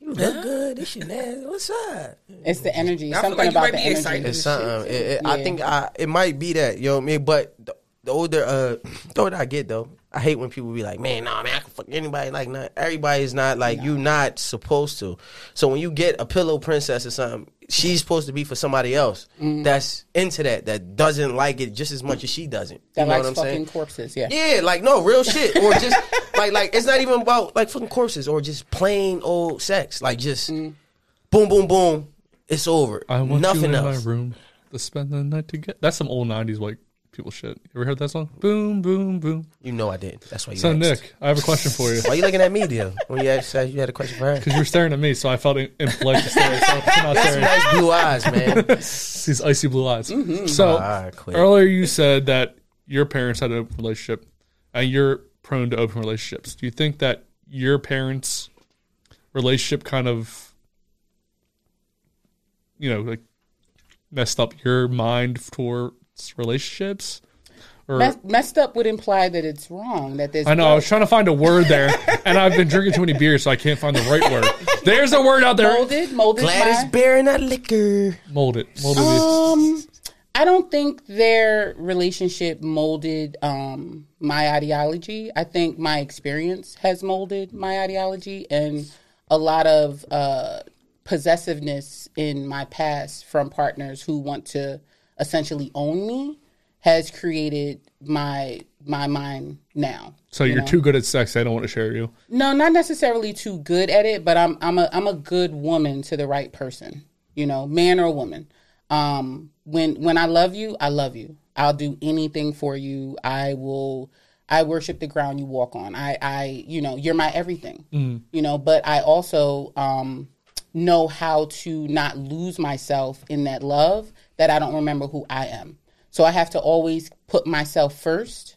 You look good. This shit nasty. What's up? It's the energy. I feel Something like you about might the be energy. excited. It's something. It- it- I Yeah. think I it might be that. You know what I mean? But the, the older uh the older I get though, I hate when people be like, Man, nah man, I can fuck anybody like not everybody is not like you not supposed to. So when you get a pillow princess or something, she's supposed to be for somebody else Mm-hmm. that's into that, that doesn't like it just as much as she doesn't. That you know likes what I'm fucking saying? corpses. Yeah. Yeah, like no real shit, or just like like it's not even about like fucking corpses or just plain old sex, like just Mm-hmm. boom, boom, boom, it's over. I want Nothing you in else. my room to spend the night together. That's some old '90s white people shit. You ever heard that song? Boom, boom, boom. You know I did. That's why you. So asked. Nick, I have a question for you. why you looking at me, deal? When you asked, you had a question for her. Because you were staring at me, so I felt im- impolite to stare at someone who's not staring at Nice blue eyes, man. these icy blue eyes. So Ah, clear. earlier you said that your parents had an open relationship, and you're prone to open relationships. Do you think that your parents relationship kind of, you know, like messed up your mind towards relationships? Or Mess, messed up would imply that it's wrong. That there's I know I was trying to find a word there, and I've been drinking too many beers, so I can't find the right word. There's a word out there. molded. Molded. Gladys by- Bear and that liquor. Mold it. Mold it. Um, I don't think their relationship molded um, my ideology. I think my experience has molded my ideology and a lot of uh, possessiveness in my past from partners who want to essentially own me has created my my mind now. so you're too good at sex. I don't want to share you. No, not necessarily too good at it, but I'm I'm a I'm a good woman to the right person, you know, man or woman. Um, when when I love you, I love you. I'll do anything for you. I will. I worship the ground you walk on. I I you know you're my everything. You know, but I also um, know how to not lose myself in that love that I don't remember who I am. So I have to always put myself first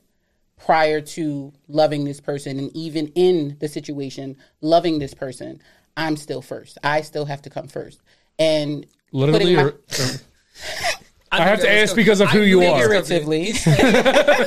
prior to loving this person and even in the situation loving this person i'm still first i still have to come first and Literally, putting my- or, or- I have to ask because of who you are. figuratively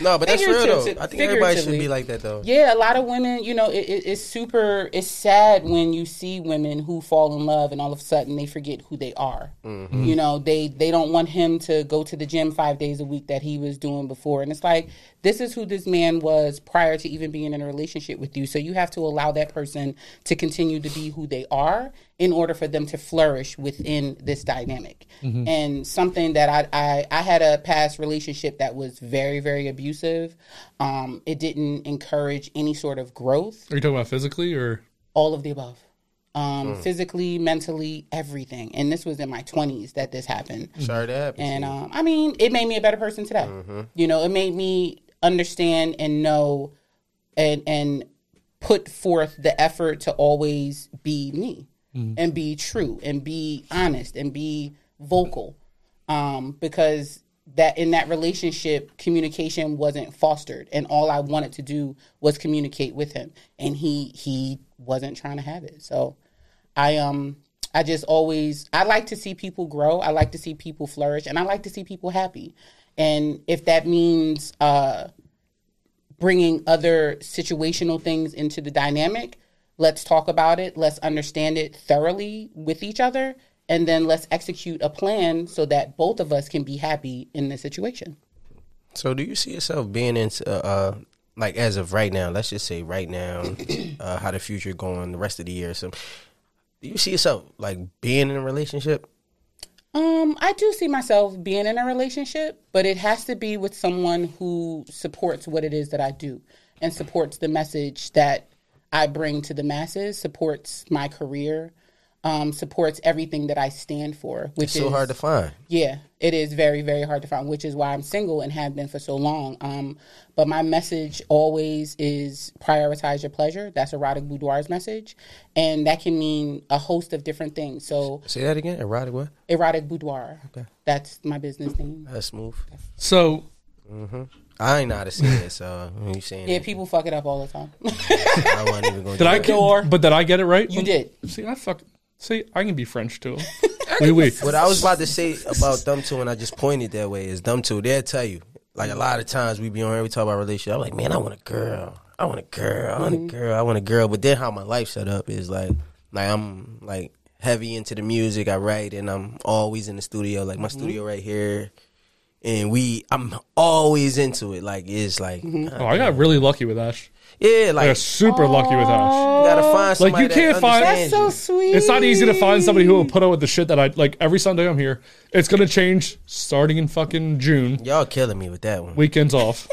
No, but that's real though. Figurative- I think everybody should figuratively. be like that though. yeah a lot of women you know it, it, it's super it's sad when you see women who fall in love and all of a sudden they forget who they are Mm-hmm. you know they they don't want him to go to the gym five days a week that he was doing before and it's like this is who this man was prior to even being in a relationship with you so you have to allow that person to continue to be who they are in order for them to flourish within this dynamic and something that I, I i had a past relationship that was very very abusive um it didn't encourage any sort of growth Are you talking about physically or? all of the above um physically mentally everything and this was in my 20s that this happened Sorry that happened. and um, I mean, it made me a better person today. You know, it made me understand and know and and put forth the effort to always be me and be true and be honest and be vocal. Um, because that in that relationship, communication wasn't fostered, and all I wanted to do was communicate with him, and he he wasn't trying to have it. So I um I just always I like to see people grow. I like to see people flourish, and I like to see people happy. And if that means uh, bringing other situational things into the dynamic, let's talk about it. Let's understand it thoroughly with each other, and then let's execute a plan so that both of us can be happy in the situation. So, do you see yourself being in, uh, uh, like, as of right now? Let's just say right now, uh, how the future going, the rest of the year. So, do you see yourself like being in a relationship? Um, I do see myself being in a relationship, but it has to be with someone who supports what it is that I do and supports the message that I bring to the masses, supports my career, um, supports everything that I stand for. Which It's so is, hard to find. yeah, it is very, very hard to find, which is why I'm single and have been for so long. Um, but my message always is prioritize your pleasure. That's erotic boudoir's message, and that can mean a host of different things. So Say that again. Erotic what? erotic boudoir. That's my business name. That's smooth. So I ain't know how to say that, so when you saying Yeah, that, people fuck it up all the time. I wasn't even going. did I get? But did I get it right? you did. See, I fuck. See, I can be French too. Oui, oui. What I was about to say about them two, and I just pointed that way, is them two. They'll tell you. Like a lot of times we be on here, we talk about relationship. I'm like, man, I want a girl. I want a girl. I want Mm-hmm. a girl. I want a girl. But then how my life set up is like, like I'm like heavy into the music. I write, and I'm always in the studio. Like my Mm-hmm. studio right here, and we, I'm always into it. Like it's like, Mm-hmm. Oh, I got really lucky with Ash. yeah, I got like super lucky with Ash. you gotta find Like, somebody. you can't that find- understands So you. sweet. It's not easy to find somebody who will put up with the shit that I like every Sunday I'm here. It's gonna change starting in fucking June. Y'all killing me with that one. Weekends off.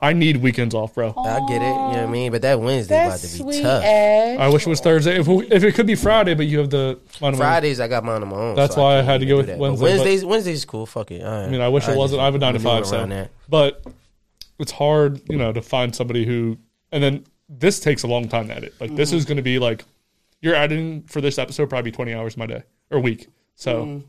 I need weekends off, bro. I get it. You know what I mean? But that Wednesday about That's to sweet, be tough. Ed. I wish it was Thursday. If, if it could be Friday, but you have the I don't know. Fridays I got mine on my own. That's so why I can't had to even go do with that. But Wednesday, but- Wednesdays, Wednesdays cool. Fuck it. I mean, I wish it wasn't. I have a nine to five, so. But it's hard, you know, to find somebody who. And then this takes a long time to edit. Like this Mm-hmm. is going to be like you're editing for this episode probably 20 hours my day or week. So Mm.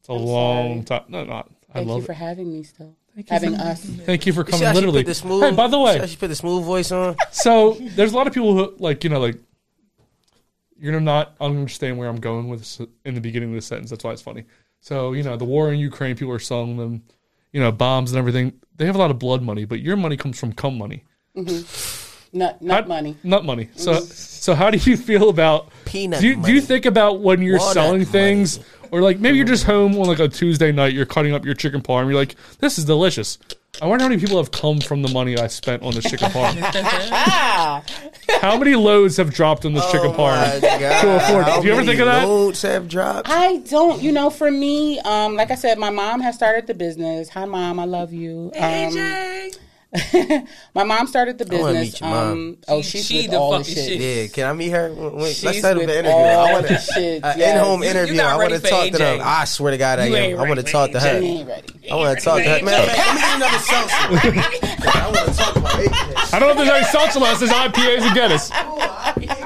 it's a long time. No, not. I Thank you love for it. having me still. having us. Thank you for See coming. how she literally. put the smooth, hey, by the see how way, she put the smooth voice on. so there's a lot of people who like you know like you're gonna not understand where I'm going with this in the beginning of the sentence. That's why it's funny. So you know, the war in Ukraine, people are selling them, you know, bombs and everything. They have a lot of blood money, but your money comes from cum money, Nut, nut money. nut money. So, so how do you feel about Peanut Do you, do money. you think about when you're Walnut selling money. things, or like maybe you're just home on like a Tuesday night, you're cutting up your chicken parm, you're like, this is delicious. I wonder how many people have come from the money I spent on this chicken parm. how many loads have dropped on Oh this chicken parm? to afford it. Do oh you ever think of that? Loads have dropped. I don't, you know, for me, um, like I said, my mom has started the business. Hi, mom, I love you. Um, AJ. my mom started the wanna business. meet your mom. Um, oh, she's she with the all the fucking shit. shit. Yeah, can I meet her? Wait, Let's She's set up an with interview. all I want the to shit, an yes. in-home You- you're interview. not I want to ready for talk to them. AJ. I swear to God, I You ain't am. I want ready to talk to She for her. ain't ready. I want to talk to her. Man, let me get another seltzer. I want to talk about it. I don't know if there's any salsa left. There's IPAs and Guinness.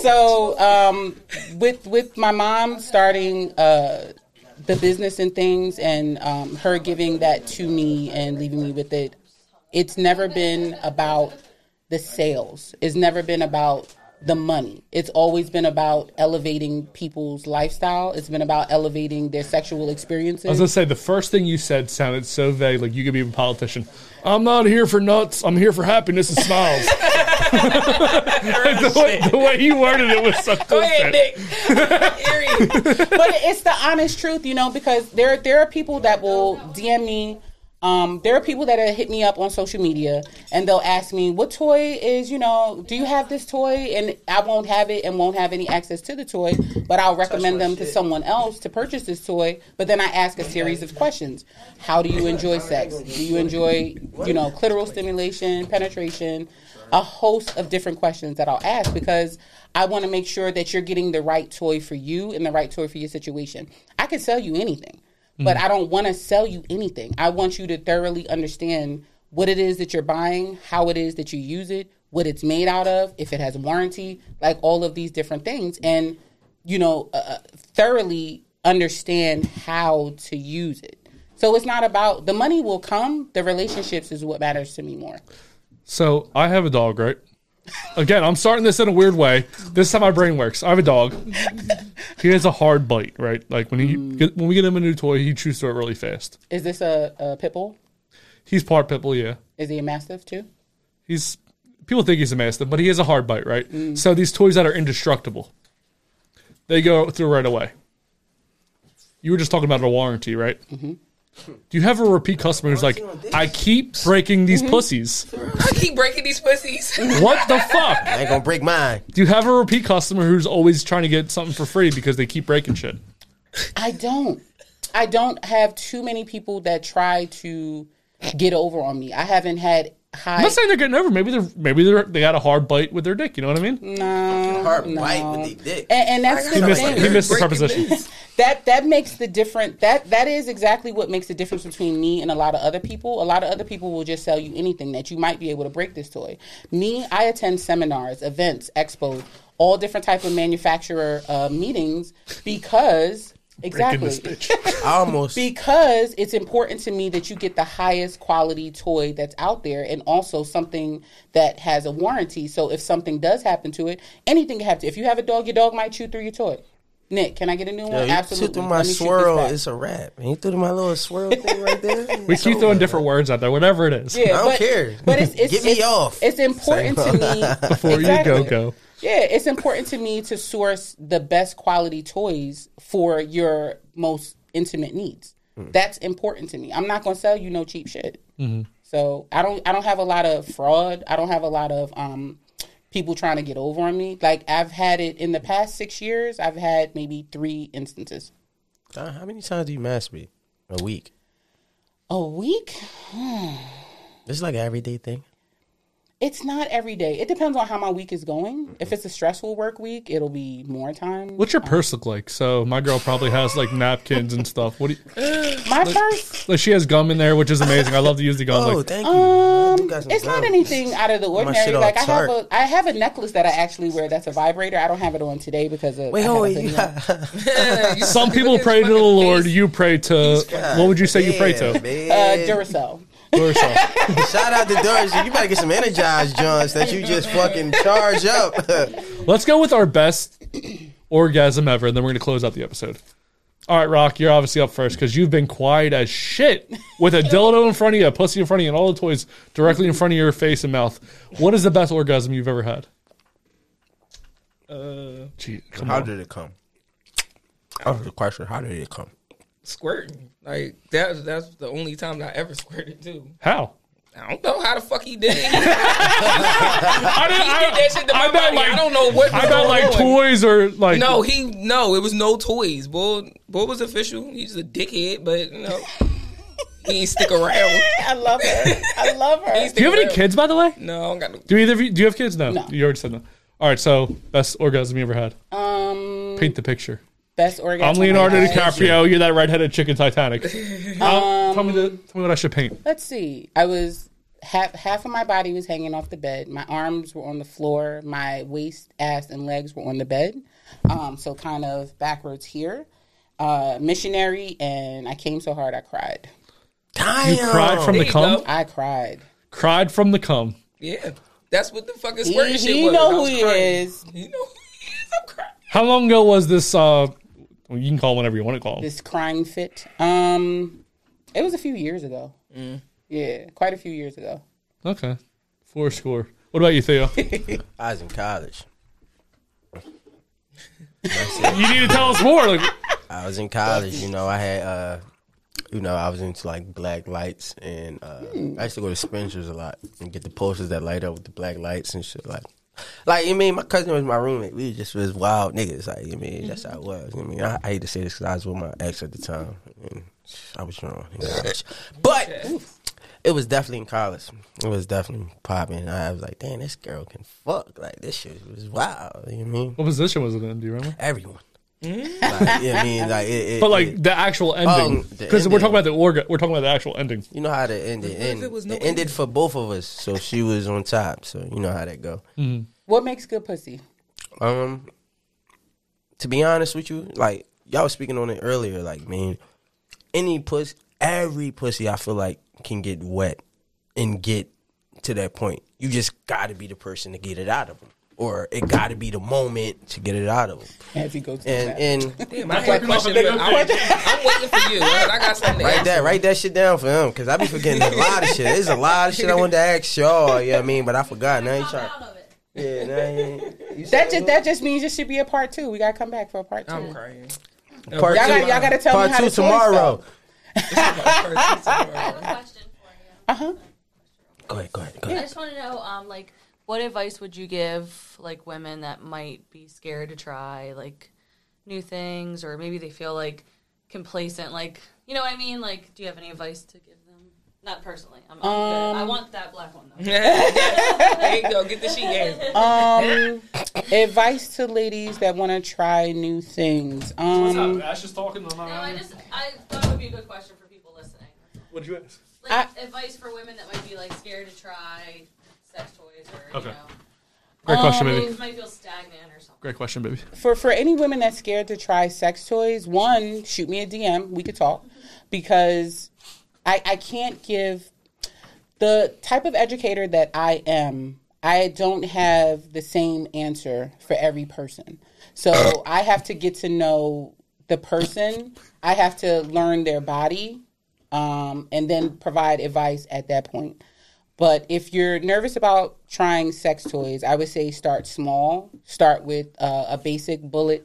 so um, with with my mom starting uh, the business and things, and um, her giving that to me and leaving me with it, it's never been about the sales. It's never been about the money. It's always been about elevating people's lifestyle. It's been about elevating their sexual experiences. I was gonna say the first thing you said sounded so vague, like you could be a politician. I'm not here for nuts. I'm here for happiness and smiles. the, way, the way you worded it was so Go ahead, bullshit. Nick. Eerie. but it's the honest truth, you know, because there there are people that will DM me. Um, there are people that have hit me up on social media and they'll ask me, "What toy is you know? Do you have this toy?" And I won't have it and won't have any access to the toy, but I'll recommend them to someone else to purchase this toy. But then I ask a series of questions: How do you enjoy sex? Do you enjoy you know clitoral stimulation, penetration? A host of different questions that I'll ask because I want to make sure that you're getting the right toy for you and the right toy for your situation. I can sell you anything, but I don't want to sell you anything. I want you to thoroughly understand what it is that you're buying, how it is that you use it, what it's made out of, if it has warranty, like all of these different things. And, you know, uh, thoroughly understand how to use it. So it's not about the money will come, the relationships is what matters to me more. So I have a dog, right? Again, I'm starting this in a weird way. This is how my brain works. I have a dog. He has a hard bite, right? Like when he get, when we get him a new toy, he chews through it really fast. Is this a, a pit bull? He's part pit bull, yeah. Is he a mastiff too? he's people think he's a mastiff, but he is a hard bite, right? So these toys that are indestructible, they go through right away. You were just talking about a warranty, right? Do you have a repeat customer who's like, I keep breaking these pussies? I keep breaking these pussies. What the fuck? I ain't gonna break mine. Do you have a repeat customer who's always trying to get something for free because they keep breaking shit? I don't. I don't have too many people that try to get over on me. I haven't had high. I'm not saying they're getting over. Maybe they're maybe they're they got a hard bite with their dick. You know what I mean? Hard bite with the dick. and, and that's He the missed- thing. he missed Mm. the Breaking proposition. news. that that makes the difference. That that is exactly what makes the difference between me and a lot of other people. A lot of other people will just sell you anything that you might be able to break this toy. Me, I attend seminars, events, expos, all different type of manufacturer uh, meetings because Breaking exactly this bitch. I almost. because it's important to me that you get the highest quality toy that's out there and also something that has a warranty so if something does happen to it anything can happen to if you have a dog your dog might chew through your toy nick can i get a new Yo, one you absolutely Absolutely. threw my Let me shoot this swirl. back. It's a wrap. And you threw my little swirl thing right there. We keep throwing different words out there, whatever it is. yeah, I don't but, care. but it's, it's Get me it's- off. it's important to me Before Exactly. you go, go. Yeah, it's important to me to source the best quality toys for your most intimate needs. Hmm. That's important to me. I'm not going to sell you no cheap shit. Mm-hmm. So I don't. I don't have a lot of fraud. I don't have a lot of um, people trying to get over on me. Like I've had it in the past six years. I've had maybe three instances. Uh, How many times do you masturbate a week? A week. It's like an everyday thing. It's not every day. It depends on how my week is going. If it's a stressful work week, it'll be more time. What's your purse look like? So my girl probably has like napkins and stuff. What do you, My first like she has gum in there, which is amazing. I love to use the gum. Oh, like, thank Um, You got some it's not gloves. anything out of the ordinary. shit all Like I have a, tart. I have a necklace that I actually wear that's a vibrator. I don't have it on today because of. Wait, I have a hold on. hoodie You on. You Some fucking people look at pray to the his fucking Lord. face. You pray to what would you say you pray Yeah, to? man. Uh, Duracell. Or so. Uh, Uh, Shout out to Doris. You better get some energized Johns that you just fucking charge up. Let's go with our best orgasm ever, and then we're going to close out the episode. All right, Rock, you're obviously up first because you've been quiet as shit with a dildo in front of you, a pussy in front of you, and all the toys directly in front of your face and mouth. What is the best orgasm you've ever had? Uh, Gee, come How on. did it come? That was the question. How did it come? Squirting. Like that that's the only time that I ever squirted too. How? I don't know how the fuck he did it. he did that shit to I my bet, body. like- I don't know what I was got like going on. toys or like No, he no, it was no toys. Boy boy was official. He's a dickhead, but you know he ain't stick around. I love her. I love her. Do you have any kids, by the way? No, I don't got no Do either of you? Do you have kids? No. You already said no. All right. So best orgasm you ever had. Um, Paint the picture. best orgasm. I'm Leonardo I've had. DiCaprio. You're that redheaded chicken Titanic. Uh, tell me the, tell me what I should paint. Let's see. I was half half of my body was hanging off the bed. My arms were on the floor. My waist, ass, and legs were on the bed. Um, so kind of backwards here. Uh, missionary, and I came so hard I cried. You cried from the you cum. go. I cried. Cried from the cum. Yeah. That's what the fucking He, squirting shit he was. I know who was he crying. is. You know who he is. I'm crying. How long ago was this? Uh, well, you can call it whenever you want to call. it. This crying fit. Um, it was a few years ago. Mm. Yeah, quite a few years ago. Okay. Four score. What about you, Theo? you I was in college. need to tell us more. Like, I was in college. You know, I had, uh, you know, I was into like black lights, and uh, I used to go to Spencer's a lot and get the posters that light up with the black lights and shit. Like, like you mean, my cousin was my roommate. We just was wild niggas. Like, you mean, that's Mm-hmm. how it was. You mean, I, I hate to say this because I was with my ex at the time, and I was wrong, you know, but. It was definitely in college. It was definitely popping. I was like, damn, this girl can fuck. Like, this shit was wild. You know what I mean? what position was it in? Do you remember? Everyone. Like, you know what I mean? Like, it, it, But it- like the actual Um, ending, the because we're ending. talking about the orga, we're talking about the actual ending. You know how to end it. End, it was no it ended for both of us, so she was on top. So you know how that go. What makes good pussy? Mm-hmm. Um, to be honest with you, like y'all was speaking on it earlier, like man, any pussy, every pussy, I feel like can get wet and get to that point. You just got to be the person to get it out of them, or it got to be the moment to get it out of them. As he goes to the bathroom. And and Damn, I had a question. but I'm, I'm waiting for you. I I got something to Write ask that, you. write that shit down for him, cause I be forgetting a lot of shit. There's a lot of shit I wanted to ask y'all. You know what I mean? But I forgot. Now you trying. out of it. Yeah, now you ain't- you That just that just means it should be a part two. We gotta come back for a part 2 I'm crying. Part Y'all two, gotta, y'all gotta tell part me how two the toys felt. tomorrow. I have a question for you. Go ahead, go ahead, go ahead. I just want to know, um, like, what advice would you give like women that might be scared to try like new things, or maybe they feel like complacent? Like, you know what I mean? Like, do you have any advice to give them? Not personally. I'm, I'm good. I want that black one though. There you go. Get the sheet game. Um, advice to ladies that want to try new things. Um, Ash is talking. No, I just I thought it would be a good question for people listening. What'd you ask? Like, advice for women that might be like scared to try sex toys, or Okay. you know, Great question, baby. things might feel stagnant or something. Great question, baby. for for any women that's scared to try sex toys, one shoot me a DM. We could talk because I I can't give the type of educator that I am, I don't have the same answer for every person. So I have to get to know the person. I have to learn their body, um, and then provide advice at that point. But if you're nervous about trying sex toys, I would say start small. Start with uh, a basic bullet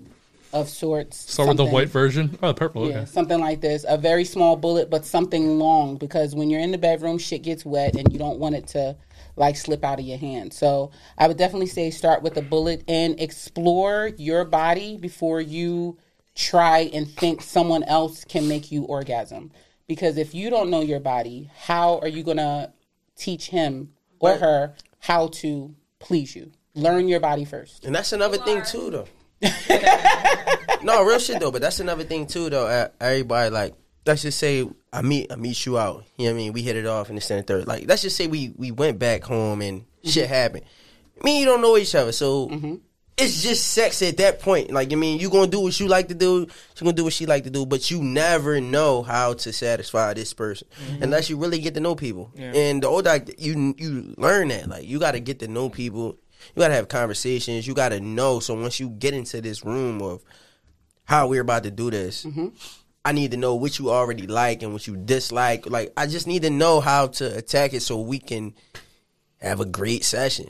of sorts. Start with the something. white version. Oh, the purple. Okay. Yeah, something like this. A very small bullet, but something long because when you're in the bedroom, shit gets wet and you don't want it to like slip out of your hand. So I would definitely say start with a bullet and explore your body before you try and think someone else can make you orgasm. Because if you don't know your body, how are you going to teach him or her how to please you? Learn your body first. And that's another thing too, though. no, real shit though. But that's another thing too, though. Uh, Everybody like, let's just say I meet I meet you out. You know what I mean? We hit it off and this and the third. Like, let's just say we we went back home and shit happened. Me, and you don't know each other, so. It's just sex at that point. Like, I mean, you gonna do what you like to do. She gonna do what she like to do, but you never know how to satisfy this person unless you really get to know people. And the older I, get, you you learn that, like, you got to get to know people You gotta have conversations. You gotta know. So once you get into this room of how we're about to do this, I need to know what you already like and what you dislike. Like I just need to know how to attack it so we can have a great session.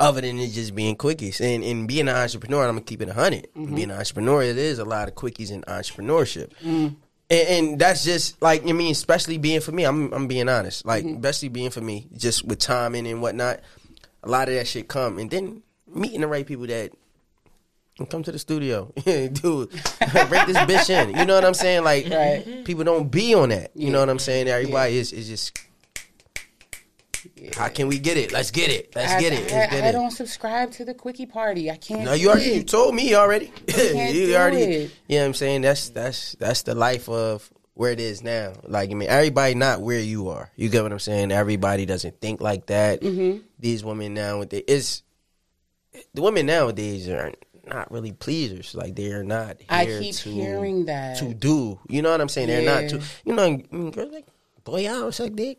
Other than it just being quickies and, and being an entrepreneur, I'm gonna keep it 100 Being an entrepreneur, it is a lot of quickies in entrepreneurship and, and that's just like I mean, especially being for me. I'm I'm being honest, like Mm-hmm. especially being for me, just with timing and whatnot. A lot of that shit come, and then meeting the right people that can come to the studio, dude. break this bitch in. You know what I'm saying? Like Right. people don't be on that. You know what I'm saying? Everybody is is just. How can we get it? Let's get it. Let's I, get it. I, Let's get I it. don't subscribe to the quickie party. I can't. No, you already you told me already. can't do you already it. You know what I'm saying? That's that's that's the life of where it is now. Like I mean, everybody not where you are. You get what I'm saying? Everybody doesn't think like that. Mm-hmm. These women now with the it's the women nowadays are not really pleasers. Like they are not here I keep to, hearing that. to do. You know what I'm saying? They're Yeah. not to you know I mean, girls like boy I don't suck dick. Bitch,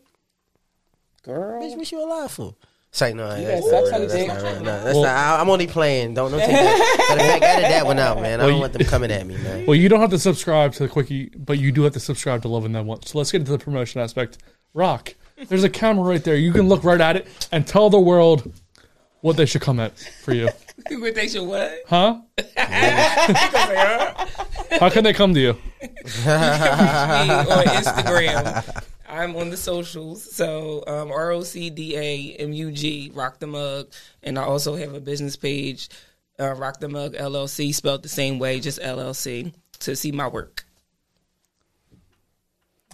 Girl, what you alive for? It's like, no, You that's, gotta suck not, some that's dick. not right. No, that's Well- not, I, I'm only playing. Don't, don't take that. Gotta back out of that one out, man. I Well, don't you- want them coming at me, man. Well, you don't have to subscribe to the quickie, but you do have to subscribe to Love and Then What. So let's get into the promotion aspect. Rock, there's a camera right there. You can look right at it and tell the world what they should come at for you. What they should what? Huh? How can they come to you? me on Instagram. I'm on the socials. So um, R O C D A M U G, Rock the Mug. And I also have a business page, uh, Rock the Mug LLC, spelled the same way, just LLC, to see my work.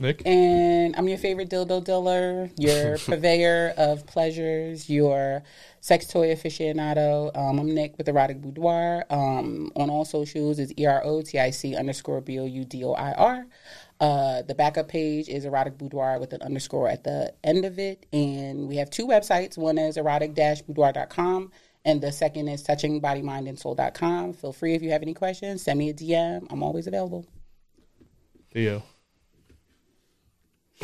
Nick? and I'm your favorite dildo diller, your purveyor of pleasures, your sex toy aficionado. Um, I'm Nick with Erotic Boudoir. Um, on all socials is E R O T I C underscore B O U D O I R. Uh, the backup page is Erotic Boudoir with an underscore at the end of it. And we have two websites. One is erotic-boudoir.com and the second is touchingbodymindandsoul.com. Feel free if you have any questions, send me a DM. I'm always available. Theo.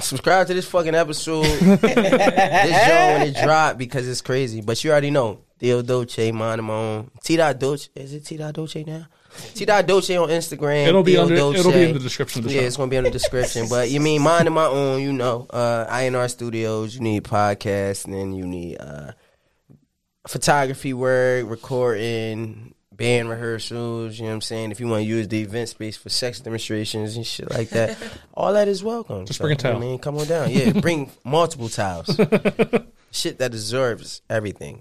Subscribe to this fucking episode. this show when it drop because it's crazy. But you already know. Theo Dolce, mine and my own. T. Dot Dolce. Is it T. Dot Dolce now? T. Dot Dolce on Instagram. It'll be Theo under- it'll be Dolce. in the description of the Yeah, show. it's gonna be in the description. but you mean mine and my own, you know. Uh INR Studios, you need podcasts, and then you need uh photography work, recording, band rehearsals, you know what I'm saying? If you want to use the event space for sex demonstrations and shit like that, all that is welcome. Just bring a So, towel. I mean, come on down. Yeah, bring multiple towels. shit that deserves everything.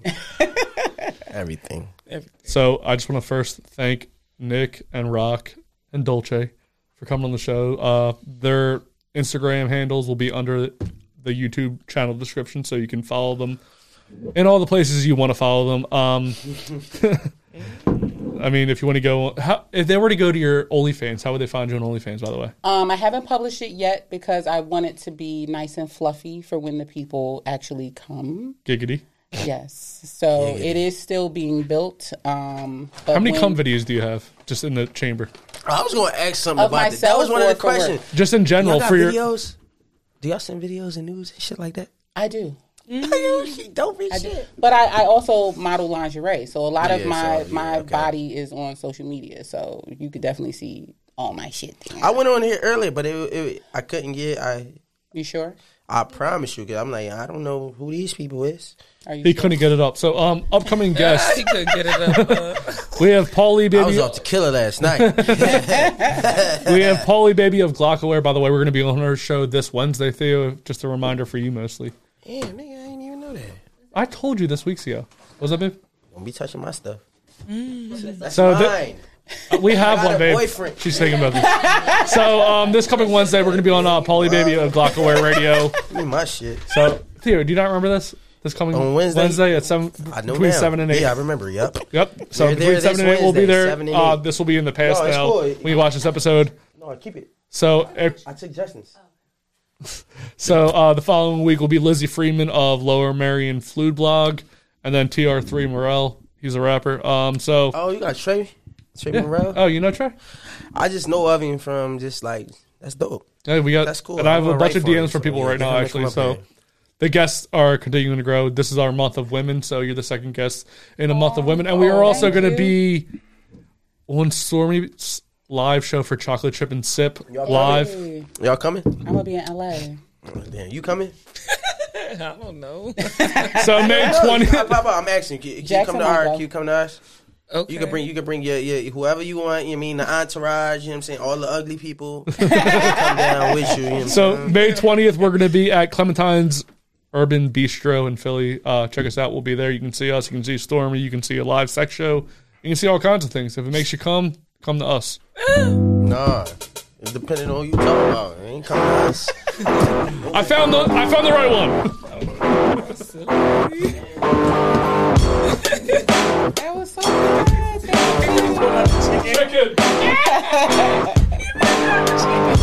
everything. So I just want to first thank Nick and Rock and Dolce for coming on the show. Uh, their Instagram handles will be under the YouTube channel description, so you can follow them in all the places you want to follow them. Um, I mean, if you want to go, how, if they were to go to your OnlyFans, how would they find you on OnlyFans? By the way, Um, I haven't published it yet because I want it to be nice and fluffy for when the people actually come. giggity. Yes, so it is still being built. Um, but How many when- cum videos do you have just in the chamber, I was gonna ask something Of about that. That myself was one of or the for work? questions. just in general Y'all got for your? videos? Do y'all send videos and news and shit like that? I do, she don't read shit. but I, I also model lingerie, so a lot of Yeah, my so, yeah, my okay. body is on social media, so you could definitely see all my shit. There. I went on here earlier, but it, it I couldn't get. I you sure? I promise you, because I'm like I don't know who these people is. Are you? He sure? couldn't get it up. So, um, upcoming guest, She could get it up. Uh, we have Paulie Baby. I was off the killer last night. we have Polly Baby of Glockaware. By the way, we're going to be on her show this Wednesday, Theo. Just a reminder for you mostly. Damn, nigga, I didn't even know that. I told you this week's ago. Was that babe? Don't be touching my stuff. That's So the- mine. Uh, We have Got one, a babe. boyfriend. She's thinking about this. So um, this coming Wednesday, we're going to be on uh, Polly Baby of Glockaware Radio. Give me my shit. So Theo, do you not remember this? This coming On Wednesday? at seven I know between now. seven and eight. Yeah, I remember. Yep. Yep. So We're there between this seven and eight, we'll be Wednesday, there. seven and Uh, eight. this will be in the past No, it's now. cool. We watch this episode. No, Oh, keep it. So if, I took Justin's. So uh, the following week will be Lizzie Freeman of Lower Marion Fluid Blog, and then TR3 Morel. He's a rapper. Um, so Oh, you got Trey. Trey yeah. Monroe. oh, you know Trey? I just know of him from just like that's dope. Yeah, we got That's cool. And I have I'm a gonna bunch write of for him, DMs from so people yeah, right now definitely actually. come up So here. The guests are continuing to grow. This is our month of women, so you're the second guest in a month of women, and we are also going to be on Stormy's live show for Chocolate Chip and Sip live. Y'all coming? I'm gonna be in LA. Damn, you coming? I don't know. So May twenty. Pop, pop, pop, I'm asking you. Can, can you come to Jacksonville, our? though. Can you come to us? Okay. You can bring you can bring your, your whoever you want. You know what I mean the entourage. You know what I'm saying all the ugly people They come down with you. you know what I'm So saying? May twentieth, we're going to be at Clementine's Urban Bistro in Philly. Uh, check us out; we'll be there. You can see us. You can see Stormy. You can see a live sex show. You can see all kinds of things. If it makes you come, come to us. nah, it's depending on who you talking about. It ain't coming to us. I found the I found the right one. That was so good. Thank you. Check it. Chicken.